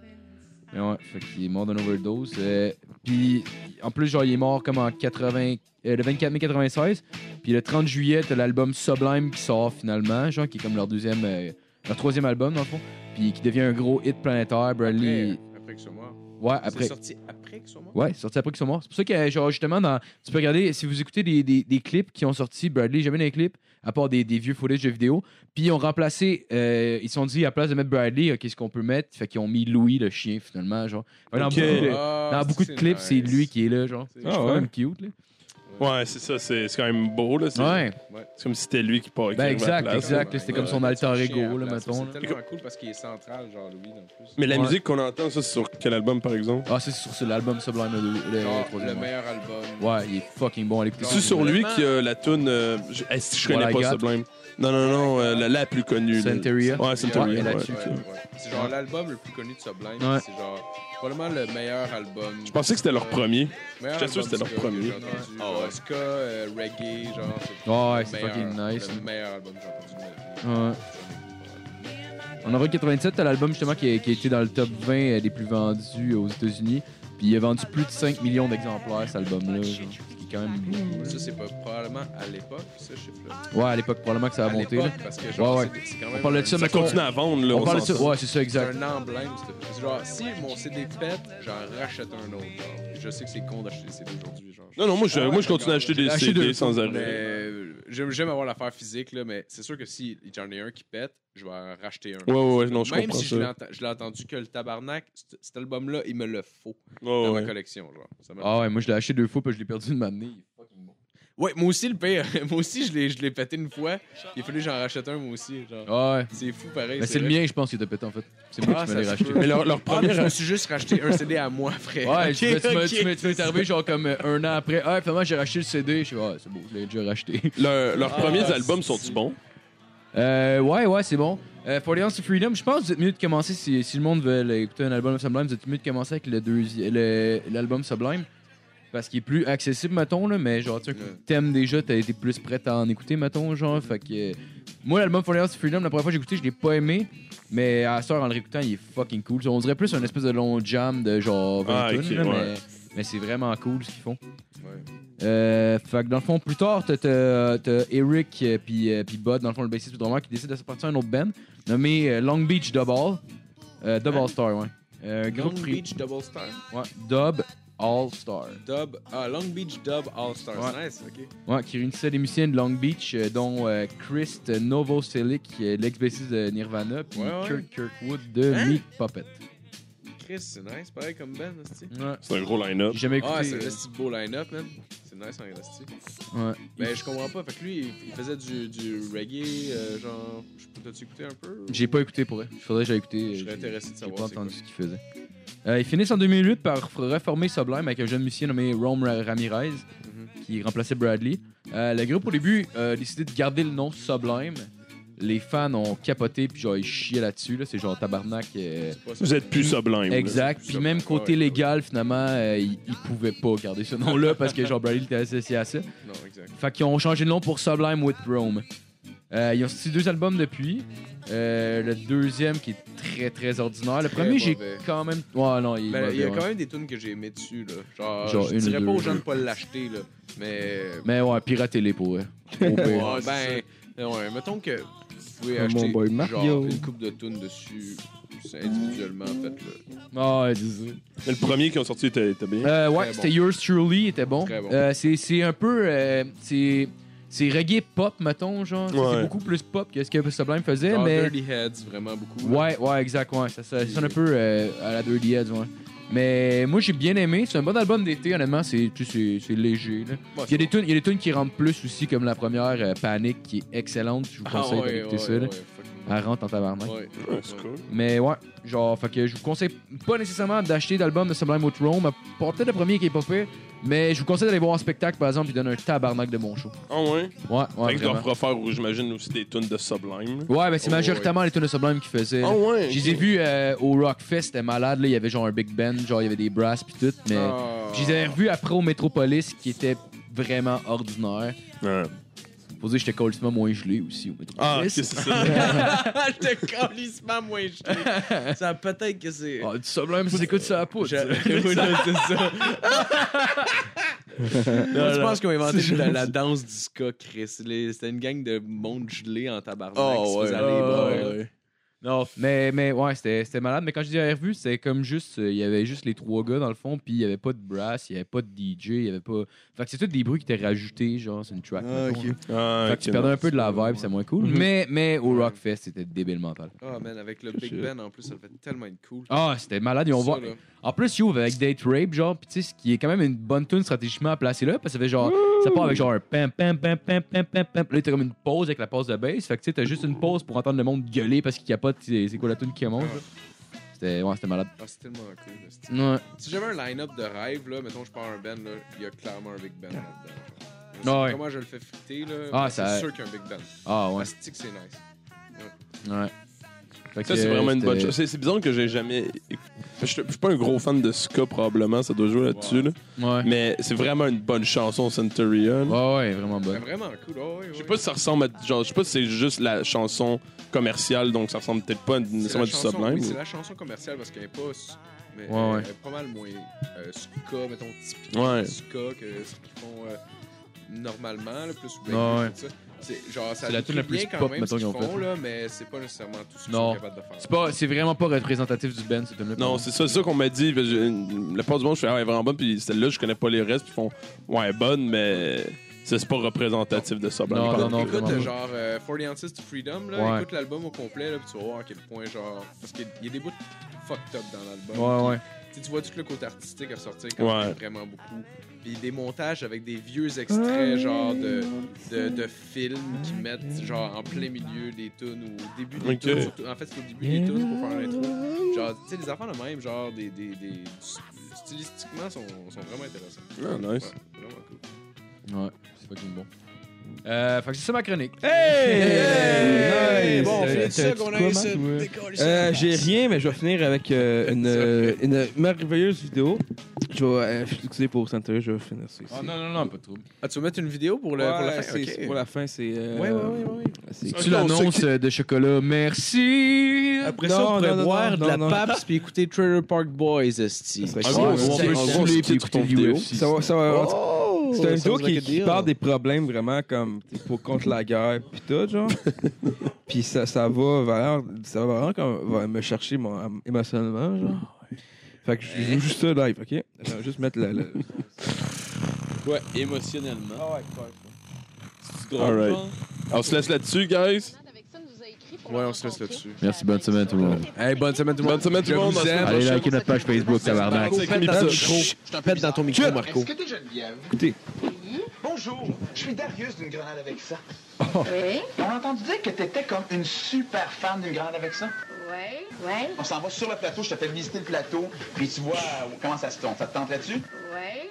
C: Mais ouais, fait qu'il est mort d'une overdose. euh, puis en plus, genre, il est mort comme en 80, euh, le 24 mai 96. Puis le 30 juillet, t'as l'album Sublime qui sort finalement, genre, qui est comme leur deuxième, euh, leur troisième album, dans le fond. Puis qui devient un gros hit planétaire. Bradley.
F: Après que je sois mort.
C: ouais, après.
F: C'est sorti après que je sois mort.
C: Ouais, sorti après qu'ils sont morts. C'est pour ça que, euh, genre, justement, dans, tu peux regarder, si vous écoutez des, des, des clips qui ont sorti, Bradley, jamais dans les clips, à part des, des vieux footage de jeux vidéo, puis ils ont remplacé, euh, ils se sont dit, à place de mettre Bradley, qu'est-ce qu'on peut mettre? Fait qu'ils ont mis Louis, le chien, finalement, genre. Fait que dans
D: Ok. Ah
C: beaucoup de,
F: Ah,
C: dans beaucoup de
F: c'est
C: clips,
F: nice.
C: c'est lui qui Ah, est là, genre.
F: C'est-
C: C'est quand
B: ouais.
C: même cute, là.
D: Ouais, c'est ça, c'est c'est quand même beau, là. C'est
C: Ouais,
D: c'est comme si c'était lui qui parlait.
C: ben exact,
D: place, là.
C: exact. là, C'était comme son
F: Ouais,
C: alter
F: euh, c'est
C: ego,
F: chiant,
C: là,
F: là,
C: mettons. là.
F: C'est tellement cool parce qu'il est central, genre Louis, en plus.
D: Mais la
C: Ouais.
D: musique qu'on entend, ça, c'est sur quel album, par exemple?
C: Ah, c'est sur sur l'album Sublime, le, le-
F: Genre, le
C: troisième, ouais.
F: meilleur album.
C: Ouais, il est fucking bon à l'écouter.
D: C'est
F: Genre,
D: sur lui
F: vraiment-
D: qui a la tune. Euh, je, eh, si je connais
C: Voilà,
D: pas
C: Gat.
D: Sublime. Non, non, non, euh, la, la plus connue. là.
C: Santeria.
D: Ouais,
C: Ouais,
D: Santeria.
C: et
D: Ouais,
C: là-dessus,
F: Ouais, ouais. C'est genre l'album le plus connu de Sublime.
C: Ouais.
F: C'est genre probablement le meilleur album.
D: Je pensais que c'était leur premier.
F: Meilleur
D: j'étais sûr que
F: album
D: c'était leur
F: ska que
D: premier.
F: j'ai entendu.
E: Ah ouais.
F: Genre, Ska, euh, reggae, genre.
C: Ouais,
F: le
C: c'est
F: meilleur-
C: fucking nice. hein.
F: Le meilleur album que j'ai entendu de ma vie.
C: Ouais. En avril 87, t'as l'album justement qui a, qui a été dans le top 20 des plus vendus aux États-Unis. Puis il a vendu plus de 5 millions d'exemplaires cet album-là. genre. Ce qui est quand même beaucoup,
F: Ça, c'est pas probablement à l'époque, ce chiffre-là.
C: là. Ouais, à l'époque, probablement que ça a
F: à
C: monté. là.
F: l'époque, parce que genre,
C: Ouais, ouais.
F: c'est- c'est quand même.
C: On parle de ça,
F: un-
D: Ça
C: mettons,
D: continue à vendre, là.
C: On parle de
D: s'en
C: ça.
D: sort.
C: Ouais, c'est ça,
F: C'est
C: exact.
F: un emblème, c'est genre si mon CD pète, j'en rachète un autre. genre. Je sais que c'est con d'acheter des CD aujourd'hui, genre.
D: Non, non, moi, je,
F: Ah ouais,
D: moi, je continue à
F: d'accord.
D: acheter des
C: Acheter
D: CD
C: deux.
D: sans
F: Mais
D: arrêt.
F: euh, j'aime j'aime avoir l'affaire physique là, mais c'est sûr que si j'en ai un qui pète, je vais en racheter un.
D: Ouais, ouais, ouais, non, je
F: Même
D: comprends
F: si
D: ça.
F: je l'ai ent- je l'ai entendu que le tabarnak, c't- cet album-là, il me le faut
D: Ouais,
F: dans
D: ouais.
F: ma collection. Genre. Ça me-
C: Ah ouais, moi je l'ai acheté deux fois, puis je l'ai perdu de ma année.
F: Ouais, moi aussi, le pire. [laughs] moi aussi, je l'ai je l'ai pété une fois. Il a fallu que j'en rachète un, moi aussi. Genre.
C: Ah Ouais.
F: C'est fou, pareil.
C: Mais Ben, c'est le
F: vrai.
C: mien, je pense, qui t'a pété en fait. C'est moi
F: Ah,
C: qui me l'ai
F: ça se
C: racheté.
F: peut.
D: Mais leur, leur
F: Ah, mais
D: première.
F: je me suis juste racheté un CD à moi, frère.
C: Ouais, tu m'as- tu m'as- tu m'as- tu m'es arrivé genre comme euh, un an après. Ah, finalement, j'ai racheté le CD. Je suis, ah, c'est beau, je l'ai déjà racheté. [laughs]
D: leur- Euh, leurs
F: Ah,
D: premiers
F: c'est-
D: albums sont-ils bons?
C: Euh, ouais, ouais, c'est bon. Euh, For the House of Freedom, je pense que vous êtes mieux de commencer, si, si le monde veut aller écouter un album Sublime, vous êtes mieux de commencer avec le deuxi- le- l'album Sublime. Parce qu'il est plus accessible, mettons, là, mais genre, tu sais,
F: Ouais.
C: t'aimes déjà, t'as été plus prêt à en écouter, mettons, genre. Fait que. euh, Moi, l'album For the House of Freedom, la première fois que j'ai écouté, je l'ai pas aimé. Mais à la soeur, en le réécoutant, il est fucking cool. On dirait plus un espèce de long jam de genre 20
D: Ah, ok,
C: tunes, là,
D: ouais.
C: mais, mais c'est vraiment cool ce qu'ils font. Euh, fait que dans le fond, plus tard, t'as- t'as t'as Eric euh, puis euh, puis Bud, dans le fond, le bassiste puis le drummer, qui décide de se partir à un autre band nommé euh, Long Beach Double. Euh, Dub All Star, ouais. Euh,
F: Long
C: groupe pri-
F: Beach Double Star.
C: Ouais, Dub All Star.
F: Dub. Ah, Long Beach Dub All Star.
C: Ouais.
F: Nice, ok.
C: Ouais, qui réunissait des musiciens de Long Beach, euh, dont euh, Chris Novoselic, euh, l'ex-bassiste de Nirvana, puis
F: Ouais, ouais.
C: Kurt Kirkwood de
F: Hein?
C: Meat Puppet.
F: Chris, c'est nice, pareil comme Ben, hostie.
C: Ouais.
D: C'est un gros line-up.
C: J'ai jamais écouté.
F: Ah, c'est un
C: euh,
F: hostie de beau line-up, man. C'est nice en hostie.
C: ouais.
F: Ben, je comprends pas. Fait que lui, il- il faisait du, du reggae, euh, genre. je- T'as-tu écouté un peu
C: J'ai pas écouté pour vrai. Faudrait que j'aille écouter. euh,
F: Je serais intéressé de
C: J'ai
F: savoir.
C: pas
F: c'est quoi.
C: entendu ce qu'il faisait. Euh, ils finissent en 2008 par reformer Sublime avec un jeune musicien nommé Rome Ra- Ramirez
F: Mhm.
C: qui remplaçait Bradley. Euh, le groupe au début euh, a décidé de garder le nom Sublime. Les fans ont capoté puis genre ils chiaient là-dessus là. c'est genre tabarnak. euh,
F: C'est pas ça.
D: Vous êtes plus sublime. là.
C: exact.
F: c'est
C: Puis
F: Sublime,
C: même côté
F: ouais, ouais.
C: légal finalement euh, ils, ils pouvaient pas garder ce nom-là parce que genre Bradley était associé à ça.
F: Non, exact.
C: Fait qu'ils ont changé de nom pour Sublime with Rome. Euh, ils ont sorti deux albums depuis. Euh, le deuxième qui est très très ordinaire. Le
F: Très
C: premier, j'ai
F: mauvais.
C: quand même. Ouais, non, il est
F: Ben, il
C: mauvais,
F: y a quand
C: ouais.
F: même des tunes que j'ai aimées dessus, là. Genre,
C: Genre
F: je
C: une ou
F: dirais pas
C: deux.
F: aux gens de pas l'acheter, là. Mais.
C: Mais ouais, piratez-les pour eux. Au pire.
F: [laughs] Ouais, ben, ouais, mettons que vous pouvez
B: Ah, mon
F: acheter
B: boy Mario.
F: genre, une coupe de tunes dessus c'est individuellement, en fait. Là.
C: Ah, ouais, c'est ça.
D: Mais le premier qui ont sorti était, était bien.
C: Euh, ouais,
F: Très
C: c'était
F: bon.
C: Yours Truly, il était bon.
F: Très bon.
C: Euh, c'est- c'est un peu. euh, c'est c'est reggae pop, mettons, genre. C'est-
D: Ouais.
C: C'est beaucoup plus pop que ce que Sublime faisait,
F: Genre
C: Eh, mais.
F: Dirty Heads, vraiment beaucoup. là.
C: Ouais, ouais, exact, ouais. Ça, ça sonne un peu euh, à la 2 Heads, ouais. Mais moi, j'ai bien aimé. C'est un bon album d'été, honnêtement. C'est tu sais, c'est- c'est léger. là.
E: Ouais,
C: Il y a des tunes- il y a des tunes qui rentrent plus aussi, comme la première, euh, Panic, qui est excellente. Je vous
E: Ah
C: conseille
E: ouais,
C: d'écouter
E: ouais,
C: ça. là.
E: ouais,
C: Elle rentre en tabarnak.
E: ouais.
D: Ouais, c'est cool.
C: Mais ouais, genre, fait que je vous conseille pas nécessairement d'acheter d'album de Sublime Out Rome, peut-être le premier qui est pas fait, mais je vous conseille d'aller voir un spectacle, par exemple, qui donne un tabarnak de mon show.
D: Ah ouais?
C: Ouais, ouais,
D: fait qu'ils doivent
C: vraiment.
D: refaire, ou j'imagine, aussi des tunes de Sublime.
C: Ouais, mais c'est
D: Oh,
C: majoritairement les tunes de Sublime qui faisaient.
D: Ah ouais?
C: Je les ai vus euh, au Rockfest, c'était malade, là, il y avait genre un big band, genre il y avait des brass pis tout, mais
F: Ah. Oh.
C: je les avais revus après au Metropolis qui était vraiment ordinaire.
D: Ouais.
C: Faut dire que j'étais complètement moins gelé aussi au
D: Ah, ok,
C: Metropolis.
D: c'est
C: [laughs]
D: ça.
F: [laughs] Je te calissement moins gelé. Ça peut-être que c'est.
C: Ah, du Sublime, ça s'écoute sur la poudre.
F: Je- Oui, là, c'est ça. Moi, je pense qu'ils ont inventé la, la danse du ska, Chris. Les- C'était une gang de monde gelé en tabarnak. si vous
E: ouais,
F: allez,
C: ah,
F: bah,
E: ouais.
C: Non, mais, mais ouais, c'était c'était malade. Mais quand je dis revu, c'était comme juste. euh, Il y avait juste les trois gars dans le fond, puis il y avait pas de brass, il y avait pas de DJ, il y avait pas. Fait que c'est tous des bruits qui étaient rajoutés, genre, c'est une track.
E: Ah,
C: mettons,
E: ok.
C: là.
D: Ah,
C: Fait
D: ok,
C: que tu perdais un peu de la vibe, c'est moins cool.
B: Mhm.
C: mais, mais au Rockfest, c'était débile mental.
F: Oh man, avec le Big Ben en plus, ça devait tellement être cool.
C: Ah, c'était malade. Ils ont
F: Ça,
C: voir.
F: là. ah,
C: En plus, you avec Date Rape, genre, pis tu sais, ce qui est quand même une bonne tune stratégiquement à placer là, parce que ça fait genre, ça part avec genre un pam pam pam pam pam pam pam. Là, t'as comme une pause avec la pause de bass, fait que tu sais, t'as juste une pause pour entendre le monde gueuler parce qu'il capote, c'est c'est quoi la tune qui monte. là. C'était, ouais, c'était malade.
F: Ah, c'est tellement cool. là, c'est-
C: Ouais.
F: Si j'avais un line-up de rêve, là, mettons, je pars un band, là, il y a clairement un Big Ben là-dedans. Je sais
C: Ah ouais.
F: Comment je le fais fitter, là?
C: Ah,
F: mais
C: ça-
F: C'est sûr qu'il y a un Big Ben.
C: Ah ouais.
F: Plastique, c'est nice.
C: ouais. Fait
D: Ça,
C: que,
D: c'est vraiment une bonne
C: c'était-
D: chose. C'est c'est bizarre que j'ai jamais. Je je suis pas un gros fan de Ska, probablement, ça doit jouer là-dessus. Là.
C: Ouais.
D: Mais c'est vraiment une bonne chanson, Centurion.
C: Ouais, ouais, vraiment
F: C'est
C: bonne.
F: vraiment cool. Oh, ouais, ouais.
D: Je sais pas si ça ressemble à. Genre, je sais pas si c'est juste la chanson commerciale, donc ça ressemble peut-être pas à
F: C'est la
D: nécessairement du
F: chanson-
D: Sublime.
F: oui, c'est la chanson commerciale parce qu'elle est pas. s- Mais
C: Ouais, ouais.
F: Elle est pas mal moins euh, ska, mettons, typique
D: Ouais.
F: ska que ce qu'ils font euh, normalement, là, plus
C: Ouais,
F: reggae,
C: ouais.
F: tout ça. C'est genre, ça
C: C'est la
F: décrit
C: tune la plus
F: bien quand
C: pop,
F: même ce
C: mettons,
F: qu'ils
C: qu'ils ont
F: font,
C: faite.
F: là, mais c'est pas nécessairement tout ce qu'ils
C: Non.
F: sont capables de faire.
C: C'est pas, c'est vraiment pas représentatif du band, cette tune-là.
D: Non, c'est ça, c'est ça qu'on m'a dit. parce que j'ai- La part du monde, je fais, ah, elle est vraiment bonne, puis celle-là, je connais pas les restes, puis ils font, ouais, elle est bonne, mais ça, c'est pas représentatif de Sublime.
C: Non, non, non.
F: écoute,
C: vraiment.
F: euh, genre, euh, 40 Ounces to Freedom, là,
C: Ouais.
F: écoute l'album au complet, là, puis tu vas voir à quel point, genre, parce qu'il y a- il y a des bouts fucked up dans l'album.
C: Ouais, ouais.
F: Tu sais, tu vois tout le côté artistique à sortir quand
D: Ouais.
F: même vraiment beaucoup. Puis des montages avec des vieux extraits genre de, de, de films qui mettent genre en plein milieu des tunes ou au début des
D: Ok.
F: tunes. surtout- en fait, c'est au début des tunes pour faire l'intro. Genre, tu sais, les enfants de même, genre, des, des, des- stylistiquement, sont, sont vraiment intéressants.
D: Ah, nice.
F: Ouais, vraiment cool.
C: Ouais, c'est fucking bon. Euh, fait que c'est ça ma chronique.
B: Hey!
F: Hey!
B: Nice!
F: Bon, on
B: Euh,
F: finit ça
B: t'as-tu
F: qu'on
B: quoi,
F: a
B: Marc,
F: essayé
B: ou,
F: de
B: euh?
F: décoller ça.
B: Euh, J'ai rien, mais je vais finir avec euh, une, euh, une merveilleuse vidéo. Je vais. euh, je suis excusé pour Santa, je vais finir ça ici.
C: Oh non, non, non, pas de trouble.
F: Ah, tu veux mettre une vidéo Ah, pour, le,
B: Ouais,
F: pour la fin?
B: c'est-
F: Ok.
B: Pour la fin, c'est. euh,
F: Ouais, ouais, ouais, ouais.
B: c'est-
C: Tu l'annonces euh, de chocolat, merci!
F: Après
B: Non,
F: ça, on
B: non,
F: pourrait
B: non,
F: boire
B: non,
F: de la
B: non.
F: PAPS puis écouter Trailer Park Boys, esti. Ah,
B: Ça serait
C: Ah,
D: En
B: cool.
D: gros,
B: Ouais,
D: on
B: c'est-
D: peut-
B: en
D: on
B: gros,
D: peut l'écouter sur ton vidéo.
B: Ça va, ça va. C'est un
F: Ça
B: vidéo
F: Oh! sounds like
B: qui,
F: a
B: qui
F: deal.
B: parle des problèmes vraiment comme t'sais, pour contre la guerre puis tout genre.
F: [laughs]
B: puis ça, ça va vraiment, ça va vraiment comme va me chercher mon, à- émotionnellement genre.
F: Ah,
B: Fait que
F: Euh,
B: je joue juste ça live, ok? Attends, juste mettre le. le...
E: Quoi, émotionnellement?
F: Ah
E: C'est drôle,
D: All right.
E: genre?
D: On se laisse là-dessus, guys.
F: Ouais, on se laisse là-dessus.
C: Merci, bonne semaine, tout le monde.
F: Hey, bonne semaine tout le monde.
D: Bonne semaine, tout le
F: Je
D: monde.
F: vous
D: À la semaine
F: aime.
C: Allez
D: prochaine.
C: liker notre page Facebook, tabarnak.
D: Avec mes petits-
F: Je t'appelle dans ton micro, Marco.
G: Est-ce que t'es Geneviève?
B: Écoutez.
G: Bonjour, je suis Darius d'une Grande avec ça. On a entendu dire que t'étais comme une super fan d'une Grande avec ça.
H: Ouais. Ouais.
G: On s'en va sur le plateau, je te fais visiter le plateau, puis tu vois euh, comment ça se tourne. Ça te tente là-dessus?
H: Ouais.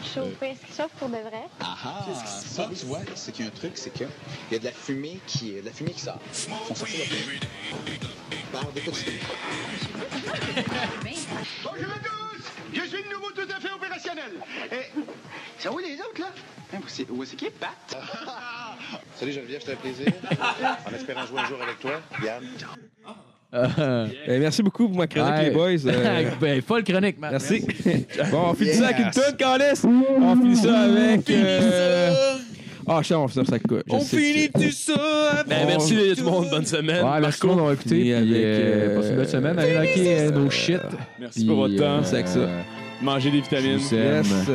H: Chauffer, est-ce qu'il chauffe pour de vrai?
G: Ah ah! Ça, tu vois, c'est qu'il y a un truc, c'est qu'il y a de la fumée qui, euh, de la fumée qui sort. Ben, Ils font sortir la fumée. Par des petits trous. Bonjour à tous! Je suis le nouveau tout à fait opérationnel. Et... Sont où les autres, là? Hein, c'est- Où est-ce qui est [laughs] Pat? Salut Geneviève, c'était un plaisir. [laughs] en espérant jouer un jour avec toi, Yann.
B: Euh, merci beaucoup pour ma chronique,
C: Ouais.
B: les boys. euh,
C: Ben, folle chronique, man.
B: merci. bon, on finit ça avec une tonne, Calis. On finit ça avec. euh, Ah, je sais, on finit ça avec quoi? Je
E: On
B: sais que
E: finit
B: c'est-
E: tout ça!
D: Ben, merci tout le monde, bonne semaine.
C: Ouais, merci tout le monde d'avoir écouté. Puis,
B: Et avec,
C: euh,
B: euh,
C: passez une bonne semaine. Allez liker euh,
F: oh
C: nos shit.
E: Merci pour votre temps.
B: c'est avec ça.
E: Mangez des
C: Je
E: vitamines,
C: vous aime.
B: Yes.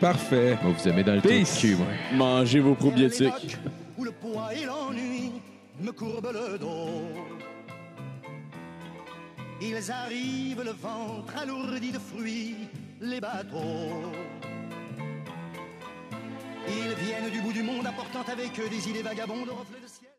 B: Parfait.
C: Moi, vous aimez dans le trou
B: Peace.
C: de cul, moi.
E: mangez vos probiotiques.
G: Où le poids et l'ennui me courbent le dos.
I: Ils arrivent le ventre alourdi de fruits, les bateaux. Ils viennent du bout du monde apportant avec eux des idées vagabondes au reflet de ciel.